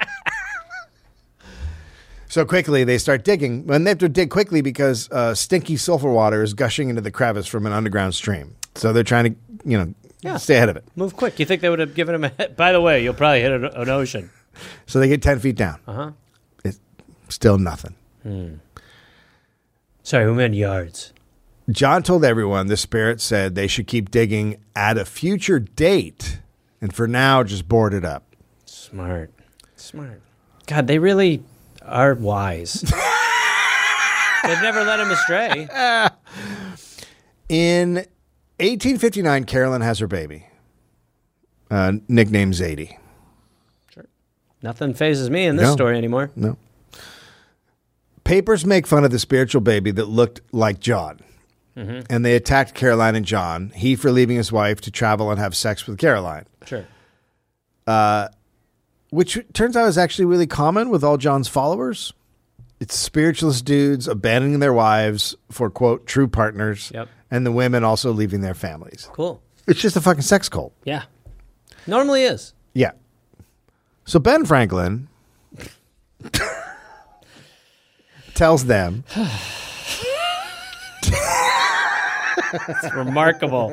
B: So quickly they start digging. And they have to dig quickly because uh, stinky sulfur water is gushing into the crevice from an underground stream. So they're trying to, you know,
A: Yeah.
B: stay ahead of it.
A: Move quick. You think they would have given him a hit? By the way, you'll probably hit an, an ocean.
B: So they get 10 feet down. Uh huh. It's still nothing.
A: Sorry, we meant yards.
B: John told everyone the spirits said they should keep digging at a future date. And for now, just board it up.
A: Smart. Smart. God, they really are wise. They've never led him astray.
B: In 1859, Carolyn has her baby, uh, nicknamed Zadie.
A: Nothing phases me in this
B: No.
A: story anymore.
B: No. Papers make fun of the spiritual baby that looked like John.
A: Mm-hmm.
B: And they attacked Caroline and John, he for leaving his wife to travel and have sex with Caroline, Uh,
A: Sure.
B: which turns out is actually really common with all John's followers. It's spiritualist dudes abandoning their wives for, quote, true partners,
A: Yep.
B: and the women also leaving their families.
A: Cool.
B: It's just a fucking sex cult.
A: Yeah. Normally is.
B: Yeah. So Ben Franklin tells them
A: It's remarkable.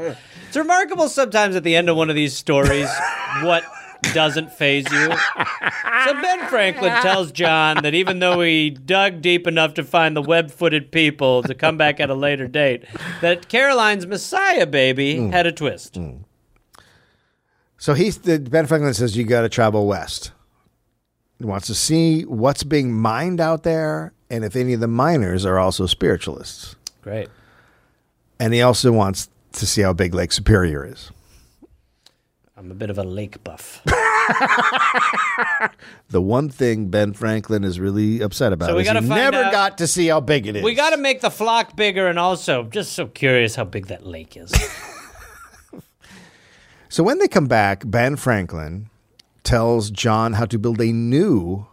A: it's remarkable sometimes at the end of one of these stories what doesn't phase you. So Ben Franklin tells John that even though he dug deep enough to find the web-footed people to come back at a later date, that Caroline's Messiah baby
B: Mm.
A: had a twist.
B: So he's the Ben Franklin says you got to travel west. He wants to see what's being mined out there and if any of the miners are also spiritualists.
A: Great.
B: And he also wants to see how big Lake Superior is.
A: I'm a bit of a lake buff.
B: The one thing Ben Franklin is really upset about
A: So we
B: is
A: gotta
B: he
A: find
B: never
A: out-
B: got to see how big it is.
A: We got to make the flock bigger, and also just so curious how big that lake is.
B: So when they come back, Ben Franklin tells John how to build a new,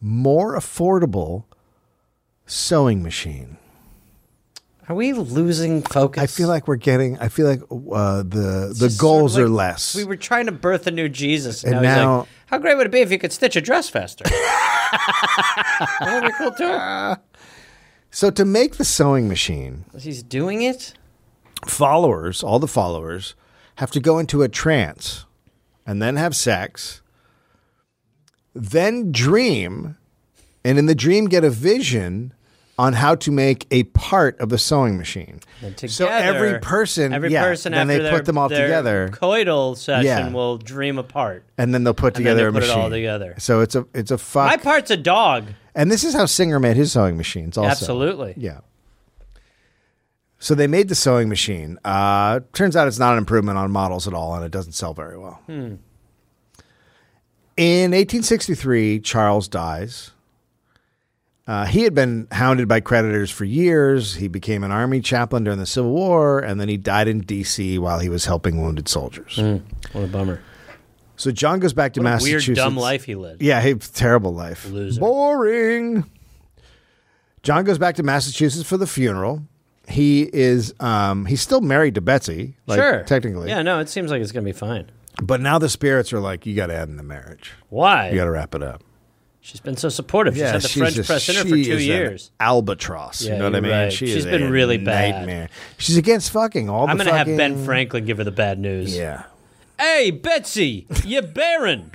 B: more affordable sewing machine.
A: Are we losing focus?
B: I feel like we're getting. I feel like uh, the the
A: Just sort of
B: goals
A: like
B: are less.
A: We were trying to birth a new Jesus, and,
B: And
A: now, he's
B: now-
A: like, how great would it be if you could stitch a dress faster? that would be cool too.
B: so to make the sewing machine,
A: He's doing it.
B: followers, all the followers, have to go into a trance, and then have sex, then dream, and in the dream get a vision on how to make a part of the sewing machine.
A: Together,
B: so every person,
A: every
B: yeah,
A: person,
B: then
A: after
B: they
A: their-
B: put them all
A: their
B: together,
A: Coital session
B: Yeah.
A: will dream apart.
B: and then they'll put
A: and then
B: together
A: they
B: a
A: put
B: machine.
A: it all together.
B: So it's a it's a fuck.
A: My part's a dog.
B: And this is how Singer made his sewing machines. Also,
A: Absolutely.
B: yeah. So they made the sewing machine. Uh, turns out it's not an improvement on models at all, and it doesn't sell very well.
A: Hmm.
B: In 1863, Charles dies. Uh, he had been hounded by creditors for years. He became an army chaplain during the Civil War, and then he died in D.C. while he was helping wounded soldiers.
A: What a bummer.
B: So John goes back to
A: Hmm. What a weird,
B: Massachusetts.
A: dumb life he led.
B: Yeah, he terrible life.
A: Loser.
B: Boring. John goes back to Massachusetts for the funeral. He is um he's still married to Betsy, like
A: sure.
B: technically.
A: Yeah, no, it seems like it's going to be fine.
B: But now the spirits are like, you gotta end the marriage.
A: Why?
B: You gotta wrap it up.
A: She's been so supportive. she's had the French
B: just-
A: press in her for
B: she
A: two
B: is an
A: years.
B: albatross.
A: Yeah,
B: you know what I
A: you're
B: mean?
A: right.
B: She
A: She's
B: has
A: been really bad.
B: nightmare. She's against fucking all
A: I'm
B: the
A: going to have
B: fucking-
A: Ben Franklin give her the bad news.
B: Yeah.
A: Hey, Betsy, you're barren.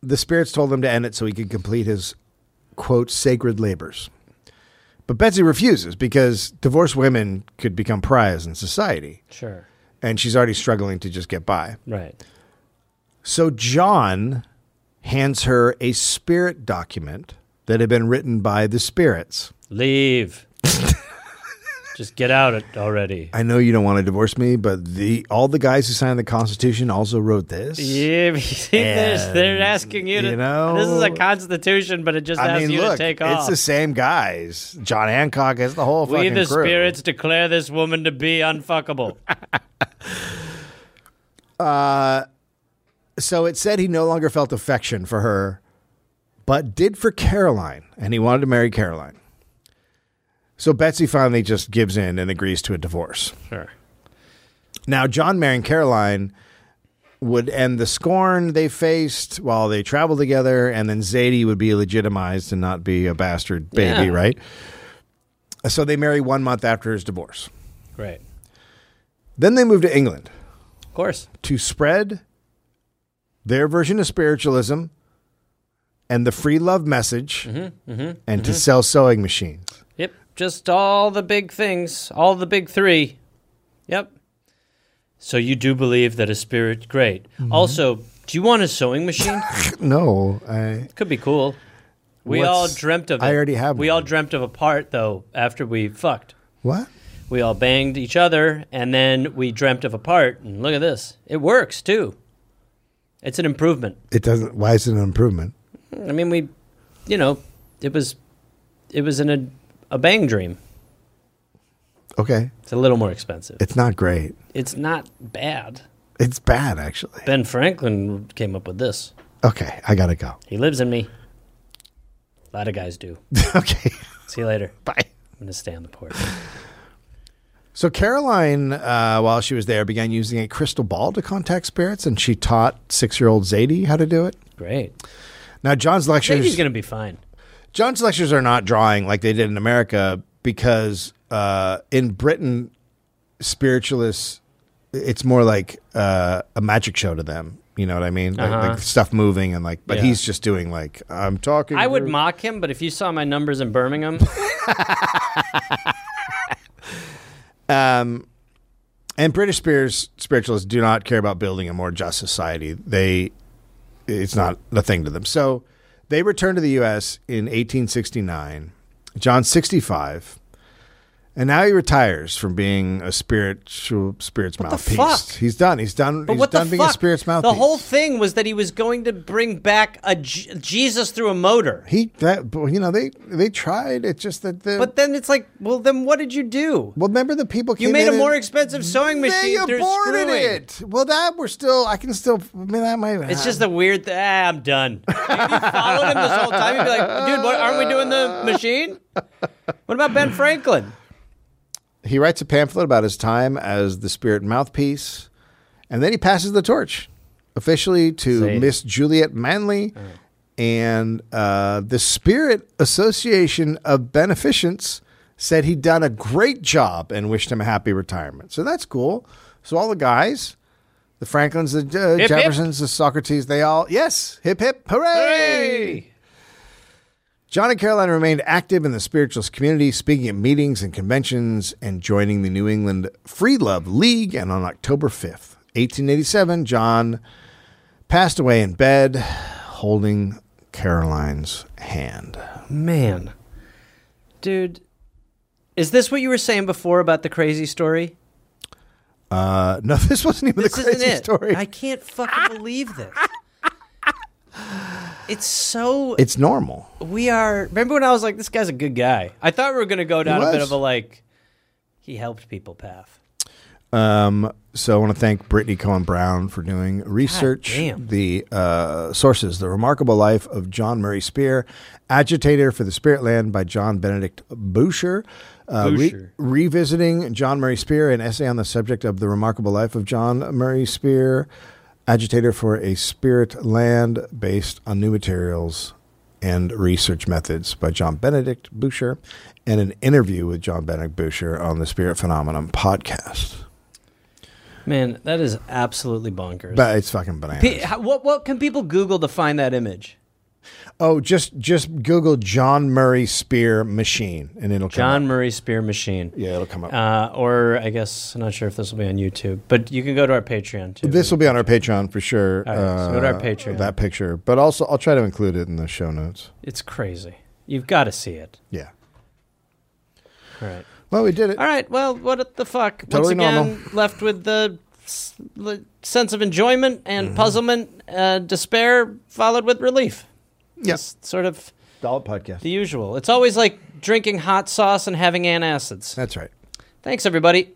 B: the spirits told him to end it so he could complete his quote sacred labors. But Betsy refuses because divorced women could become pariahs in society,
A: sure.
B: and she's already struggling to just get by.
A: Right.
B: So John hands her a spirit document that had been written by the spirits.
A: Leave. Just get out it already.
B: I know you don't want to divorce me, but the all the guys who signed the Constitution also wrote this.
A: Yeah, but you see, there's- they're asking you to.
B: you know-
A: this is a constitution, but it just
B: I
A: asks
B: mean,
A: you
B: look,
A: to take
B: it's
A: off.
B: the same guys. John Hancock is the whole
A: we,
B: fucking
A: the
B: crew.
A: spirits, declare this woman to be unfuckable.
B: so it said he no longer felt affection for her, but did for Caroline, and he wanted to marry Caroline. So Betsy finally just gives in and agrees to a divorce.
A: sure.
B: Now, John marrying Caroline would end the scorn they faced while they traveled together, and then Zadie would be legitimized and not be a bastard baby,
A: Yeah.
B: right? So they marry one month after his divorce.
A: Right.
B: Then they move to England.
A: Of course.
B: to spread their version of spiritualism and the free love message and to sell sewing machines.
A: Yep. Just all the big things, all the big
B: Mm-hmm.
A: three. Yep. So you do believe that a spirit great. Also,
G: Do you want a sewing machine?
B: No, I
G: Could be cool. We
B: What's-
G: all dreamt of. It.
B: I already have
G: We all dreamt of a part though. After we fucked,
B: what?
G: we all banged each other, and then we dreamt of a part. And look at this. It works too. It's an improvement.
B: It doesn't. Why is it an improvement?
G: I mean, we, you know, it was, it was in a, a bang dream.
B: Okay,
G: It's a little more expensive.
B: it's not great.
G: It's not bad.
B: It's bad actually.
G: Ben Franklin came up with this.
B: Okay, I gotta go.
G: He lives in me. A lot of guys do.
B: okay,
G: See you later.
B: bye.
G: I'm gonna stay on the porch.
B: So Caroline, uh, while she was there, began using a crystal ball to contact spirits, and she taught six-year-old Zadie how to do it.
G: Great.
B: Now John's
G: Baby's
B: lectures,
G: gonna be fine.
B: John's lectures are not drawing like they did in America because uh, in Britain, spiritualists, it's more like uh, a magic show to them. You know what I mean? Like, like stuff moving and like, but
G: Yeah.
B: he's just doing like I'm talking.
G: I would
B: to-
G: mock him, but if you saw my numbers in Birmingham,
B: And British spirits, spiritualists do not care about building a more just society. They, it's not a thing to them. So they returned to the U.S. in 1869. John's 65, and now he retires from being a spiritual spirits mouthpiece.
G: fuck?
B: He's done. He's done.
G: but
B: he's
G: what
B: done
G: the
B: being
G: fuck?
B: a spirits mouthpiece.
G: The whole thing was that he was going to bring back a J- Jesus through a motor.
B: he that but, you know they they tried. It's just that the
G: But then it's like, well, then what did you do?
B: well remember the people
G: You
B: came
G: made
B: in
G: a more
B: and-
G: expensive sewing
B: They
G: machine through
B: aborted
G: screwing.
B: it. Well, that we're still. I can still. I mean, that might.
G: It's just a weird. Th- ah, I'm done. If you followed him this whole time, you'd be like, dude, what, aren't we doing the machine? What about Ben Franklin?
B: he writes a pamphlet about his time as the spirit mouthpiece, and then he passes the torch officially to
G: See.
B: Miss Juliet Manley and uh, the Spirit Association of Beneficence said he'd done a great job and wished him a happy retirement. So that's cool. So all the guys, the Franklins, the uh,
G: hip.
B: Jeffersons, the Socrates, they all yes, hip hip, hooray! John and Caroline remained active in the spiritualist community, speaking at meetings and conventions and joining the New England Free Love League. And on October 5th, 1887, John passed away in bed holding Caroline's hand.
G: Man. Dude, is this what you were saying before about the crazy story?
B: Uh, no, this wasn't even
G: This
B: the crazy
G: isn't it.
B: story.
G: I can't fucking believe this. It's so
B: it's normal.
G: we are. Remember when I was like, "This guy's a good guy." I thought we were going to go down a bit
B: was.
G: of a like, he helped people path.
B: Um, so I want to thank Brittany Cohen Brown for doing research.
G: damn.
B: The uh, sources: The Remarkable Life of John Murray Spear, Agitator for the Spirit Land by John Benedict Boucher. Uh, re-
G: Boucher.
B: revisiting John Murray Spear, an essay on the subject of the remarkable life of John Murray Spear, agitator for a spirit land based on new materials and research methods by John Benedict Boucher, and an interview with John Benedict Boucher on the Spirit Phenomenon podcast.
G: Man, that is absolutely bonkers.
B: But it's fucking bananas.
G: P- how- what what can people Google to find that image?
B: oh, just just Google John Murray Spear machine, and it'll come.
G: John
B: up.
G: Murray Spear Machine.
B: Yeah, it'll come up.
G: Uh, or I guess I'm not sure if this will be on YouTube, but you can go to our Patreon too.
B: this will be on our Patreon for sure. Uh,
G: right, so go to our Patreon.
B: That picture, but also I'll try to include it in the show notes.
G: it's crazy. You've got to see it.
B: Yeah.
G: All right.
B: Well, we did it.
G: All right. Well, what the fuck? Once
B: Totally
G: again,
B: normal.
G: left with the s- l- sense of enjoyment and
B: Mm-hmm.
G: puzzlement, uh, despair, followed with relief.
B: Yes.
G: Sort of
B: Dollar podcast.
G: the usual. It's always like drinking hot sauce and having antacids.
B: That's right.
G: Thanks, everybody.